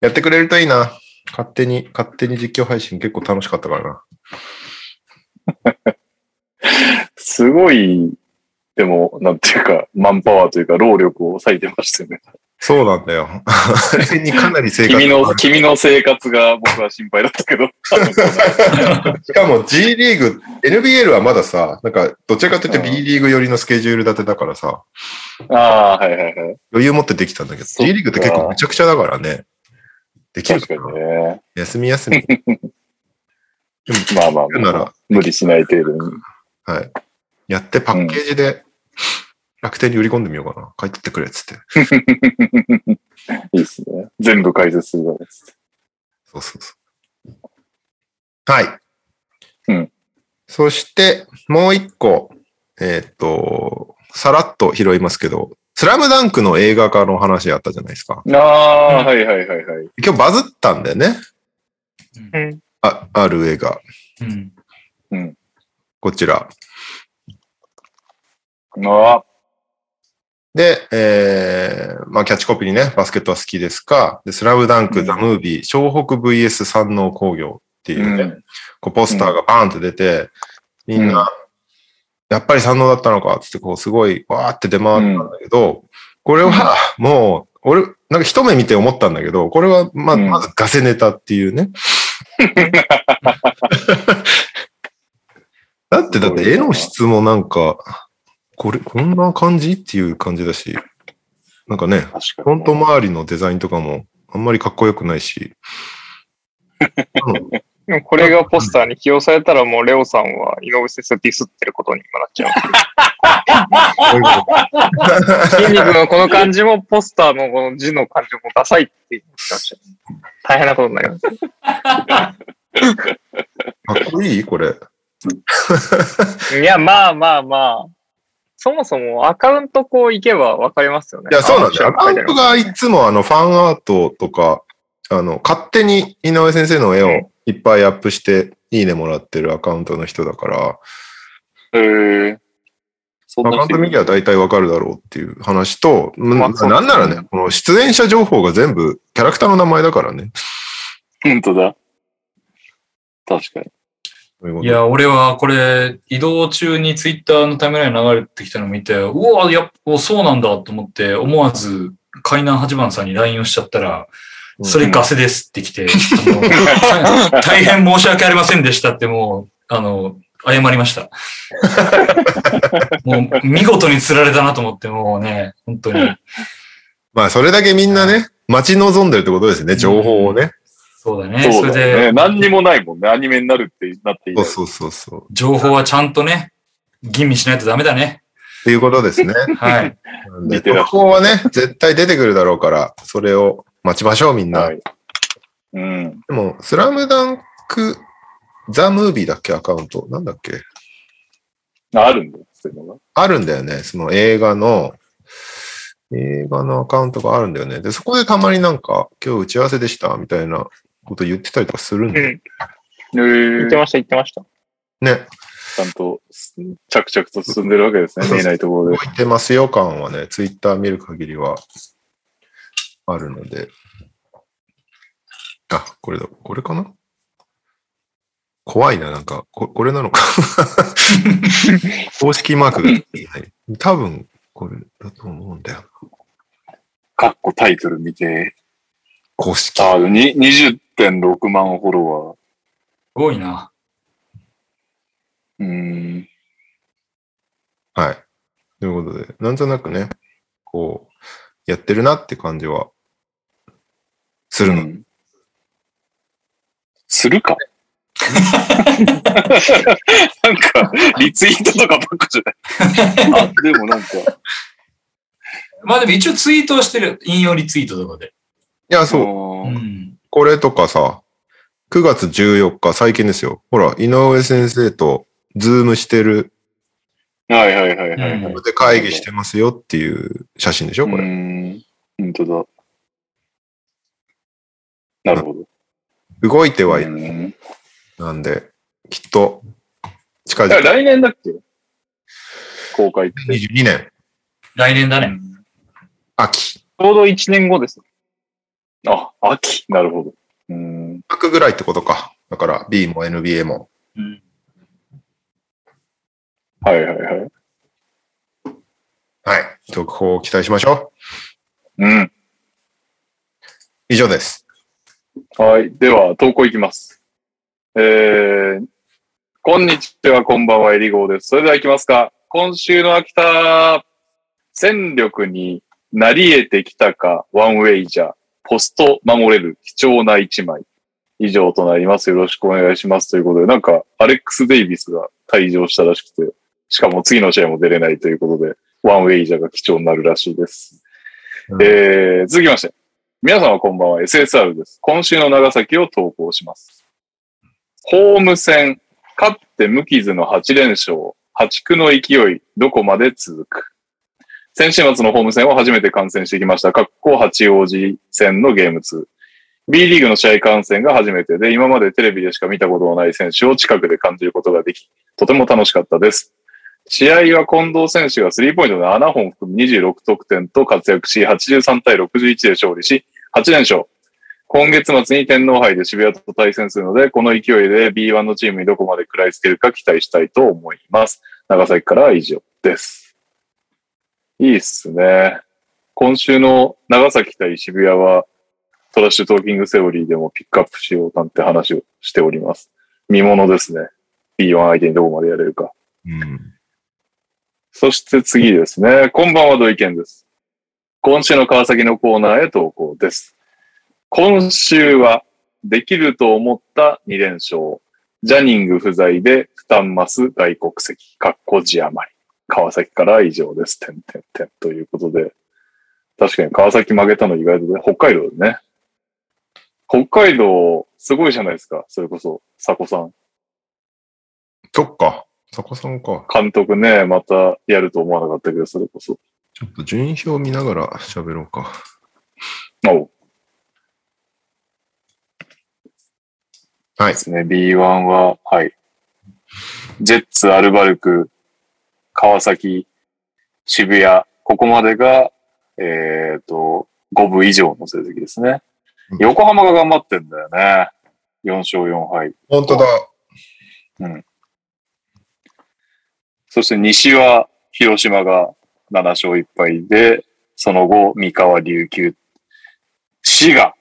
S1: やってくれるといいな。勝手に、勝手に実況配信結構楽しかったからな。
S2: すごい、でも、なんていうか、マンパワーというか、労力を割いてましたよね。
S1: そうなんだよ。あれにかなり生活
S2: 君
S1: があ
S2: の、
S1: る
S2: 君の生活が僕は心配だった けど。
S1: しかも G リーグ、NBL はまださ、なんか、どちらかというと
S2: うん
S1: B リーグ寄りのスケジュール立てだからさ、
S2: ああ、はいはいはい。
S1: 余裕持ってできたんだけど、
S2: そっか
S1: G リーグって結構めちゃくちゃだからね。できる
S2: 確
S1: か
S2: か
S1: な
S2: にね。
S1: 休み休み。
S2: まあまあ
S1: やるな
S2: まあ
S1: ら、
S2: 無理しない程度に。
S1: はい。やってパッケージで楽天に売り込んでみようかな。帰ってってくれっつって。
S2: いいですね。全部解説するからです。
S1: そうそうそう。はい。
S2: うん。
S1: そして、もう一個、えーっと、さらっと拾いますけど、スラムダンクの映画化の話あったじゃないですか。
S2: ああ、はいはいはいはい。
S1: 今日バズったんだよね。
S4: うん。
S1: あ、ある映画。
S3: うん。
S1: こちら。
S2: あ
S1: で、えー、まあ、キャッチコピーにね、バスケットは好きですか、でスラムダンク、
S2: うん
S1: ザ・ムービー、湘北 VS 山王工業っていうね、
S2: うん
S1: こうポスターがバーンと出て、みんな、やっぱり山王だったのかっつって、こう、すごい、わーって出回ったんだけど、これは、もう、俺、なんか一目見て思ったんだけど、これは、まあ、
S2: うん
S1: まずガセネタっていうね。だって、だって絵の質もなんか、これ、こんな感じっていう感じだし、なんかね、
S2: あ、確
S1: フ
S2: か
S1: ォ
S2: に
S1: ン。ト周りのデザインとかも、あんまりかっこよくないし、
S4: でもこれがポスターに起用されたらもうレオさんは井上先生をディスってることに今なっちゃう。 筋肉のこの感じもポスターのこの字の感じもダサいって言ってました。大変なことになります。
S1: かっこいいこれ。
S4: いや、まあまあまあ。そもそもアカウントこう行けばわかりますよね。
S1: いや、そうなんだよ。
S4: あ
S1: ア
S4: の
S1: カウントがいつもあのファンアートとか、あの、勝手に井上先生の絵をいっぱいアップして、いいねもらってるアカウントの人だから、
S2: へーそん
S1: ア
S2: な
S1: カウント見りゃ大体わかるだろうっていう話と、うん
S4: まあそう
S1: なんならね、この出演者情報が全部キャラクターの名前だからね。
S2: 本当だ。確かに。
S1: そういうこ
S3: い
S1: と
S3: や、俺はこれ、移動中にツイッターのタイムラインに流れてきたのを見て、うわ、やっぱそうなんだと思って、思わず、海南八番さんに LINE をしちゃったら、
S1: うん
S3: それガセですって来て、あの大大変申し訳ありませんでしたってもう、あの、謝りました。もう、見事に釣られたなと思って、もうね、本当に。
S1: まあ、それだけみんなね、待ち望んでるってことですね、情報をね。
S3: そうだね。そ
S2: そう
S3: れ
S2: だよね。
S3: で、
S2: 何にもないもんね。アニメになるってなってい
S1: そう
S2: い。
S1: そうそうそう。っ
S3: 情報はちゃんとね、吟味しないとダメだね。
S1: ていうことですね。
S3: はい。
S1: なんで
S2: 見て
S1: 特
S2: らっし
S1: 報はね、絶対出てくるだろうから、それを待ちましょう、みんな。
S2: はい。うん。
S1: でも、スラムダンク、ザ・ムービーだっけアカウント。なんだっけ
S2: あるんだよ、そういうのが。
S1: あるんだよね。その映画の、映画のアカウントがあるんだよね。で、そこでたまになんか、今日打ち合わせでした、みたいなこと言ってたりとかするん
S4: う
S1: だよ
S4: ん。言ってました、言ってました。
S1: ね。
S2: ちゃんと、着々と進んでるわけですね。見えないところで。
S1: 置いてますよ感はね、ツイッター見る限りは、あるので。あ、これだ。これかな怖いな、なんか、ここれなの か。公式マークがない。多分、これだと思うんだよ。
S2: かっこタイトル見て。
S1: 公式。
S2: ああ、に20.6万フォロ
S3: すごいな。
S2: ワー。うん。
S1: はい。ということで、なんとなくね、こう、やってるなって感じは、するの。
S2: うんするかなんか、リツイートとかばっかじゃない。あ、でもなんか、
S3: まあでも一応ツイートはしてる。引用リツイートとかで。
S1: いや、そう、
S2: う。
S3: うんん。
S1: これとかさ、9月14日、最近ですよ。ほら、井上先生と、ズームしてる、
S2: はいはいはいはい。
S3: うん
S1: で会議してますよっていう写真でしょ、こ
S2: う
S1: れ。
S2: ん。本当だ。なるほど。
S1: 動いてはいる
S2: うん
S1: なんで、きっと、近
S2: だから
S1: 々、
S2: 来年だっけ公開って。ち
S1: 22年、
S3: 来年だね。
S1: 秋、
S4: ちょうど1年後です。
S2: あ、秋。なるほど。うん。
S1: 秋ぐらいってことか。だから、B も NBA も。
S3: うん。
S2: はいはいはい。
S1: はい。続報を期待しましょう。
S2: うん。
S1: 以上です。
S2: はい。では、投稿いきます。えー、こんにちは、こんばんは、えりごーです。それでは行きますか。今週の秋田、戦力になり得てきたか、ワンウェイじゃ、ポスト守れる貴重な一枚。以上となります。よろしくお願いします。ということで、なんか、アレックス・デイビスが退場したらしくて、しかも次の試合も出れないということで、ワンウェイじゃが貴重になるらしいです。
S1: うん
S2: えー、続きまして。皆様こんばんは、SSR です。今週の長崎を投稿します。ホーム戦、勝って無傷の8連勝、破竹の勢い、どこまで続く先週末のホーム戦を初めて観戦してきました。格好八王子戦のゲーム2。B リーグの試合観戦が初めてで、今までテレビでしか見たことのない選手を近くで感じることができ、とても楽しかったです。試合は近藤選手がスリーポイントの7本含む26得点と活躍し、83対61で勝利し、8連勝。今月末に天皇杯で渋谷と対戦するので、この勢いで B1 のチームにどこまで食らいつけるか期待したいと思います。長崎からは以上です。いいっすね。今週の長崎対渋谷は、トラッシュトーキングセオリーでもピックアップしようなんて話をしております。見物ですね。B1 相手にどこまでやれるか。
S1: うん。
S2: そして次ですね。こんばんは、土井健です。今週の川崎のコーナーへ投稿です。今週は、できると思った2連勝。ジャニング不在で負担増す外国籍、かっこ字余り。川崎からは以上です。てんてんてん。ということで、確かに川崎負けたの意外とね、北海道でね。北海道、すごいじゃないですか。それこそ、佐古さん。
S1: そっか。佐古さんか。
S2: 監督ね、またやると思わなかったけど、それこそ。
S1: ちょっと順位表見ながら喋ろうか。
S2: おう
S1: はい
S2: ですね。B1 は、はい。ジェッツ、アルバルク、川崎、渋谷、ここまでが、えっ、と、5部以上の成績ですね。
S1: うん
S2: 横浜が頑張ってんだよね。4勝4敗。
S1: 本当だ。
S2: そして西は広島が7勝1敗で、その後、三河、琉球、滋賀、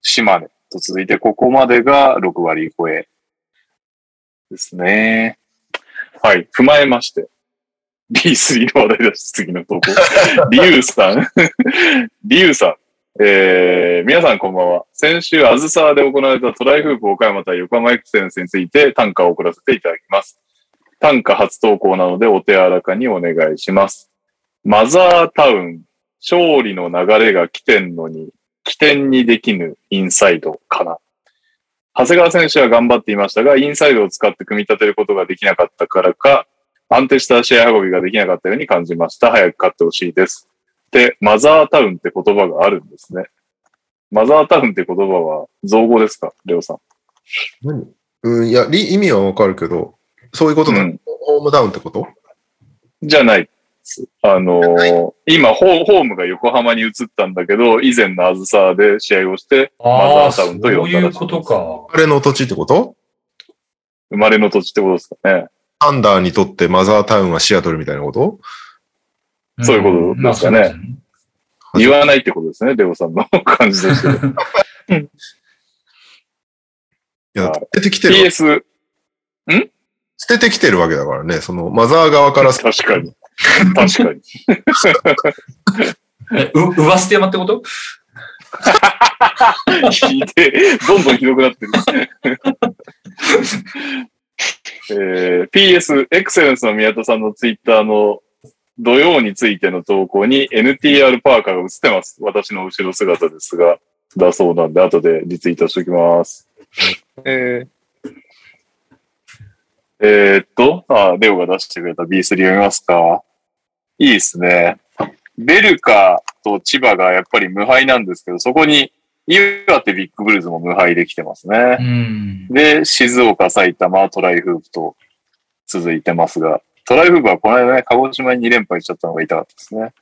S2: 島根と続いて、ここまでが6割超えですね。はい。踏まえまして、B3 の話題です。次の 投稿。リュウさん。 リュウさん。えー、皆さんこんばんは。先週、あずさで行われたトライフープ岡山対横浜エクセレンスについて短歌を送らせていただきます。短歌初投稿なのでお手柔らかにお願いします。マザータウン、勝利の流れが来てんのに、起点にできぬインサイドかな。長谷川選手は頑張っていましたが、インサイドを使って組み立てることができなかったからか、安定した試合運びができなかったように感じました。早く勝ってほしいです。で、マザータウンって言葉があるんですね。マザータウンって言葉は造語ですかレオさん。
S1: 何うん、いや、り意味はわかるけど、そういうことなの、
S2: うん
S1: ホームダウンってこと
S2: じゃないです。あのー今ホ、ホームが横浜に移ったんだけど、以前のあずさで試合をして、
S3: あ
S2: マ
S3: あ、
S2: ザー
S3: そ
S2: タウンと
S3: う
S2: 呼んだ
S3: い
S2: ら
S3: う
S2: しい
S3: ことか。
S1: 彼の土地ってこと
S2: 生まれの土地ってことですかね。
S1: アンダーにとってマザータウンはシアトルみたいなこと
S2: そういうことですかね
S3: まあそうですね
S1: はじ
S2: 言わないってことですね、レオさんの感じとして。
S1: いや
S2: は
S1: 捨
S2: い、
S1: ててきてる、
S2: PS、
S1: 捨ててきてるわけだからね、そのマザー側から
S2: 確かに。確かに。
S3: え、う、上捨て山ってこと
S2: 聞いて、どんどんひどくなってる。えー PS、エクセレンスの宮田さんのツイッターの土曜についての投稿に NTR パーカーが映ってます。私の後ろ姿ですが、だそうなんで、後でリツイートしておきます。えーえーっと、あ、レオが出してくれた B3 読みますか。いいですね。ベルカと千葉がやっぱり無敗なんですけど、そこに岩手ビッグブルーズも無敗できてますね
S3: う。ん。
S2: で、静岡、埼玉、トライフープと続いてますが、トライフープはこの間ね、鹿児島に2連敗しちゃったのが痛かったですね。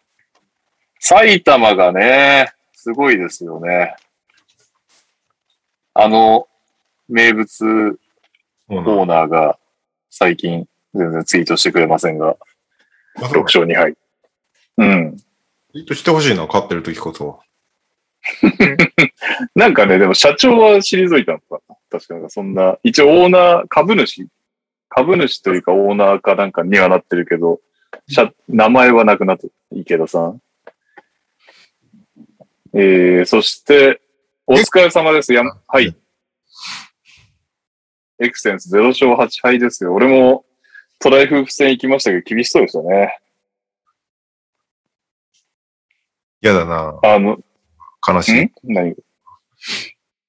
S2: 埼玉がね、すごいですよね。あの、名物
S1: そう
S2: オーナーが最近全然ツイートしてくれませんが、
S1: な
S2: 6
S1: の。
S2: 勝2敗。うん。
S1: ツイートしてほしいな、勝ってる時こそ。
S2: なんかね、でも社長は退いたのかな。確かなんかそんな、一応オーナー、株主、株主というかオーナーかなんかにはなってるけど、社名前はなくなって、池田さん。えー、そして、お疲れ様です。やんはい。エクセンス0勝8敗ですよ。俺もトライ夫婦戦行きましたけど、厳しそうでしたね。
S1: 嫌だな。
S2: あの、
S1: 悲しい。
S2: ん何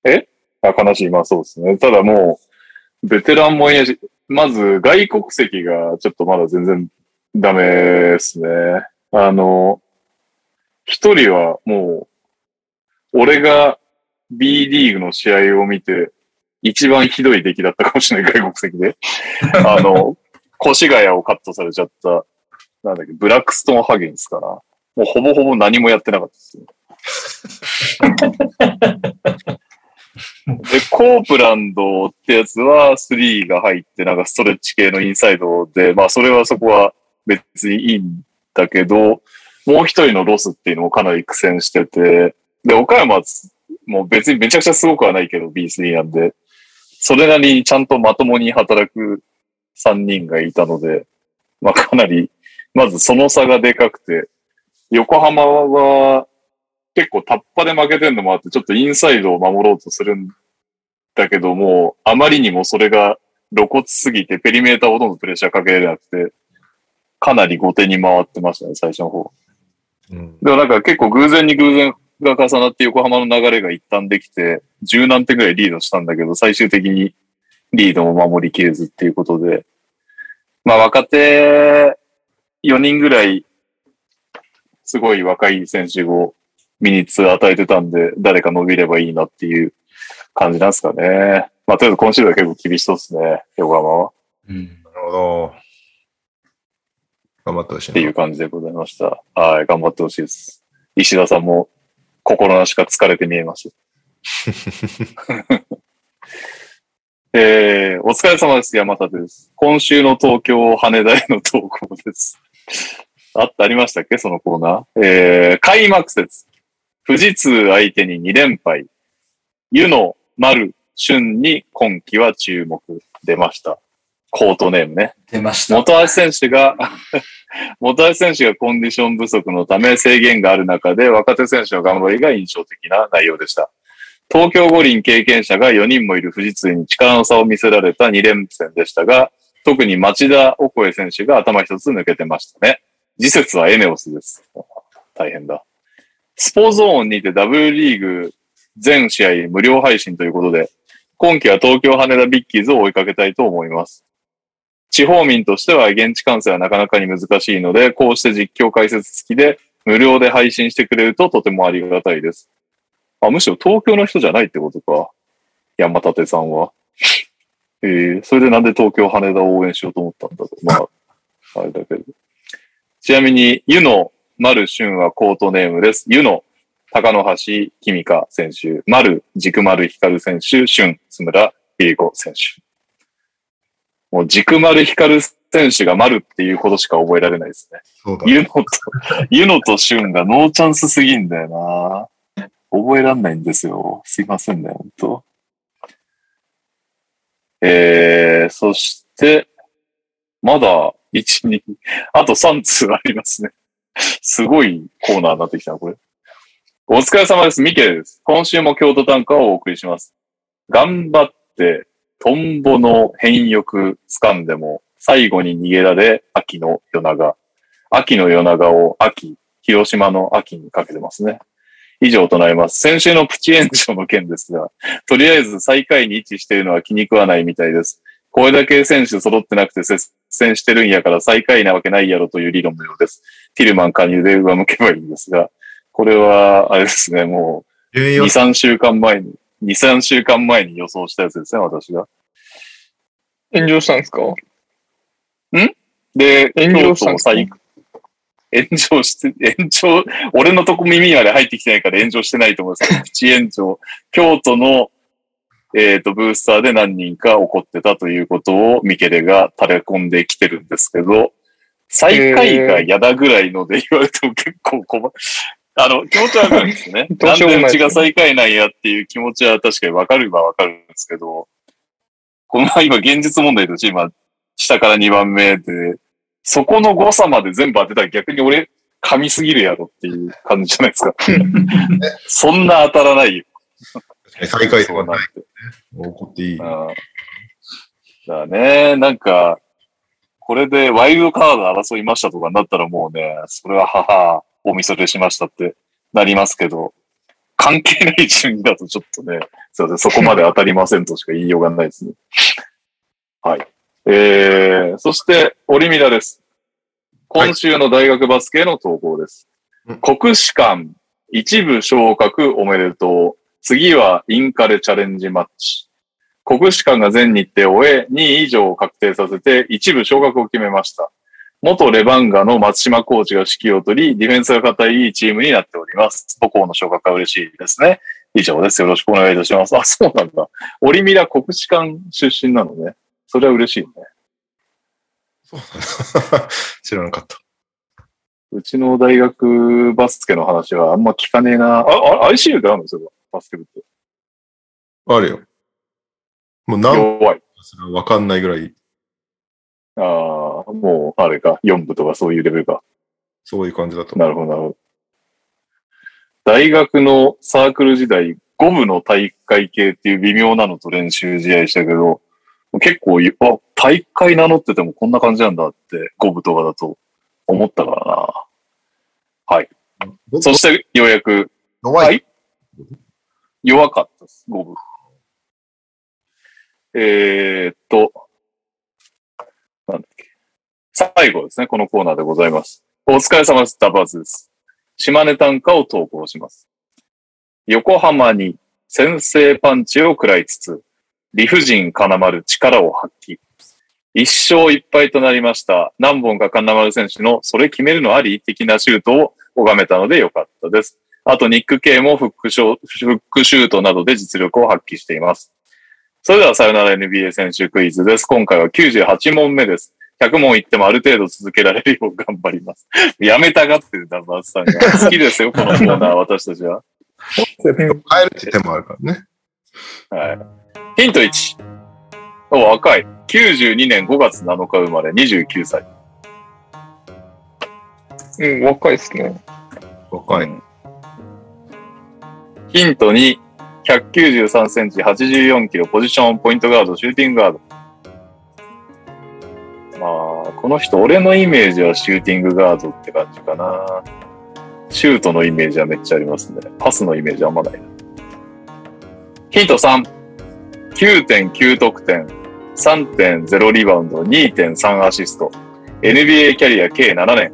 S2: えあ悲しい。まあそうですね。ただもう、ベテランもいないし、まず外国籍がちょっとまだ全然ダメですね。あの、一人はもう、俺が B リーグの試合を見て、一番ひどい出来だったかもしれない、外国籍 で。あの、越谷をカットされちゃった、なんだっけ、ブラックストーンハゲンスかな。もうほぼほぼ何もやってなかったですね。で、コープランドってやつは、スリーが入って、なんかストレッチ系のインサイドで、まあ、それはそこは別にいいんだけど、もう一人のロスっていうのもかなり苦戦してて、で、岡山はつもう別にめちゃくちゃすごくはないけど、B3 なんで、それなりにちゃんとまともに働く3人がいたので、まあ、かなり、まずその差がでかくて、横浜は結構タッパで負けてんのもあって、ちょっとインサイドを守ろうとするんだけども、あまりにもそれが露骨すぎて、ペリメーターほとんどプレッシャーかけれなくて、かなり後手に回ってましたね、最初の方。
S1: うん
S2: でもなんか結構偶然に偶然が重なって横浜の流れが一旦できて、十何点ぐらいリードしたんだけど、最終的にリードも守りきれずっていうことで、まあ若手4人ぐらい、すごい若い選手をミニッツ与えてたんで、誰か伸びればいいなっていう感じなんですかね。まあとりあえず今シーズンは結構厳しそうですね、横浜は。
S3: うん。
S1: なるほど。頑張ってほしいな
S2: っていう感じでございました。はい、頑張ってほしいです。石田さんも心なしか疲れて見えます。えー、お疲れ様です。山田です。今週の東京羽田への投稿です。あった、ありましたっけそのコーナー。えー、開幕節。富士通相手に2連敗。湯の丸春に今季は注目。出ました。コートネームね。
S3: 出ました。
S2: 元橋選手が、 元橋選手がコンディション不足のため制限がある中で若手選手の頑張りが印象的な内容でした。東京五輪経験者が4人もいる富士通に力の差を見せられた2連戦でしたが、特に町田オコエ選手が頭一つ抜けてましたね。次節はエネオスです。大変だ。スポゾーンにて W リーグ全試合無料配信ということで、今季は東京羽田ビッキーズを追いかけたいと思います。地方民としては現地観戦はなかなかに難しいので、こうして実況解説付きで無料で配信してくれるととてもありがたいです。あ、むしろ東京の人じゃないってことか。山立さんは。えー、それでなんで東京羽田を応援しようと思ったんだろう。まあ、あれだけど。ちなみに、湯の丸俊はコートネームです。湯の高野橋君香選手、丸軸丸光選手、俊津村ビリコ選手。もう軸丸光選手が丸っていうことしか覚えられないですね。
S1: そうだね
S2: ユノと、ユノとシュンがノーチャンスすぎんだよな。覚えらんないんですよ。すいませんね、本当えー、そして、まだ、1、2、あと3通ありますね。すごいコーナーになってきたな、これ。お疲れ様です。ミケです。今週も京都短歌をお送りします。頑張って、トンボの変欲掴んでも、最後に逃げられ、秋の夜長。秋の夜長を秋、広島の秋にかけてますね。以上となります。先週のプチ炎上の件ですが、とりあえず最下位に位置しているのは気に食わないみたいです。これだけ選手揃ってなくて接戦してるんやから最下位なわけないやろという理論のようです。ティルマン加入で上向けばいいんですが、これは、あれですね、もう、
S1: 順位
S2: 2、
S1: 予想
S2: 3週間前に、2、3週間前に予想したやつですね、私が。
S4: 炎上したんですか
S2: で、
S4: 炎上したん
S2: 京都
S4: で
S2: を
S4: すか
S2: 最炎上して、 炎上、俺のとこ耳まで入ってきてないから炎上してないと思うんです けど、プチ炎上。京都の、えっ、と、ブースターで何人か怒ってたということをミケレが垂れ込んできてるんですけど、最下位が嫌だぐらいので言われても結構困、あの、気持ちはわかるんですね。
S4: ど
S2: な
S4: うんしようも
S2: で
S4: ないう
S2: ちが最下位なんやっていう気持ちは確かにわかるはわかるんですけど、この今現実問題として今、下から2番目で、そこの誤差まで全部当てたら逆に俺、噛みすぎるやろっていう感じじゃないですか。そんな当たらないよ。
S1: 最下位と
S2: そう
S1: か
S2: な
S1: ない
S2: ん。
S1: 怒っていい。
S2: うんだからね、なんか、これでワイルドカード争いましたとかになったらもうね、それは母、お見それしましたってなりますけど、関係ない順位だとちょっとね、すいません、そこまで当たりませんとしか言いようがないですね。 はい。えー、そして、オリミラです。今週の大学バスケの投稿です。
S1: うん
S2: 国士舘、一部昇格おめでとう。次はインカレチャレンジマッチ。国士舘が全日程を終え、2位以上を確定させて、一部昇格を決めました。元レバンガの松島コーチが指揮を取り、ディフェンスが堅いいいチームになっております。母校の昇格は嬉しいですね。以上です。よろしくお願いいたします。あ、そうなんだ。オリミラ国士舘出身なのね。それは嬉しいね。
S1: 知らなかった。
S2: うちの大学バスケの話はあんま聞かねえな。あ、あ ICU ってあるんですよ、バスケ部って。
S1: あるよ。もう何か
S2: 弱い。
S1: すらわかんないぐらい、
S2: ああ、もう、あれか、4部とかそういうレベルか。
S1: そういう感じだと。
S2: なるほど、なるほど。大学のサークル時代、五部の体育会系っていう微妙なのと練習試合したけど、結構、あ、体育会名乗っててもこんな感じなんだって、五部とかだと思ったからな。そして、ようやく
S5: 弱
S2: はい
S5: い。
S2: 弱かったです、五分。えーっと、なんだっけ。最後ですね、このコーナーでございます。お疲れ様です、ダバーズです。島根短歌を投稿します。横浜に先制パンチを食らいつつ、理不尽金丸力を発揮。一勝一敗となりました。何本か金丸選手のそれ決めるのあり的なシュートを拝めたのでよかったです。あとニック系もフックショーフックシュートなどで実力を発揮しています。それではさよなら NBA 選手クイズです。今回は98問目です。100問いってもある程度続けられるよう頑張ります。 やめたがってるダバースさんが。好きですよ、このコーナー、私たちは。
S1: 変えるって手もあるからね。
S2: はい。ヒント1。お若い。92年5月7日生まれ、29歳。
S4: うん、若いですね。
S1: 若い。
S2: ヒント2、193センチ、84キロ、ポジション、ポイントガード、シューティングガード。まあ、この人、俺のイメージはシューティングガードって感じかな。シュートのイメージはめっちゃありますね。パスのイメージはあんまないな。ヒント3、9.9得点、3.0リバウンド、2.3アシスト。NBA キャリア計7年。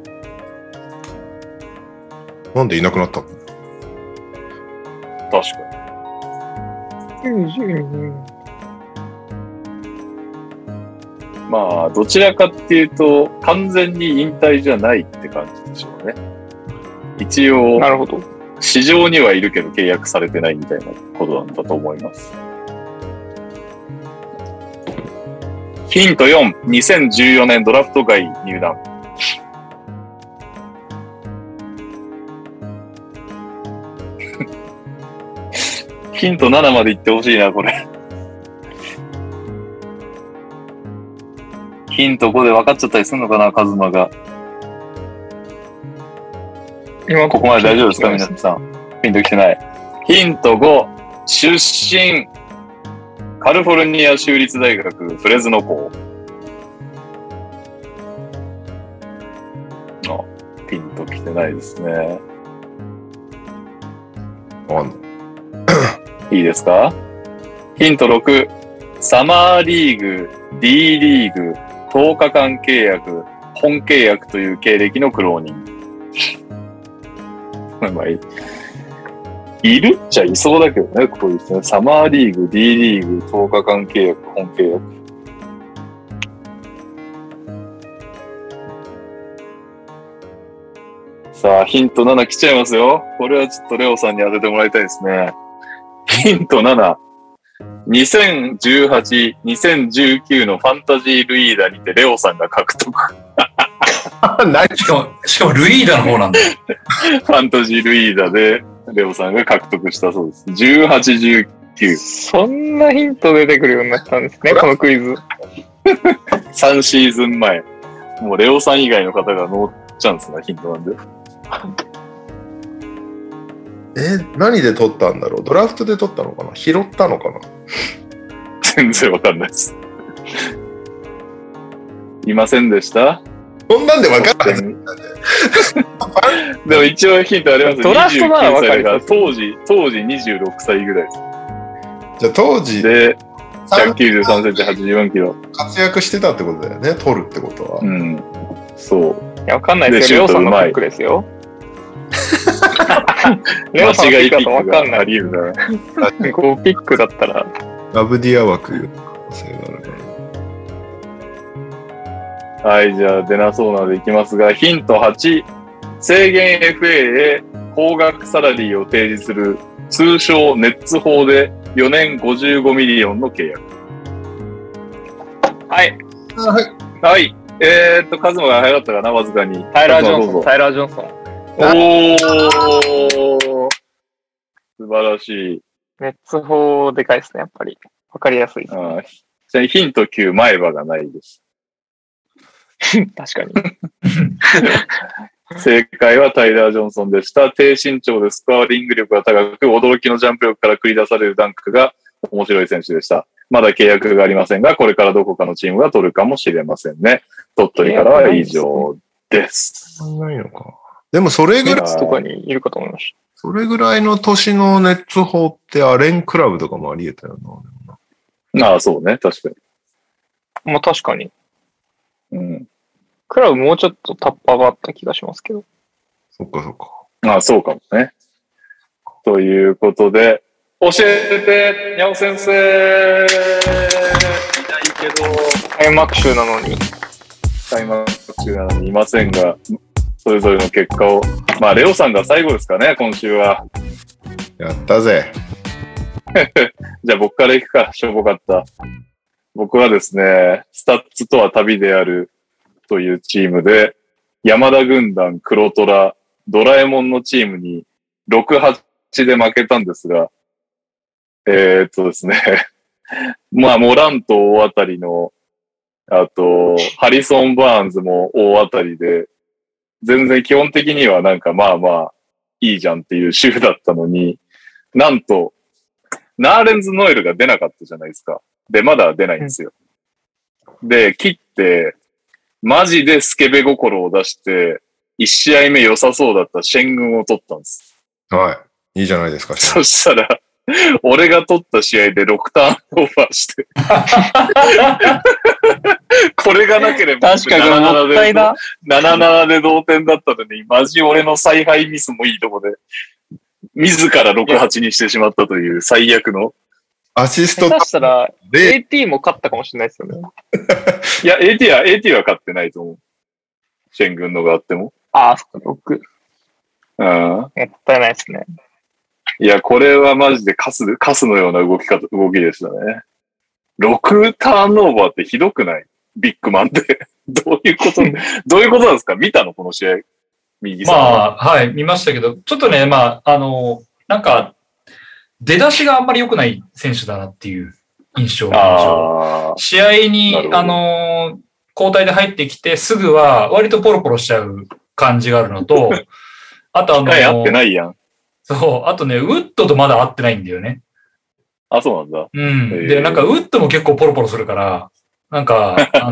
S1: なんでいなくなったの
S2: 確かに。
S4: 92
S2: まあ、どちらかっていうと、完全に引退じゃないって感じでしょうね。一応、
S4: なるほど。
S2: 市場にはいるけど契約されてないみたいなことなんだと思います。ヒント4、2014年ドラフト外入団。 ヒント7まで言ってほしいな、これ。ヒント5で分かっちゃったりするのかな、カズマが。
S4: 今
S2: ここまで大丈夫ですか皆さん。ヒント来てない。ヒント5、出身、カリフォルニア州立大学フレズノ校。あ、ピンと来てないですね。
S1: わかんない。
S2: いいですかヒント6、サマーリーグ、D リーグ、10日間契約、本契約という経歴の苦労人。 まあいいいるっちゃいそうだけどね、こういう人ね。サマーリーグ、D リーグ、10日間契約、本契約。さあ、ヒント7来ちゃいますよ。これはちょっとレオさんに当ててもらいたいですね。ヒント7。2018、2019のファンタジールイーダーにてレオさんが獲得。
S1: 何
S3: しかも、しかもルイーダの方なんだよ。
S2: ファンタジールイーダで、レオさんが獲得したそうです。18、19、
S4: そんなヒント出てくるようになったんですね、このクイズ。
S2: 3シーズン前。もうレオさん以外の方がノーチャンスなヒントなんで。
S1: え、何で取ったんだろうドラフトで取ったのかな拾ったのかな
S2: 全然わかんないです。いませんでした
S1: そんなんで分かった
S2: でも一応ヒントあります
S4: ドラフトならわか
S2: 29歳
S4: る
S2: だら当時、当時26歳ぐらいで
S1: じゃあ当時
S2: す。で、193センチ84キロ。
S1: 活躍してたってことだよね、取るってことは。
S2: うん。そう。
S4: いや、わかんないですよ。
S2: で
S4: レ
S2: シュー
S4: オさ
S2: ト
S4: ん
S2: う
S4: の
S2: ま
S4: ピ
S2: い
S4: ックですよ。レ
S2: 間
S4: オさんの
S2: 違
S4: ピ
S2: い
S4: ッ
S2: ピ
S4: クだと
S2: ッ
S4: わ
S2: ク
S4: か
S2: が
S4: んな
S2: あ
S4: い。
S2: り得るな。
S4: 5ピックだったら、
S1: ラブディア枠の可能性があるね。
S2: はい、じゃあ出なそうなのでいきますが、ヒント8。制限 FA へ高額サラリーを提示する通称ネッツ法で4年55ミリオンの契約。
S4: はい、
S1: はい。
S2: はい。えー、っと、カズマが早かったかな、わずかに。
S4: タイラー・ジ
S2: カズマ
S4: ョン
S2: ど
S4: ソ
S2: う
S4: ン、
S2: ぞ
S4: タイラー・ジョンソン。
S2: おー素晴らしい。
S4: 熱法でかいですね、やっぱり。わかりやすい。
S2: あーちなみにヒント9、前歯がないです。
S4: 確かに。
S2: 正解はタイラー・ジョンソンでした。低身長でスコアリング力が高く、驚きのジャンプ力から繰り出されるダンクが面白い選手でした。まだ契約がありませんが、これからどこかのチームが取るかもしれませんね。鳥取からは以上です。
S1: ないのか。でもそれぐ
S4: ネ
S1: らい、
S4: ッツとかにいるかと思いまし
S1: それぐらいの年のネッツ法ってアレンクラブとかもあり得たよな。
S2: ああ、そうね。確か
S4: た。まあ確かに。
S2: に。うん。
S4: クラブもうちょっとタッパーがあった気がしますけど。
S1: そっかそっか。
S2: ああ、そうかもね。ということで、教えて、にゃお先生いないけど、
S4: 開幕週なのに。
S2: 開幕中なのにいませんが、それぞれの結果を、まあ、レオさんが最後ですかね、今週は。
S1: やったぜ。
S2: じゃあ僕から行くか、しょぼかった。僕はですね、スタッツとは旅であるというチームで、山田軍団、黒虎、ドラえもんのチームに6、8で負けたんですが、えー、っとですね、 まあ、モランと大当たりの、あと、ハリソン・バーンズも大当たりで、全然基本的にはなんかまあまあ、いいじゃんっていう週だったのに、なんと、ナーレンズ・ノエルが出なかったじゃないですか。で、まだ出ないんですよ。で、切って、マジでスケベ心を出して、一試合目良さそうだったシェン軍を取ったんです。
S1: はい。いいじゃないですか。
S2: そしたら、 俺が取った試合で6ターンオーバーして。 これがなければ、
S4: 確かにもったいな。
S2: 77で同点だったのに、マジ俺の采配ミスもいいとこで、自ら6-8にしてしまったという最悪の。
S1: アシスト
S4: 下手したら、
S1: で
S4: AT も勝ったかもしれないですよね。
S2: いや、AT は、AT は勝ってないと思う。シェン軍のがあっても。
S4: ああ、そっか、僕、
S2: うん。
S4: もったいないです ね。
S2: いや、これはマジでカス、カスのような動き方、動きでしたね。6ターンオーバーってひどくないビッグマンって。 どういう こと、どういうことなんですか見たのこの試合。右
S3: ま
S2: さん。
S3: あ、はい、見ましたけど、ちょっとね、まあ、あの、なんか、出だしがあんまり良くない選手だなっていう印象がありましょう
S2: あー
S3: 試合に
S2: なるほ、ど
S3: あのー、交代で入ってきて、すぐは割とポロポロしちゃう感じがある のと、あとあの
S2: 一回合って
S3: ー、
S2: ないやん。
S3: そう、あとね、ウッドとまだ合ってないんだよね。
S2: あ、そうなんだ。
S3: うん。
S2: へー
S3: で、なんかウッドも結構ポロポロするから、なんか、あ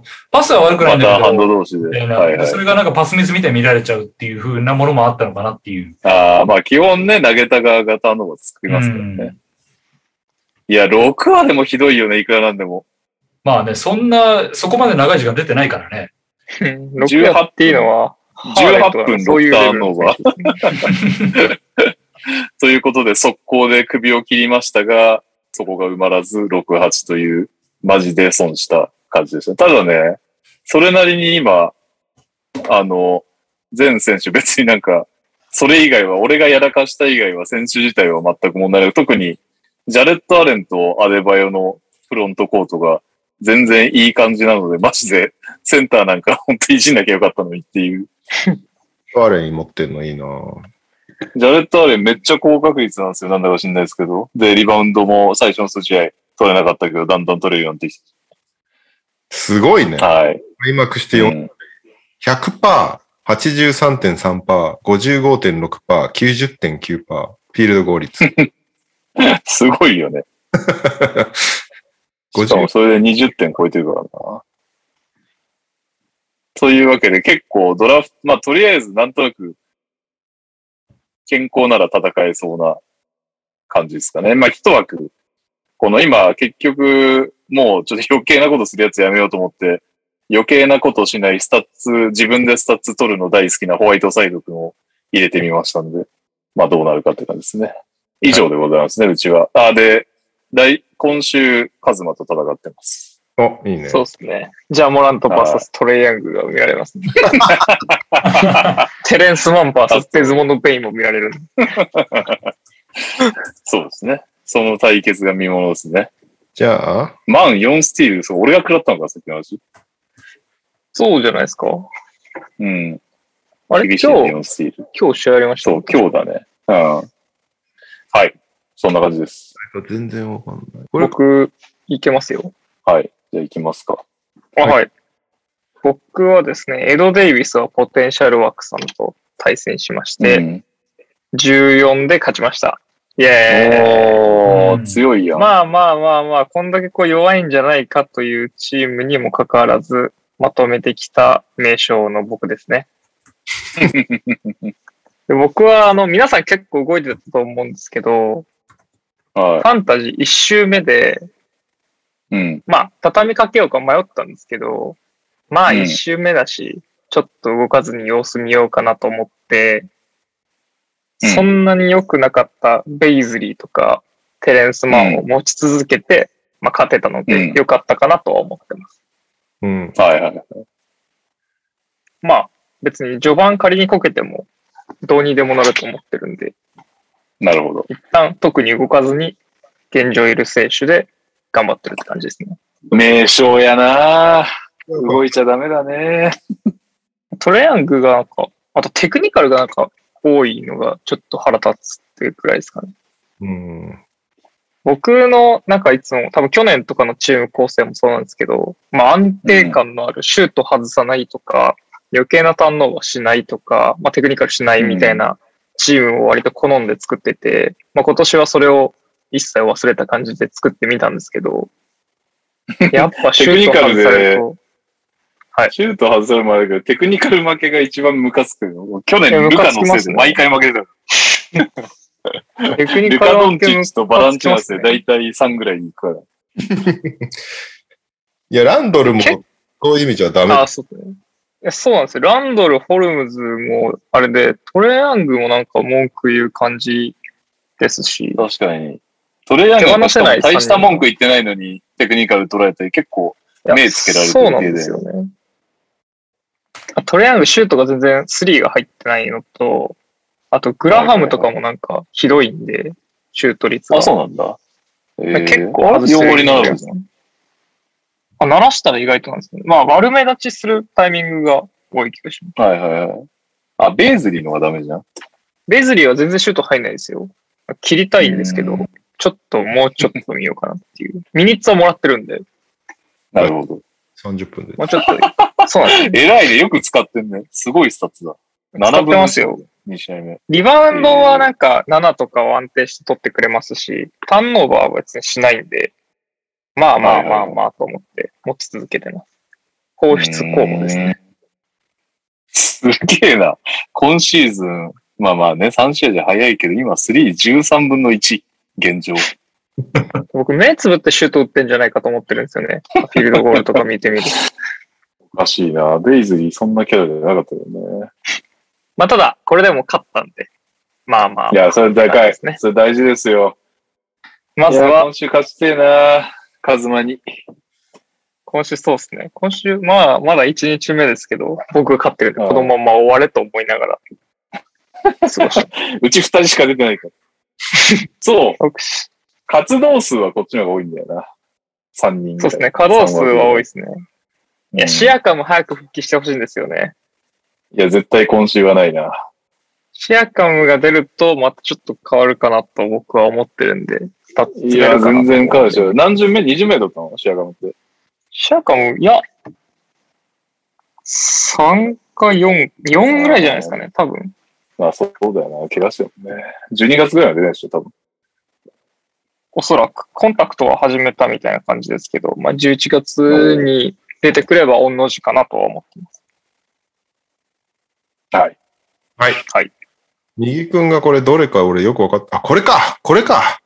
S3: ー、パスは悪くな
S2: ま
S3: いんだ
S2: た
S3: け
S2: ハン
S3: ど、
S2: ド同士で。
S3: みたいな
S2: はいはい
S3: そ。れがなんかパスミスみたいに見られちゃうっていう風なものもあったのかなっていう。
S2: ああ、まあ基本ね、投げた側がターンオーバー作りますからね。
S3: うん
S2: いや、6はでもひどいよね、いくらなんでも。
S3: まあね、そんな、そこまで長い時間出てないからね。
S4: 6やっていいのは、
S2: 18分
S4: そういう
S2: 6タ
S4: レ
S2: ー
S4: ベ
S2: ン
S4: ル
S2: オー
S4: の
S2: バー
S4: 選。手ですね
S2: ということで、速攻で首を切りましたが、そこが埋まらず、6-8という、マジで損した感じでした。ただね、それなりに今、あの、全選手別になんか、それ以外は、俺がやらかした以外は選手自体は全く問題なく、特に、ジャレット・アレンとアデバヨのフロントコートが全然いい感じなので、マジで、センターなんか本当にいじんなきゃよかったのにっていう。
S1: あれに持ってんのいいな
S2: ジャレット・アレンめっちゃ高確率なんですよ。なんだか知んないですけど。で、リバウンドも最初の数試合取れなかったけど、だんだん取れるようになってき
S1: すごいね。
S2: て。はい。
S1: 開幕して
S2: う
S1: 4
S2: ん、
S1: 100%、83.3%、55.6%、90.9%、フィールド合率。
S2: すごいよね。しかも
S1: 50
S2: それで20点超えてるからな。というわけで結構ドラフト、まあとりあえずなんとなく健康なら戦えそうな感じですかね。まあ一枠、この今結局もうちょっと余計なことするやつやめようと思って余計なことしないスタッツ、自分でスタッツ取るの大好きなホワイトサイド君を入れてみましたんで、まあどうなるかって感じですね。以上でございますね、うちは。あ、で、来、今週、カズマと戦ってます。
S1: お、いいね。
S4: そうですね。じゃあ、モラント VS トレイヤングが見られ ますね。テレンス・マン VS デズモンド・ペインも見られるんで。
S2: そうですね。その対決が見ものですね。
S1: じゃあ、
S2: 満4スティール、そう俺が食らったのか、さっきの話。
S4: そうじゃないですか。
S2: うん。
S4: あれ、
S2: 厳しい
S4: 今
S2: ね
S4: 日、
S2: 4スティール。
S4: 今日試合ありました
S2: そう、今日だね。うん。はい。そんな感じです。
S1: 全然わかんない。これ、
S4: 僕、いけますよ。
S2: はい。じゃあ行きますか。
S4: あ、はい。僕はですね、エド・デイビスはポテンシャルワークさんと対戦しまして、
S2: うん
S4: 14で勝ちました。イエ
S2: お
S3: う
S2: ー、
S3: ん
S2: 強いや
S4: ー
S2: ん。
S4: イまあまあまあまあ、こんだけこう弱いんじゃないかというチームにもかかわらず、まとめてきた名称の僕で すね。で僕は、あの、皆さん結構動いてたと思うんですけど、
S2: は
S4: ファンタジー1周目で、
S2: い。うん。
S4: まあ、畳みかけようか迷ったんですけど、まあ、
S2: うん
S4: 一周目だし、ちょっと動かずに様子見ようかなと思って、
S2: うん
S4: そんなに良くなかったベイズリーとかテレンスマンを持ち続けて、まあ、勝てたの
S2: う
S4: で
S2: ん
S4: 良かったかなとは思ってます。
S1: うん。
S2: はいはい。
S4: まあ、別に序盤仮にこけても、どうにでもなると思ってるんで、
S2: なるほど。
S4: 一旦特に動かずに、現状いる選手で頑張ってるって感じですね。
S2: 名称やな動いちゃダメだね。
S4: トレアングがなんか、あとテクニカルがなんか多いのがちょっと腹立つっていうくらいですかね。
S1: うん。
S4: 僕のなんかいつも、多分去年とかのチーム構成もそうなんですけど、まあ安定感のあるシュート外さないとか、余計なターンオーバーしないとか、まあテクニカルしないみたいなチームを割と好んで作ってて、まあ今年はそれを一切忘れた感じで作ってみたんですけど、やっぱシュート外されると、
S2: シュート外されるまでだけど、テクニカル負けが一番ムカつくよ。去
S4: いや
S2: 年、
S4: ム
S2: ル
S4: カ
S2: カ
S4: つ
S2: の
S4: き
S2: せ
S4: ま
S2: い
S4: す
S2: で
S4: ね
S2: 毎回負けてたから。
S4: テクニ
S2: ル
S4: カ
S2: カ・
S4: ル
S2: ド
S4: は
S2: ンチッチとバランチュナスで
S4: ムカつきます
S2: 大
S4: ね
S2: 体3ぐらいに行くから。
S1: いや、ランドルも
S4: け、
S1: そういう意味じゃダメ
S4: あ
S1: だ
S4: あ、。そうね。いやそうなんですよ。ランドル、ホルムズも、あれで、トレアングもなんか文句言う感じですし、
S2: 確かに。トレイヤーがしかも大した文句言ってないのに、テクニカル取られて結構、
S4: いや
S2: 目つけられてる
S4: そうなんですよね。あトレアング、シュートが全然3が入ってないのと、あと、グラハムとかもなんかひどいんで、シュート率が。
S2: あ、そうなんだ。えー
S4: 結構外し
S2: 4
S4: てる
S2: 割7分。
S4: あ、鳴らしたら意外となんですね。まあ、悪目立ちするタイミングが多い気がします。
S2: はいはいはい。あ、ベーズリーのがダメじゃん。
S4: ベズリーは全然シュート入んないですよ。切りたいんですけ
S2: う
S4: ど
S2: ん、
S4: ちょっともうちょっと見ようかなっていう。ミニッツはもらってるんで、
S2: なるほど。
S1: 30分で。
S4: もうちょっ と。そうなんですよ。
S2: 偉いね。よく使ってんね。すごいスタッツだ。
S4: 使
S2: 7
S4: って
S2: 分の
S4: ますよ。
S2: 2試合目。
S4: リバウンドはなんか7とかを安定して取ってくれますし、ターンオーバーは別にしないんで、まあまあまあまあと思って持ち続けてます。放出候補ですね。
S2: すげえな。今シーズン、まあまあね、3試合じゃ早いけど、今3、13分の1、現状。
S4: 僕目つぶってシュート打ってんじゃないかと思ってるんですよね。フィールドゴールとか見てみると。
S2: おかしいな。ベイズリー、そんなキャラじゃなかったよね。
S4: まあただ、これでも勝ったんで、まあまあ
S2: い、や、それでかい
S4: そうですね。
S2: それ大事ですよ。
S4: まず
S2: いや
S4: は
S2: 今週勝ちてえな。カズマに。
S4: 今週そうですね。今週、まあ、まだ1日目ですけど、僕が勝ってるんで、
S2: うん
S4: このまま終われと思いながら、過ごして
S2: うち二人しか 出てないから。そう。
S4: ます。
S2: 活動数はこっちの方が多いんだよな。 3人
S4: そう
S2: ぐ
S4: です
S2: らい。
S4: ね。稼働数は多いですね。
S2: い
S4: いや、シアカも早く復帰してほしいんですよね。
S2: いや、絶対今週はないな。
S4: シアカムが出ると、またちょっと変わるかなと僕は思ってるんで、スタッツ
S2: い
S4: 出
S2: や、
S4: るかなと
S2: 全
S4: 思って
S2: 然彼女。何巡目 ?20 名だったのシアガムって。
S4: シアカム、いや、3か4、4ぐらいじゃないですかね、多分。
S2: まあ、そうだよな。怪我してるもんね。12月ぐらいは出ないでしょ、多分。
S4: おそらく、コンタクトは始めたみたいな感じですけど、まあ、11月に出てくれば、御の字かなとは思ってます。
S2: はい。
S1: はい。
S4: はい。
S1: 右くんがこれどれか俺よくわかった。あ、これかこれか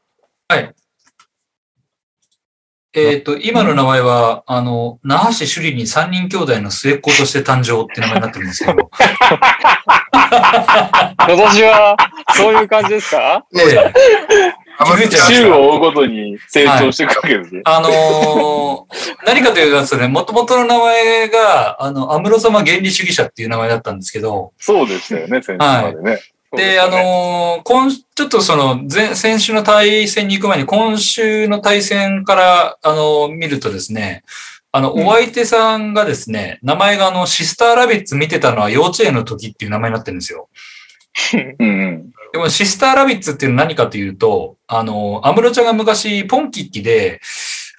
S3: えっ、と、今の名前は、あの、那覇市首里に三人兄弟の末っ子として誕生って名前になってるんですけど、
S4: 今年は、そういう感じですか
S3: ええ
S2: 週を追うごとに成長していくわけですね。
S3: あのー何かというとですね、もともとの名前が、あの、安室様原理主義者っていう名前だったんですけど、
S2: そうでしたよ ね、先週までね。
S3: で、あのー今、ちょっとその、前、先週の対戦に行く前に、今週の対戦から、あのー見るとですね、あの、
S2: うん
S3: お相手さんがですね、名前があの、シスターラビッツ見てたのは幼稚園の時っていう名前になってるんですよ。
S2: うんうん。
S3: でも、シスターラビッツっていうのは何かというと、あの、アムロちゃんが昔、ポンキッキで、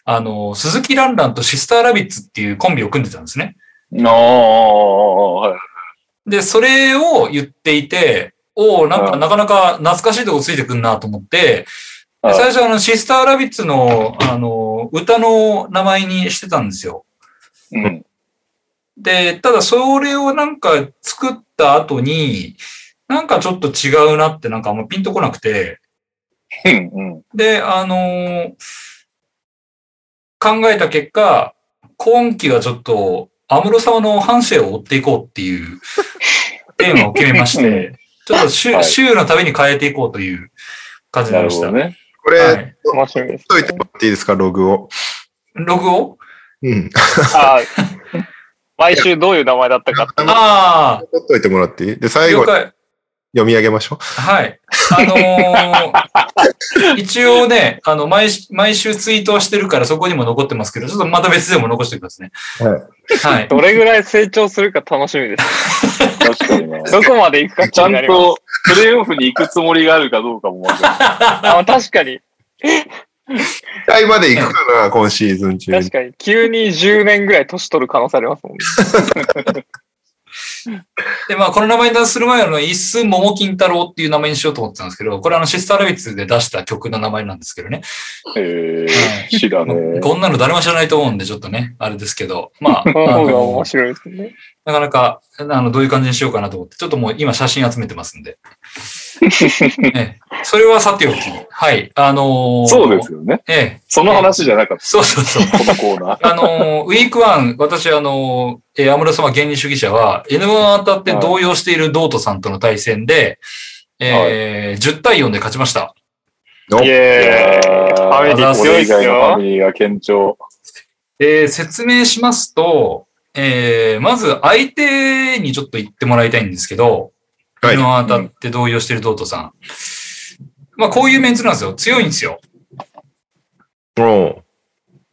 S3: あの、鈴木ランランとシスターラビッツっていうコンビを組んでたんですね。
S2: ああ、はい。
S3: で、それを言っていて、おおなん
S2: う
S3: か、
S2: ん
S3: なかなか懐かしいとこついてくんなと思って、で
S2: うん
S3: 最初、あの、シスターラビッツの、あの、歌の名前にしてたんですよ。
S2: うん。
S3: で、ただ、それをなんか作った後に、なんかちょっと違うなって、なんかあんまピンとこなくて、
S2: うん。
S3: で、あのー考えた結果、今期はちょっと、安室様の半生を追っていこうっていう テーマを決めまして、ちょっと週,、
S2: はい
S3: 週のために変えていこうという感じに
S2: な
S3: なり
S2: る
S3: ま
S2: ほ
S3: した。
S2: どね。
S1: これ、
S3: はい、
S4: 楽しみです、
S1: といてもらっていいですか、ログを。
S3: ログを
S1: うん。
S4: あー毎週どういう名前だったかっていう。
S3: あ
S1: 取っといてもらっていいで、
S3: あ、
S1: 最後
S3: 了
S1: 読
S3: 解。
S1: み上げましょ う。
S3: はい。あの ー一応ね、あの、毎週、毎週ツイートはしてるからそこにも残ってますけど、ちょっとまた別でも残してくださいね。はい。
S4: どれぐらい成長するか楽しみです。
S2: 確かにね。
S4: どこまで行くか
S2: ち
S4: 気
S2: ゃ
S4: に
S2: ん
S4: なります。
S2: とプレイオフに行くつもりがあるかどうかもわか
S4: あ確かに、
S1: 一回まで行くかな、今シーズン中に
S4: 確。かに、急に10年ぐらい年取る可能性ありますもんね。
S3: で、まあ、この名前に出する前は、あの、一寸桃金太郎っていう名前にしようと思ってたんですけど、これあの、シスターラビッツで出した曲の名前なんですけどね。
S2: る。へえ、知らねえ。
S3: こんなの誰も知らないと思うんで、ちょっとね、あれですけど、 まあ、あ
S4: その方が
S3: の
S4: 面白いですね。
S3: なかなか、あの、どういう感じにしようかなと思って、ちょっともう今写真集めてますんで。 ええ、それはさておき、はい、あのー
S2: そうですよね。
S3: ええ、
S2: その話じゃなかっ
S3: そうそうそう。
S2: た。このコーナー。
S3: あのー、ウィークワン、私、あのー、えー、安室様原理主義者は、N1 当たって動揺している道トさんとの対戦で、えー10対4で勝ちました。
S1: お
S4: イエーイ。ファミリー
S2: こ
S4: 強
S2: れ
S4: い
S2: 以
S4: です
S2: 外のファ
S4: よ。
S2: ミリーが堅調。
S3: えー説明しますと、えーまず相手にちょっと言ってもらいたいんですけど、
S1: はい
S3: 今当たって動揺している道トさん。まあ、こういうメンツなんですよ。強いんですよ。
S1: お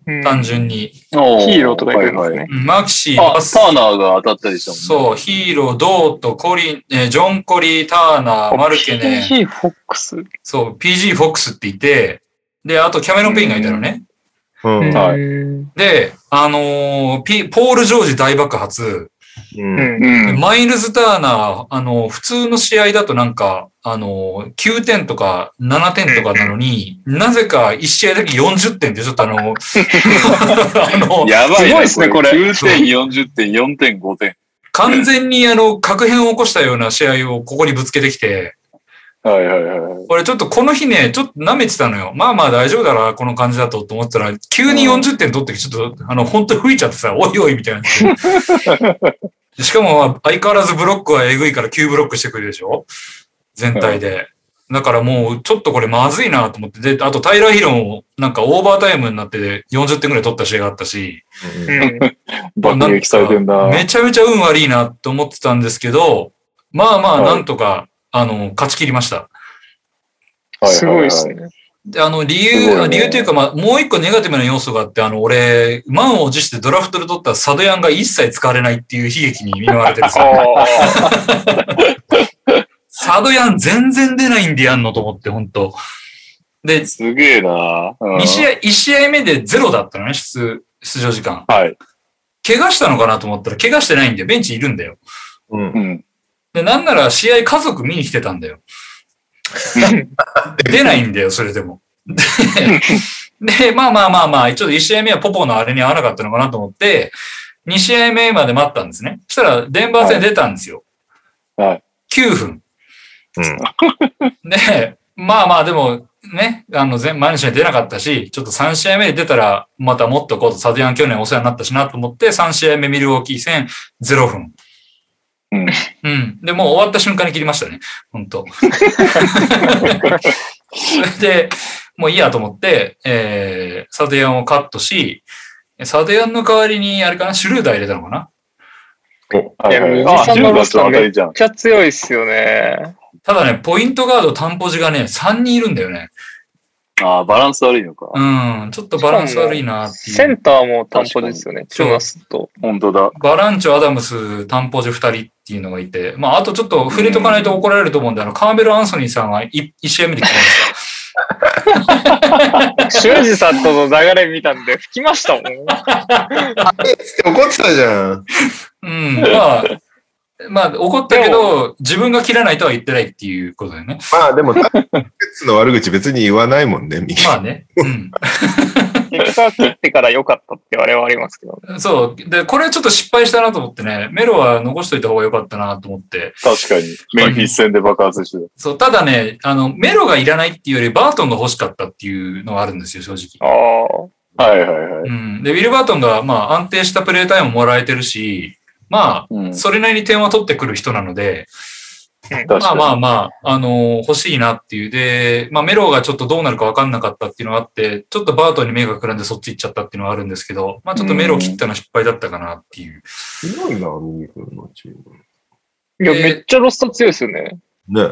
S4: うん
S3: 単純に。
S2: ヒ
S4: ヒーローとかいるんですね。。
S3: うんマキシー、
S2: あ、
S3: パス
S2: ターナーが当たったりしたもんね。
S3: そう、ヒーロー、ドート、コリン、えージョン・コリー、ターナー、マルケネ、
S4: PG フォックス。
S3: そう、PG フォックスっていて、で、あとキャメロン・ペインがいたのね。
S1: うん。うん。
S2: はい
S4: うん
S3: で、あのーピポール・ジョージ大爆発、
S1: うん。
S2: うん。
S3: マイルズ・ターナー、あのー普通の試合だとなんか、あのー9点とか7点とかなのに、なぜか1試合だけ40点って、ちょっとあのーあのー
S2: やばいね。
S4: すごいっすねこれ
S2: 9点、40点、4点、5点。
S3: 完全にあの、確変を起こしたような試合をここにぶつけてきて、
S2: はいはいはい。
S3: 俺ちょっとこの日ね、ちょっと舐めてたのよ。まあまあ大丈夫だな、この感じだとと思ってたら、急に40点取ってきて、ちょっと、あの、本当に吹いちゃってさ、おいおいみたいな。 しかも、まあ相変わらずブロックはえぐいから9ブロックしてくるでしょ全体で。だからもう、ちょっとこれまずいなと思って、で、あとタイラーヒロも、なんかオーバータイムになって40点ぐらい取った試合があったし、
S2: 爆撃されてんだ。
S3: めちゃめちゃ運悪いなと思ってたんですけど、まあまあ、なんとか、あの、勝ち切りました。
S2: ははは
S4: すごいです。ね。
S3: で、あの、理
S2: すごい
S3: 由、
S2: ね
S3: 理由というか、まあ、もう一個ネガティブな要素があって、あの、俺、満を持してドラフトで取ったサドヤンが一切使われないっていう悲劇に見舞われ てるんですよ。
S4: あ
S3: サドヤン全然出ないんでやんのと思って、本当で、
S2: すげえなうん
S3: 2試合、1試合目でゼロだったのね、出、出場時間。
S2: はい。
S3: 怪我したのかなと思ったら、怪我してないんだよ。ベンチいるんだよ。
S1: うん
S2: う。ん。
S3: で、なんなら試合家族見に来てた んだよ。出ないんだよ、それでも。で、でまあまあまあまあ、ちょっと1試合目はポポのあれに合わなかったのかなと思って、2試合目まで待ったんですね。そしたら、デンバー戦出たんですよ。
S2: はい。
S3: 9分。
S1: うん。
S3: で、まあまあでも、ね、あの、前、毎日に出なかったし、ちょっと3試合目で出たら、またもっとこう、サディアン去年お世話になったしなと思って、3試合目ミルウォーキー戦0分。
S2: うん。
S3: うん。で、もう終わった瞬間に切りましたね。本当それ で、もういいやと思って、えー、サディアンをカットし、サディアンの代わりに、あれかな、シュルーダー入れたのかな
S2: はいい
S4: や
S2: はい。
S4: おじ
S2: あ、
S4: さんの
S2: 10
S4: ロ
S2: 月
S4: スター
S2: 当たりじゃん
S4: めっ。ちゃ強いっすよね。
S3: ただね、ポイントガード、担保時がね、3人いるんだよね。
S2: あーバランス悪いのか。
S3: うん、ちょっとバランス悪いなっていう
S4: セ。ンターも担保ですよね。ジョナスと。
S2: 本当だ。
S3: バランチョ、アダムス、タンポジュ2人っていうのがいて、まあ、あとちょっと触れとかないと怒られると思うんで、あの、カーベル・アンソニーさんは 1, 試合目で来たんですよ。
S4: 修二さんとの流れ見たんで、吹きました もん。
S1: 怒ってたじゃん。
S3: うん、まあ、まあ、怒ったけど、自分が切らないとは言ってないっていうことだよね。
S1: まあ でも、タッツの悪口別に言わないもんね、み
S3: まあね。う
S4: 結果切ってから良かったって我々はありますけどね。
S3: ん。そう。で、これはちょっと失敗したなと思ってね、メロは残しといた方が良かったなと思って。
S2: 確かに。メンフィス戦で爆発して
S3: そう、ただね、あの、メロがいらないっていうより、バートンが欲しかったっていうのはあるんですよ、正直。
S4: ああ。
S2: た。はいはいはい。
S3: うん。で、ウィルバートンが、まあ、安定したプレータイムもらえてるし、ま
S2: うん
S3: あ、。それなりに点は取ってくる人なので、
S2: 確
S3: ま
S2: か
S3: あ
S2: に。
S3: まあまあ、あのー欲しいなっていう。で、まあ、メロがちょっとどうなるか分かんなかったっていうのがあって、ちょっとバートンに目がくらんでそっち行っちゃったっていうのはあるんですけど、まあ、ちょっとメロ切ったのは失敗だったかなっていう。
S1: 強いな、アミニ君のチーム。
S4: いや、
S3: えー
S4: めっちゃロスト強いですよね。
S1: ね。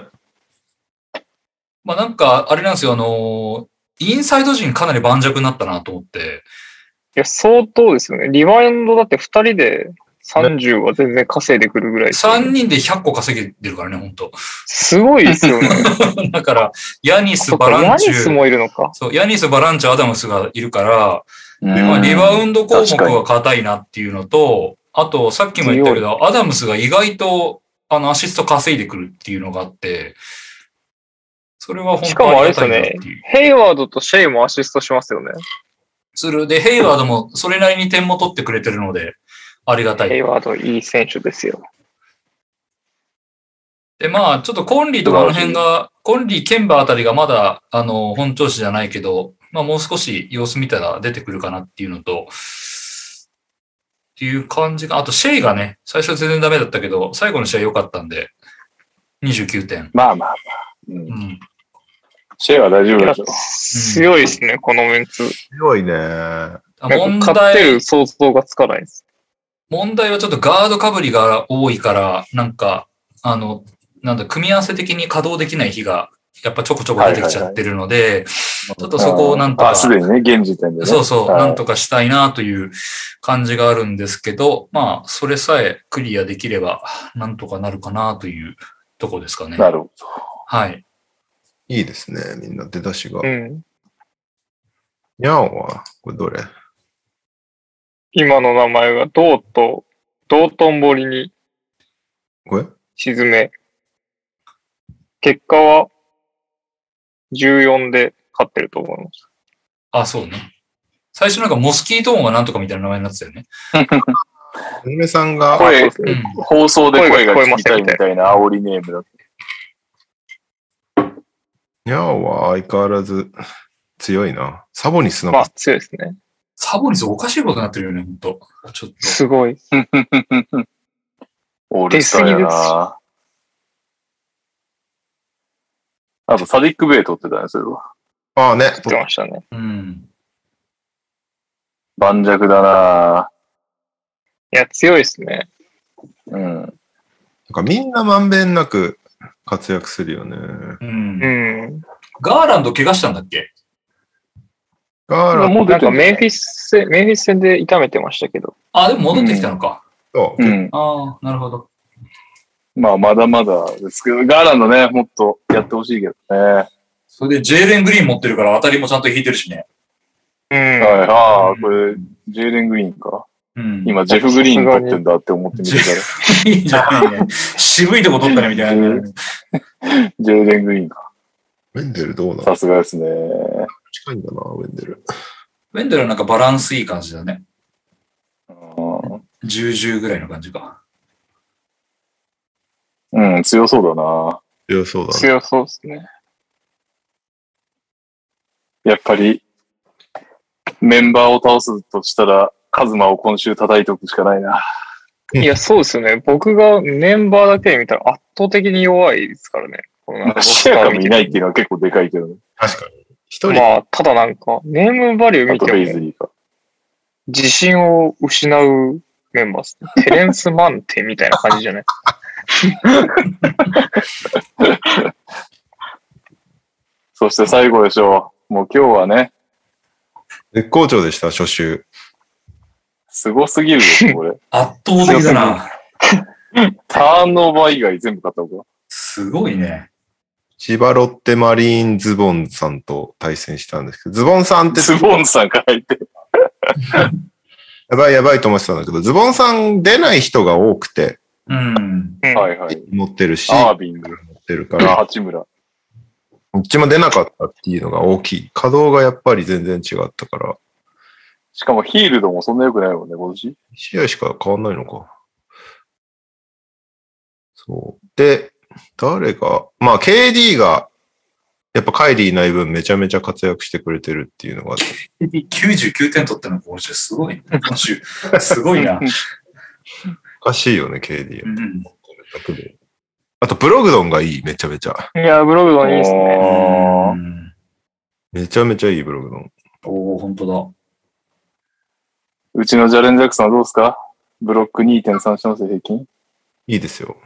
S3: まあ、なんか、あれなんですよ、あのーインサイド陣かなり盤石になったなと思って、
S4: いや、相当ですよね。リバウンドだって2人で30は全然稼いでくるぐらいですよね、
S3: 3人で100個稼げてるからね、本当
S4: すごいですよね。
S3: だから、ヤニス、
S4: そっ
S3: バ
S4: か、
S3: ラ
S4: ヤ
S3: ンチ
S4: ニス
S3: ュー、
S4: もいるのか。
S3: そう、ヤニス、バランチュー、アダムスがいるから、
S2: うん
S3: まあ、リバウンド項目
S2: 確かに
S3: が硬いなっていうのと、あと、さっきも言ったけど、アダムスが意外と、あの、アシスト稼いでくるっていうのがあって、それは本
S4: し
S3: 当
S4: かもあれ
S3: り
S4: です
S3: がたい
S4: よ
S3: なっ
S4: ね
S3: ていう。。
S4: ヘイワードとシェイもアシストしますよね。
S3: する。で、ヘイワードもそれなりに点も取ってくれてるので、ありがた
S4: ヘイ
S3: い。
S4: ワードいい選手ですよ。
S3: で、まあ、ちょっとコンリーとかあの辺が、コンリー、ケンバあたりがまだ、あの、本調子じゃないけど、まあ、もう少し様子見たら出てくるかなっていうのと、っていう感じが、あと、シェイがね、最初全然ダメだったけど、最後の試合良かったんで、29点。
S2: まあまあまあ。うん
S3: うん。
S2: シェアは大丈
S4: い
S2: 夫で
S4: や
S2: しょ。
S4: 強いですね、このメンツ。
S1: 強いね。あ
S3: あ
S4: なん
S3: 問
S4: か勝って
S3: 題、
S4: る想像がつかないです。
S3: 問題はちょっとガードかぶりが多いから、なんか、あの、なんだ、組み合わせ的に稼働できない日が、やっぱちょこちょこ出てきちゃってるので、ちょっとそこをなんと
S2: あ
S3: か
S2: ー、すでにね、現時点でね。
S3: そうそう、
S2: はい
S3: なんとかしたいなという感じがあるんですけど、まあ、それさえクリアできれば、なんとかなるかなというとこですかね。
S2: なるほど。
S3: はい。
S1: いいですね、みんな出だしが
S4: う。ん。
S1: にゃんは、これどれ
S4: 今の名前が、ドーと、ドートンボリに
S1: これ
S4: 沈め、結果は14で勝ってると思います。
S3: あ、そうね。最初なんかモスキート音はなんとかみたいな名前になってたよね。
S1: 嫁さんが、
S2: 声
S4: あそう
S3: う
S4: です
S3: ん
S4: ね。
S2: 放送で声が聞きたいみたいな煽りネームだっ
S1: にゃんは相変わらず強いな。サボニスな
S4: ま
S1: ん
S4: あ
S1: か、
S4: 強いですね。
S3: サボニスおかしいことになってるよね、ほんと。ちょっと。
S4: すごい。
S2: た。オールスターや
S4: 出過ぎです
S2: な。あと、サディック・ベイ取ってたね、それは。
S1: ああね、
S4: 勝ってましたね。
S3: うん。
S2: 盤石だない
S4: や、強いですね。
S2: うん。
S1: なんかみんなまんべんなく活躍するよね。
S3: う。
S4: うんん。
S3: ガーランド怪我したんだっけ
S1: ガーラン
S2: もう出
S4: なん
S2: て
S4: か
S2: る
S4: メンフィス戦、メンフィス戦で痛めてましたけど。
S3: あ、でも戻ってきたのか。
S1: ド、
S2: うん。
S3: ああ、なるほど。
S2: まあ、まだまだですけど、ガーランドね、もっとやってほしいけどね。は
S3: それで、ジェーレン・グリーン持ってるから当たりもちゃんと引いてるしね。
S4: うん
S2: い。。ああ、これ、ジェーレン・グリーンか。
S3: うん。
S2: 今、ジェフ・グリーン取ってんだって思ってみてたら、
S3: いいじゃん、いい ね。渋いとこ取ったね、みたいな。
S2: ジェーレン・グリーンか。
S1: ウェンデルどうなの
S2: さすがですね。
S1: 近いんだな、ウェンデル。
S3: ウェンドルはなんかバランスいい感じだね。
S2: うん
S3: 10-10ぐらいの感じか。
S2: うん、強そうだな。
S1: 強そうだね。
S4: 強そうですね。
S2: やっぱり、メンバーを倒すとしたら、カズマを今週叩いておくしかないな。
S1: うん
S4: いや、そうですよね。僕がメンバーだけで見たら圧倒的に弱いですからね。この なんかロス
S2: シ
S4: タ
S2: ェア
S4: ー
S2: カ
S4: 見
S2: も
S4: て
S2: いないっていうのは結構でかいけどね。
S1: 確かに。一人、
S4: まあ、ただなんか、ネームバリュー
S2: あ
S4: 見
S2: と
S4: て
S2: ベイズ
S4: も、
S2: リーか。
S4: 自信を失うメンバーですね。テレンス・マンテみたいな感じじゃない
S2: そして最後でしょう。もう今日はね、
S1: 絶好調でした、初週。
S2: すごすぎるでしょ、これ。
S3: 圧倒的だな。
S2: ターンオーバー以外全部買ったのか。
S3: すごいね。
S1: 千葉ロッテマリーンズボンさんと対戦したんですけど、ズボンさんって
S2: ズボンさんから入って。
S1: やばいやばいと思ってたんだけど、ズボンさん出ない人が多くて、
S3: うん。
S4: うん
S2: はいはい。
S1: 持ってるし、
S2: アー
S1: 持
S2: ビング、
S1: ってるから、
S2: 八村。
S1: どっちも出なかったっていうのが大きい。稼働がやっぱり全然違ったから、
S2: しかもヒールドもそんな良くないもんね、今年。
S1: 1試合しか変わんないのか。そう。で、誰が、まあ KD が、やっぱカイリーいない分めちゃめちゃ活躍してくれてるっていうのがあって、
S3: 99点取ったの、今週。すごい。今週。すごいな。
S1: おかしいよね、KD
S3: う
S1: は。
S3: ん。
S1: あと、ブログドンがいい、めちゃめちゃ。
S4: いや、ブログドンいいですね。
S2: おー
S1: めちゃめちゃいいブログドン。
S3: おお本当
S2: うちのジャレン・ジャクソンはどうですかブロック2.3しますよ、平均。
S1: いいですよ。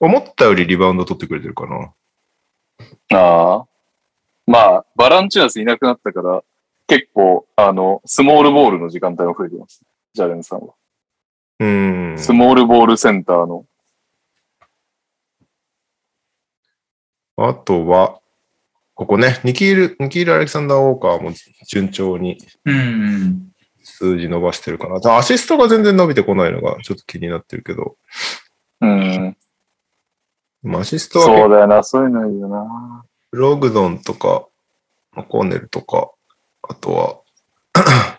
S1: 思ったよりリバウンド取ってくれてるかな。
S2: ああ。まあ、バランチュアスいなくなったから、結構、あの、スモールボールの時間帯も増えてます。ジャレンさんは。
S1: うーん。
S2: スモールボールセンターの。
S1: あとは、ここね、ニキール、ニキール・アレキサンダー・ウォーカーも順調に
S3: だ。うん。
S1: 数字伸ばしてるかな。ただアシストが全然伸びてこないのがちょっと気になってるけど、
S2: うん。
S1: まあアシストは結
S2: そ
S1: 構
S2: うだよな、そういうのいいよな。
S1: ブログドンとか、マコーネルとか、あとは、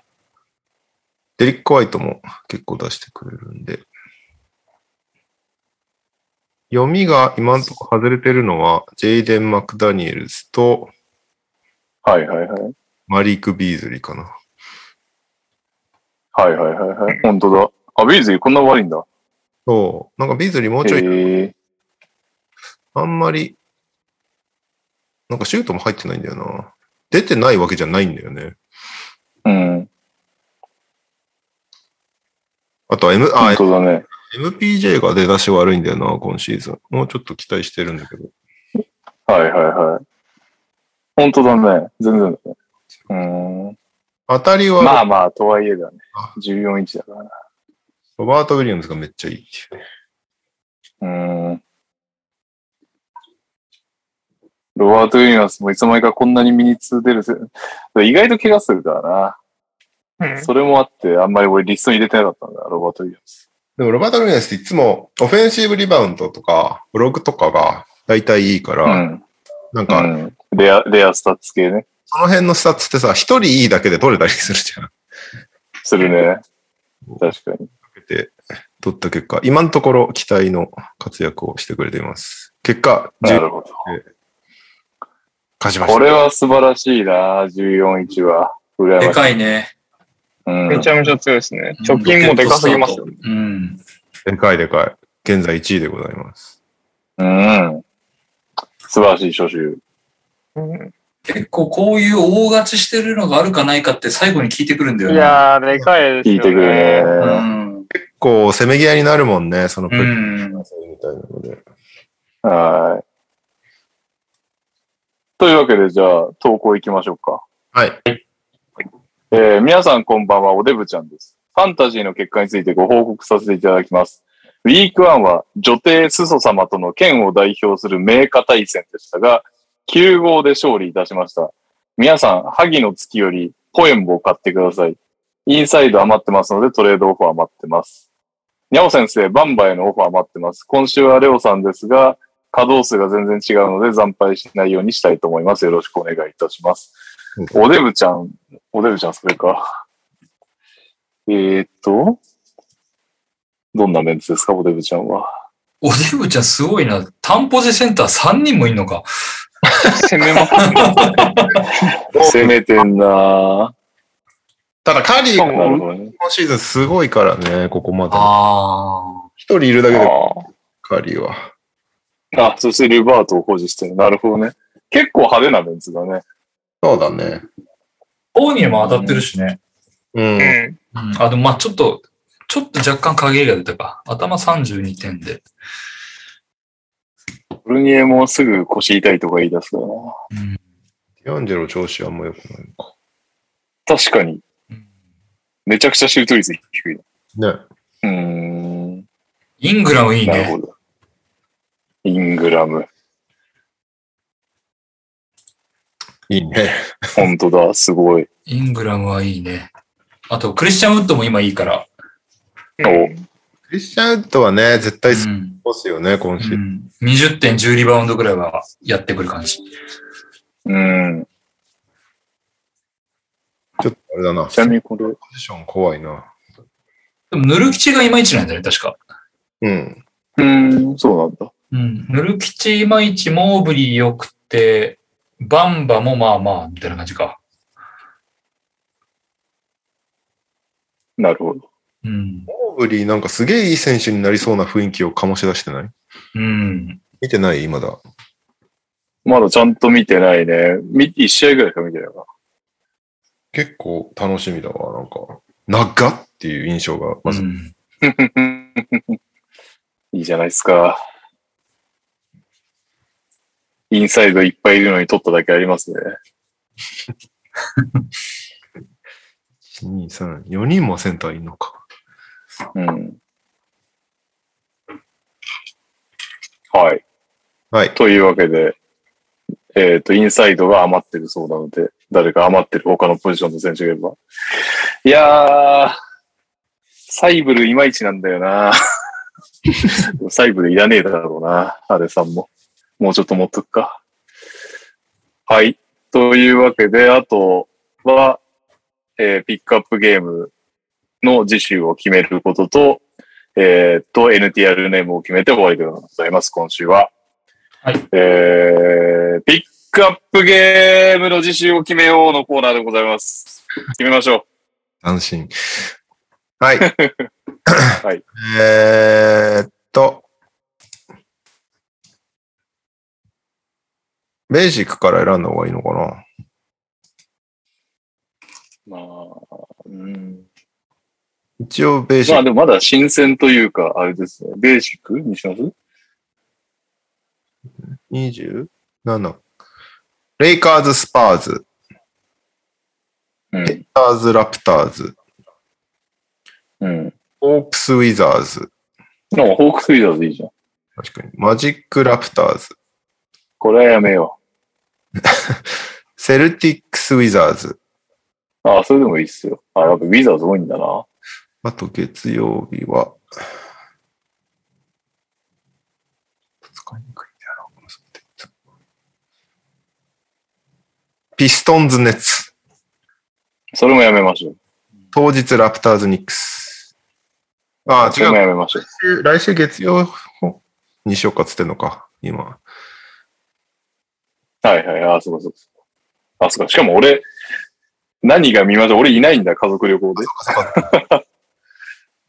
S1: デリック・ホワイトも結構出してくれるんで。読みが今んとこ外れてるのは、ジェイデン・マクダニエルズと、
S2: はいはいはい。
S1: マリーク・ビーズリーかな。
S2: はいはいはいはい。本当だ。あ、ビーズリーこんな悪いんだ。
S1: そう。なんかビーズリーもうちょい、
S2: へえ。
S1: あんまり、なんかシュートも入ってないんだよな。出てないわけじゃないんだよね。
S2: うん。
S1: あとは M、あ
S2: 本、当だね。
S1: MPJ が出だし悪いんだよな、今シーズン。もうちょっと期待してるんだけど。
S2: はいはいはい。本当だね。全然だね。うん。
S1: 当たりは、
S2: まあまあ、とはいえだね。14インチだからな。
S1: ロバート・ウィリアムズがめっちゃいいっていうね。
S2: うん。ロバート・ウィリアムスもいつの間にかこんなに身につ出るせ。意外と怪我するから
S4: うん
S2: な。それもあって、あんまり俺リストに入れてなかったんだ、ロバート・ウィリアムス。
S1: でもロバート・ウィリアムズっていつもオフェンシブリバウンドとか、ブログとかが大体いいから、
S2: うん。
S1: なんか、
S2: うんレア、レアスタッツ系ね。
S1: その辺のスタッツってさ、一人いいだけで取れたりするじゃん。
S2: するね。確かに。
S1: かけて取った結果、今のところ期待の活躍をしてくれています。結果、
S2: なるほど。
S1: 勝ちました。
S2: これは素晴らしいな、14インチは。羨ましい。
S3: でかいね。
S2: うん
S4: めちゃめちゃ強いですね。貯金もでかすぎますよ。
S3: うん。
S1: でかいでかい。現在1位でございます。
S2: うん。素晴らしい初集。
S4: うん
S3: 結構こういう大勝ちしてるのがあるかないかって最後に聞いてくるんだよ
S4: い
S3: ね。
S4: やー、でかいですよ
S2: 聞
S4: ね。
S2: いてくるね。
S3: う
S2: うん
S3: ん。
S1: こう、せめぎ合いになるもんね、そのプ
S3: う
S1: レー
S3: ん。
S1: みたいなので。
S2: はい。というわけで、じゃあ、投稿行きましょうか。
S1: はい。
S2: えー皆さんこんばんは、おデブちゃんです。ファンタジーの結果についてご報告させていただきます。ウィーク1は女帝スソ様との剣を代表する名家対戦でしたが、9号で勝利いたしました。皆さん、萩の月よりポエムを買ってください。インサイド余ってますのでトレードオファー待ってます。ニャオ先生、バンバへのオファー待ってます。今週はレオさんですが、稼働数が全然違うので惨敗しないようにしたいと思います。よろしくお願いいたします。おデブちゃん、おデブちゃん、それか。えー、っと、どんなメンツですか、おデブちゃんは。
S3: おデブちゃんすごいな。担保でセンター3人もいんのか。
S4: 攻めます。
S2: 攻めてんな
S1: ただ、カリー
S2: ぁ。
S1: が
S2: なる
S1: 今
S2: ほどね。
S1: シーズンすごいからね、ここまで。
S3: あ
S1: 一人いるだけで、
S2: あ
S1: カリーは。
S2: ーあ、そしてリバートを保持してる。なるほどね。結構派手なメンツだね。
S1: そうだね。
S3: あ。オーニーも当たってるしね。
S1: うん。
S4: う
S3: う
S4: ん。
S3: ん。あ、でもまあちょっと、ちょっと若干陰りが出たか。頭32点で。
S2: ブルニエもすぐ腰痛いとか言い出すからな。
S3: うん。
S1: ディアンジェロ調子はあんま良くない
S2: 確かに、めちゃくちゃシュート率低いな。
S1: のか。ね。
S2: うーん。
S3: イングラムいい
S2: なる
S3: ね。
S2: ほど。イングラム。
S1: いいね。
S2: 本当だ、すごい。
S3: イングラムはいいね。あと、クリスチャン・ウッドも今いいから。
S2: お
S1: クリスチャンウッドはね、絶
S3: う
S1: 対ス
S3: ん。
S1: ポーツよね、今
S3: う
S1: シーズン。
S3: ん、20点10リバウンドぐらいはやってくる感じ。
S2: うん。
S1: ちょっとあれだな。
S2: ちなみにこれ、
S1: ポジション怖いな。
S3: でも、ヌルキチがいまいちなんだよね、確か。
S1: うん。
S2: うん、そうなんだ。
S3: うん。ヌルキチいまいち、モーブリー良くて、バンバもまあまあ、みたいな感じか。
S2: なるほど。
S3: うん。
S1: オーブリーなんかすげえいい選手になりそうな雰囲気を醸し出してない
S3: うん。
S1: 見てないまだ。
S2: まだちゃんと見てないね。み一試合ぐらいしか見てないか
S1: 結構楽しみだわ、なんか。長っっていう印象が、まず。
S3: うん
S2: な。 いいじゃないですか。インサイドいっぱいいるのに取っただけありますね。
S1: 2、3、4人もセンターいんのか。
S2: うん。はい。
S1: はい。
S2: というわけで、えっ、と、インサイドが余ってるそうなので、誰か余ってる他のポジションの選手がいれば。いやー、サイブルいまいちなんだ よなサイブルいらねえだろうな、アレさんも。もうちょっと持っとくか。はい。というわけで、あとは、えーピックアップゲームの次週を決めることと、えっ、と、NTR ネームを決めて終わりでございます、今週は。えー、ピックアップゲームの自習を決めようのコーナーでございます。決めましょ。
S1: 安心。はい。はいえーっと。ベーシックから選んだ方がいいのかな
S2: う。まあ、うん。
S1: 一応ベーシ
S2: ま
S1: ッ
S2: あ
S1: ク。
S2: でもまだ新鮮というか、あれですね。ベーシックにします
S1: 27。レイカーズ、スパーズ、
S2: うん。
S1: スターズ、ラプターズ、
S2: うん。
S1: ホープス、ウィザーズ、
S2: でもホークスウィザーズいいじゃん。
S1: 確かに。マジック、ラプターズ、
S2: これはやめよ
S1: セルティックス、ウィザーズ。
S2: う。ああ、それでもいいっすよ。あやっぱウィザーズ多いんだな。
S1: あと月曜日は、使いにくいんだよなこの設定ピストンズ、ネッツ。
S2: それもやめましょう。
S1: 当日、ラプターズ、ニックス。ああ、
S2: そ
S1: 違
S2: れ
S1: う
S2: も。やめましょう。
S1: 来週月曜にしようかっつってんのか、今。
S2: はいはい。ああ、そうかそうか。あ、そうか。しかも俺、何が見ましょう俺いないんだ、家族旅行で。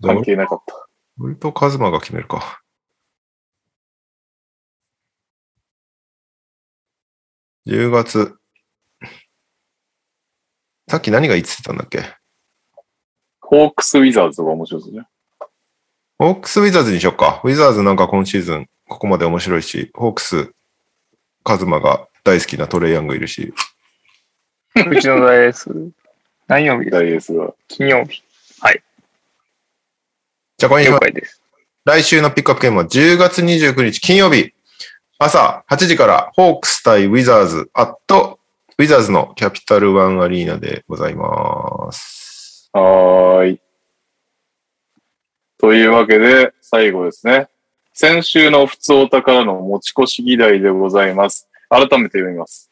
S2: 関係なかった。
S1: 俺とカズマが決めるか。10月。さっき何が言ってたんだっけ
S2: ホークスウィザーズとか面白いですね。
S1: ホークス・ウィザーズにしよっか。ウィザーズなんか今シーズンここまで面白いし、ホークス、カズマが大好きなトレイヤングいるし、
S4: うちの大 S。何曜日ですか
S2: 大エースが。
S4: 金曜日。
S1: じゃあこれ
S4: 了
S1: 今、
S4: 解です。
S1: 来週のピックアップゲームは10月29日金曜日、朝8時から、ホークス対ウィザーズ、アット、ウィザーズのキャピタルワンアリーナでございます。
S2: はーい。というわけで、最後ですね。先週の普通お宝の持ち越し議題でございます。改めて読みます。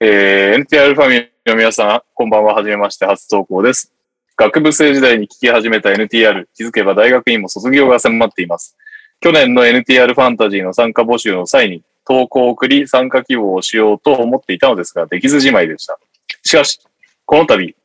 S2: えー、NTR ファミリーの皆さん、こんばんは。はじめまして、初投稿です。学部生時代に聞き始めた NTR、気づけば大学院も卒業が迫っています。去年の NTR ファンタジーの参加募集の際に、投稿を送り、参加希望をしようと思っていたのですが、できずじまいでした。しかし、この度、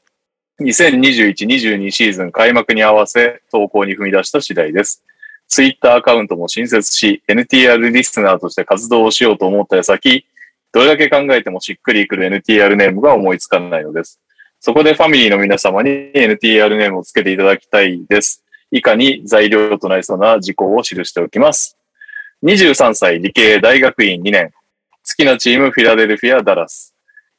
S2: 2021-22シーズン開幕に合わせ投稿に踏み出した次第です。ツイッターアカウントも新設し、NTR リスナーとして活動をしようと思った矢先、どれだけ考えてもしっくりくる NTR ネームが思いつかないのです。そこでファミリーの皆様に NTR ネームをつけていただきたいです。以下に材料となりそうな事項を記しておきます。23歳理系大学院2年。好きなチームフィラデルフィア・ダラス。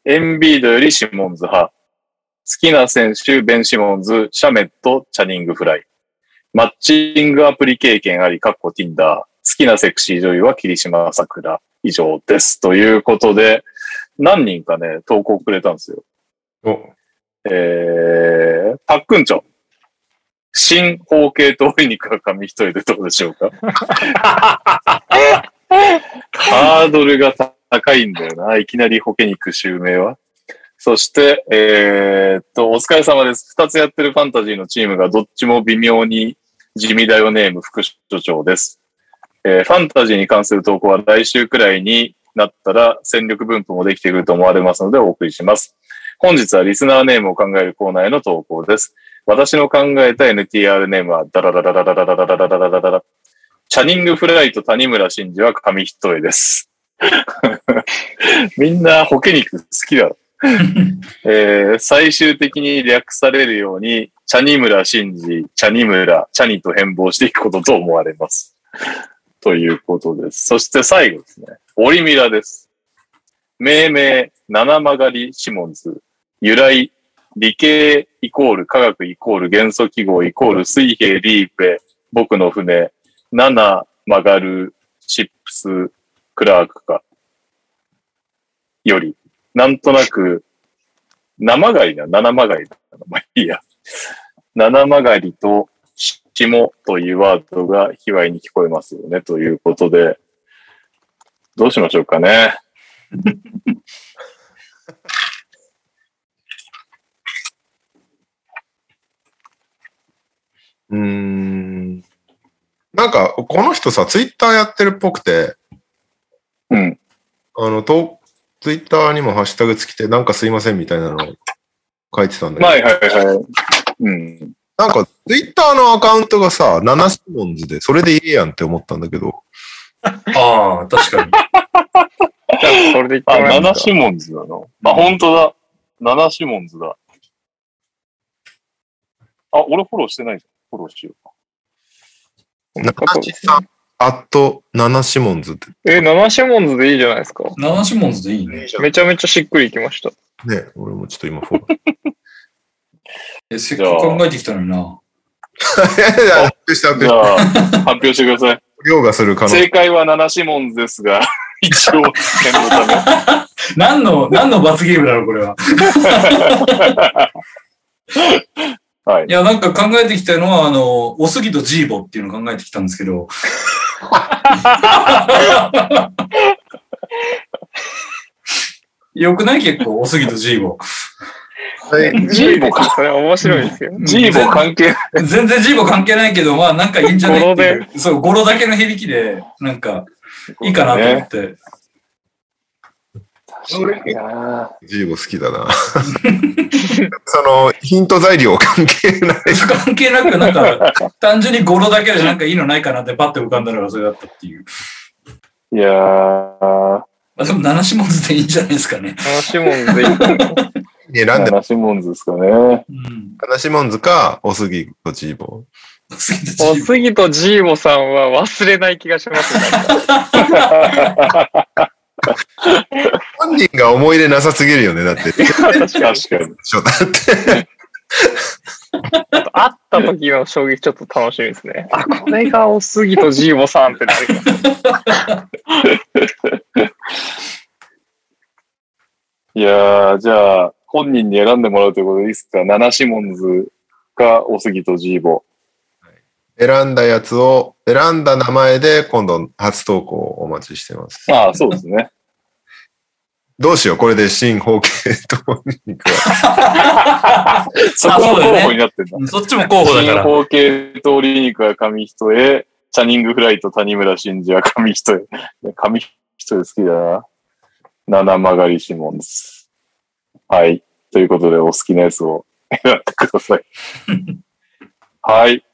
S2: エンビードよりシモンズ派。好きな選手、ベン・シモンズ、シャメット、チャニング・フライ。マッチングアプリ経験あり、カッコ Tinder。好きなセクシー女優は霧島さくら。以上です。ということで、何人かね、投稿くれたんですよ。
S1: お、
S2: えー、パックンチョ。新方形とおい肉が紙一重でどうでしょうかハードルが高いんだよな。いきなりホケ肉襲名は。そして、えーっと、お疲れ様です。二つやってるファンタジーのチームがどっちも微妙に地味だよネーム副所長です。えーファンタジーに関する投稿は来週くらいになったら戦力分布もできてくると思われますのでお送りします。本日はリスナーネームを考えるコーナーへの投稿です。私の考えた NTR ネームは、ダラダラダラダラダラダラダラダラ。チャニングフライと谷村新司は紙一重です。みんなホケ肉好きだろ。えー最終的に略されるように、チャニムラシンジ、チャニムラ、チャニと変貌していくことと思われます。ということです。そして最後ですね。オリミラです。命名、七曲がりシモンズ。由来、理系イコール科学イコール元素記号イコール水平リーペ、僕の船、七曲がるシップス、クラークか。より、なんとなく、生がりだ、七曲がりだ。まあいいや。七曲がりと下というワードが卑猥に聞こえますよね、ということで。どうしましょうかね。
S1: うーん。なんか、この人さ、ツイッターやってるっぽくて、
S2: うん。
S1: あの、と、ツイッターにもハッシュタグつきて、なんかすいませんみたいなの書いてたんだけど。
S2: はいはいはい。うん。
S1: なんか、ツイッターのアカウントがさ、7シモンズで、それでいいやんって思ったんだけど、
S3: ああ、確かに。
S4: じゃあ、それでいって
S2: あ、
S4: もらえま
S2: 七
S4: す
S2: シモンズだな。あ、本当だ。七シモンズだ。あ、俺フォローしてないじゃん。フォローしようか。
S1: な
S4: か。
S1: なちさん、アット7シモンズって。
S4: え、七シモンズでいいじゃないですか。
S3: 七シモンズでいいね。
S4: めちゃめちゃしっくりいきました。
S1: ね、俺もちょっと今フォロー。
S3: え、せっかく考えてきたのにな。
S1: いやいや発表した
S2: じ
S1: って、
S2: ゃあ、発表してください。
S1: 凌駕する可能性。
S2: 正解は七シモンズですが、 一応、念のため。
S3: 何の、何の罰ゲームだろう、これは。
S2: はい
S3: い。や、なんか考えてきたのは、あの、おすぎとジーボっていうのを考えてきたんですけど。 よくない結構、おすぎとジーボ。
S1: はい
S2: ジ ーボか。
S4: それ面白いですよ。
S2: ジーボ関係
S3: 全然ジーボ関係ないけど、まあなんかいいんじゃないってい
S4: 語
S3: う。そう、語呂だけの響きで、なんか、いいかなと思って。
S1: 俺、ジーボ好きだな。その、ヒント材料関係ない。
S3: 関係なく、なんか、単純に語呂だけでなんかいいのないかなってパッて浮かんだのがそれだったっていう。
S2: いやー、
S3: まあでも、七シモンズでいいんじゃないですかね。
S4: 七シモンズでいい。
S1: 選んで、
S2: 七シモンズですか ね。
S3: うん。
S1: 7シモンズか、おすぎとジーボ。
S3: おすぎとジ
S4: お
S3: ーボ。
S4: すぎとジーボさんは忘れない気がしますね。
S1: 本人が思い入れなさすぎるよね、だって。
S4: 確かに。
S2: 確かに。
S1: そうだって。
S4: あと会った時の衝撃ちょっと楽しみですね。あ、これがおすぎとジーボさんってなります。
S2: いやー、じゃあ、本人に選んでもらうということでいいですか七シモンズか、おすぎとジーボ。
S1: 選んだやつを、選んだ名前で今度初投稿をお待ちしてます。
S2: ああ、そうですね。
S1: どうしよう、これで新方形とに行くわ
S2: そこも
S3: そうだよね
S2: 候補になってんだ。
S3: そっちも候補だ
S2: 新
S3: から。
S2: 方形とリニクは紙一重、チャニングフライと谷村新司は紙一重。紙一重好きだな。七曲がりシモンズ。はい。ということで、お好きなやつを選んでくださ い。はい。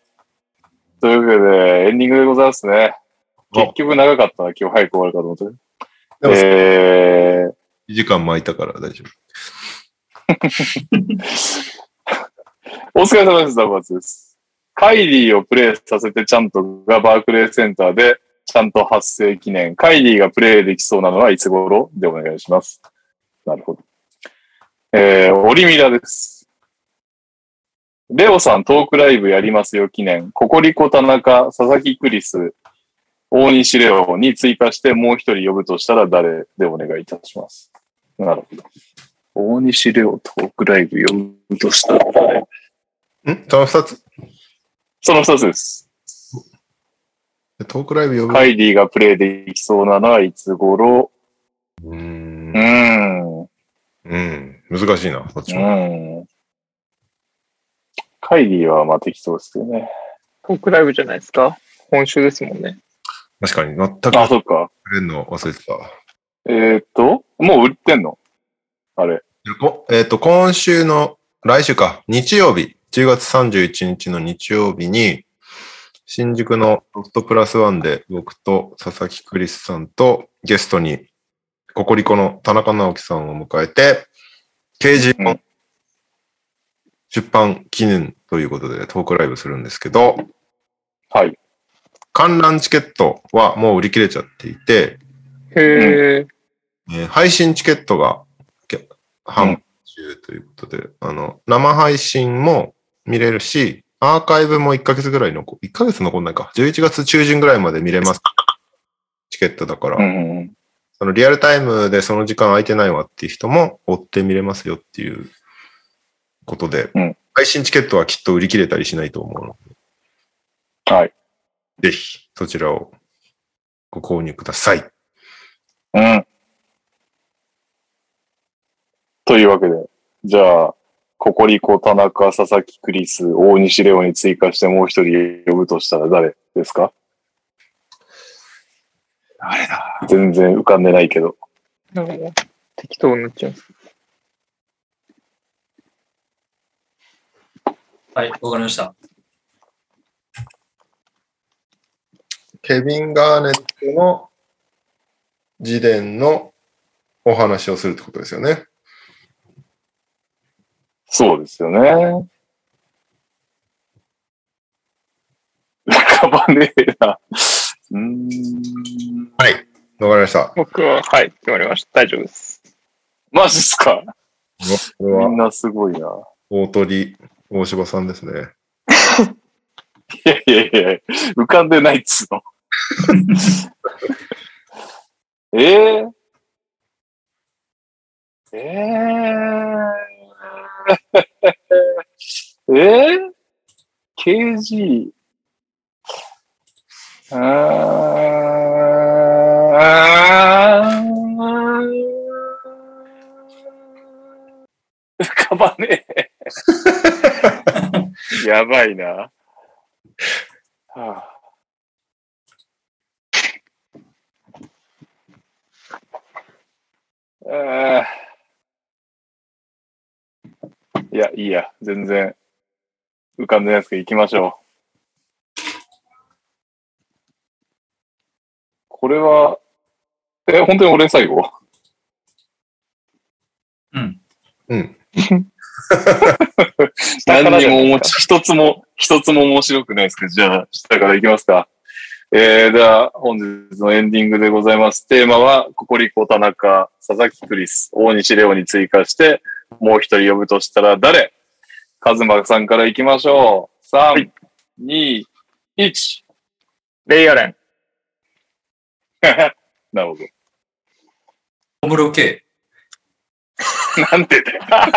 S2: というわけで、エンディングでございますね。結局長かったな、今日早く終わるかと思って。
S1: でも
S2: えー、
S1: 2時間巻いたから大丈夫。
S2: お疲れ様です、ダブアツです。カイリーをプレイさせてちゃんとがバークレーセンターでちゃんと発生記念。カイリーがプレイできそうなのはいつ頃でお願いします。なるほど。えー、オリミラです。レオさんトークライブやりますよ記念。ココリコ田中、佐々木クリス、大西レオに追加してもう一人呼ぶとしたら誰でお願いいたします。なるほど。大西レオトークライブ呼ぶとしたら誰
S1: んその2つ。
S2: その二つです。
S1: トークライブ呼ぶ。
S2: カイリーがプレイできそうなのはいつ頃
S1: うーん
S2: う。ん。う
S1: うん。難しいな、そっちも。
S2: ん。カイリーはまあ適当ですけどね。
S4: トークライブじゃないですか。今週ですもんね。
S1: 確かに、全く
S2: あ、
S1: 忘
S2: そっか。
S1: れんの忘れてた。
S2: えーっと、もう売ってんのあれ。
S1: こえっ、と、今週の、来週か、日曜日、10月31日の日曜日に、新宿のロフトプラスワンで、僕と佐々木クリスさんとゲストに、ココリコの田中直樹さんを迎えて、刑事
S2: うん
S1: 本出版記念ということでトークライブするんですけど、
S2: はい。
S1: 観覧チケットはもう売り切れちゃっていて、
S4: へえ。
S1: えー配信チケットがけ販売中ということで、あの、生配信も見れるし、アーカイブも1ヶ月ぐらい残、1ヶ月残んないか、11月中旬ぐらいまで見れます。チケットだから、
S2: うんうん。
S1: そのリアルタイムでその時間空いてないわっていう人も追って見れますよっていうことで、
S2: うん
S1: 配信チケットはきっと売り切れたりしないと思うので、
S2: はい。
S1: ぜひ、そちらをご購入ください。
S2: うん。というわけで、じゃあ、ココリコ、田中、佐々木、クリス、大西レオに追加してもう一人呼ぶとしたら誰ですか
S3: あれだ。
S2: 全然浮かんでないけど。
S4: なんかもう適当になっちゃうんです。
S3: はい、わかりました。
S1: ケビン・ガーネットの自伝のお話をするってことですよね。
S2: そうですよね。浮かばねえな。うーん。
S1: わかりました。
S4: 僕は、はい、決まりました。大丈夫です。
S2: マジっすか
S1: これ
S2: み
S1: は
S2: んなすごいな。
S1: 大鳥、大柴さんですね。
S2: いやいやいやいや、浮かんでないっつうの。 えー、えー、 えー、KG。あーあー 浮かばねえ。 やばいな。はああーいや、いいや、全然浮かんでないですけど、行きましょう。これは、え、本当に俺最後
S3: うん。
S1: うん。
S4: 下から
S2: 何
S4: じ
S2: に
S4: ゃ
S2: も
S4: な
S2: お
S4: い
S2: 持
S4: です
S2: ち、一つも、一つも面白くないですけど、じゃあ、下からいきますか。えー、では、本日のエンディングでございます。テーマは、ココリコ田中、佐々木クリス、大西レオに追加して、もう一人呼ぶとしたら誰カズマさんから行きましょう。3 2、
S4: い、
S2: 1。
S4: レイアレン。
S2: なるほど。
S3: 小室圭。
S2: なんてだよ。
S1: だ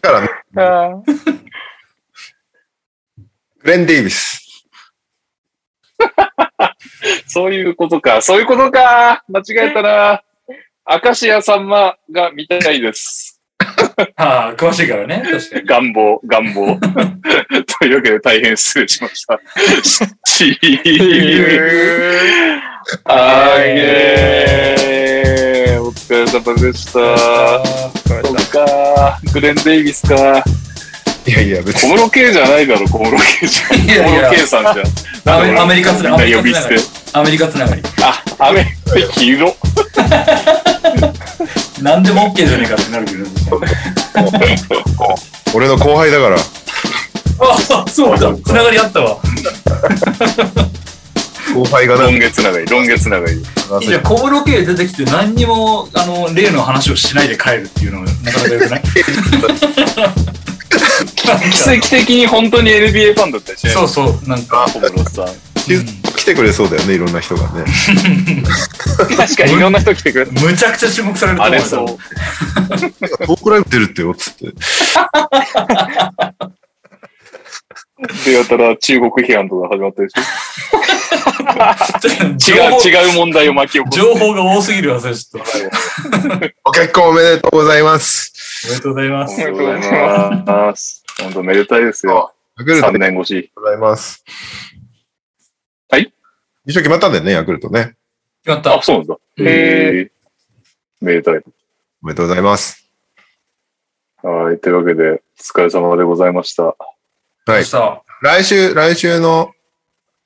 S1: から、ね、
S4: あー
S1: グレン・デイビス。
S2: そういうことか。そういうことか。間違えたな。明石家さんまが見たいです。
S3: ああ、詳しいからね。確か
S2: 願
S3: に。
S2: 望、願望。 というわけで大変失礼しました。チーム。あげー。お疲れ様でした。そっか。グレン・デイビスか。
S1: いやいや、別
S2: 小
S1: に。
S2: 室圭じゃないだろ、小室圭じゃん。
S3: いやいや
S2: 小室圭さんじゃん。
S3: ア
S2: なんだろ
S3: メ
S2: う
S3: アメリカつなが
S2: みん
S3: り。
S2: な呼び捨て。
S3: アメリカつながり。
S2: あ、アメリカ、広っ。
S3: 何でも OK じゃねえかってなるけど。
S1: 俺の後輩だから。
S3: ああ、そうだ。つながりあったわ。
S1: 後輩がな
S2: ロン毛つながり、ロン毛つながり。
S1: 話
S3: いや、小室圭出てきて何にも、あの、例の話をしないで帰るっていうのは、なかなかよくない
S2: 奇跡的に本当に NBA ファンだったりしない
S3: そうそう、なんか。
S2: 小室さん。
S3: うん
S1: 来てくれそうだよね、いろんな人がね。
S4: 確かにいろんな人来てくれた。
S3: むちゃくちゃ注目されると
S2: あ
S3: 思
S2: れ
S3: う
S2: そう。
S1: トークライブ出るってよ、つって。
S2: で、やたら中国批判とか始まったでし
S3: ちょっと情報
S2: ょ。違う、違う問題を巻き起こす。
S3: 情報が多すぎるわ、それちょっと。
S1: ご結婚おめでとうございます。
S3: おめでとうございま
S2: お
S3: す。
S2: めでとうございます。本当めでたいですよ。
S1: ヤクルト
S2: 3
S1: で
S2: 年越し。
S1: ございます。
S2: はい。
S1: 一応決まったんだよね、ヤクルトね。
S3: 決まっ
S2: あ
S3: た、。
S2: そうなんだ。
S4: へ
S2: へえ。めでたい。
S1: おめでとうございます。
S2: はい。というわけで、お疲れ様でございました。
S1: はい。
S3: さ
S1: 来週、来週の、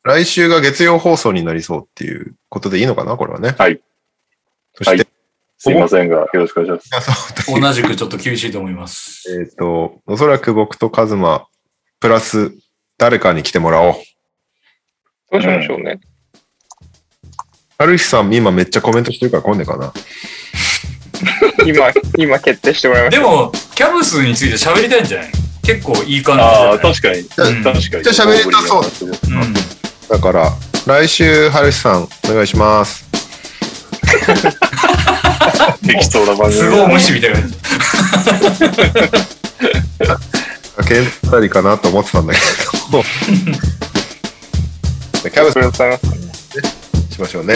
S1: 来週が月曜放送になりそうっていうことでいいのかな、これはね。
S2: はい。
S1: そして、
S2: はいすいませんが、よろしくお願いします。
S1: 皆さんという
S3: 同じくちょっと厳しいと思います。
S1: えっ、と、おそらく僕とカズマ、プラス、誰かに来てもらおう。
S4: どうしましょうね。
S1: ハルヒさん、今めっちゃコメントしてるから来んでかな。
S4: 今、今決定してもらいまし
S3: でも、キャブスについて喋りたいんじゃない結構いい感じ
S2: ああ、
S3: じ
S2: 確かに。
S3: う
S2: 確
S3: ん
S2: かに。
S1: じゃあ喋れたそう
S2: う。
S3: ゃないうん。
S1: だから、来週、ハルヒさん、お願いします。
S2: 適当な番組。
S3: すごい無視みたいな感じ。
S1: けたりかなと思ってたんだけ ど。キ
S4: た。
S1: ャ
S4: あ
S1: ブ
S4: りがとうございます。
S1: スしましょうね。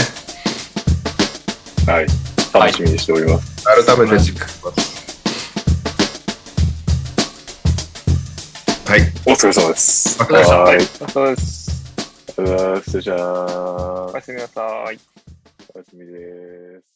S2: はい。楽しみにしております。
S1: 改めて
S3: 同。じく。
S1: はい。
S2: お疲れ様です。
S1: お疲れ
S3: 様
S2: はい。
S4: そうです。
S2: うわー、失礼しま
S4: おやすみなさい。
S2: す。おやすみです。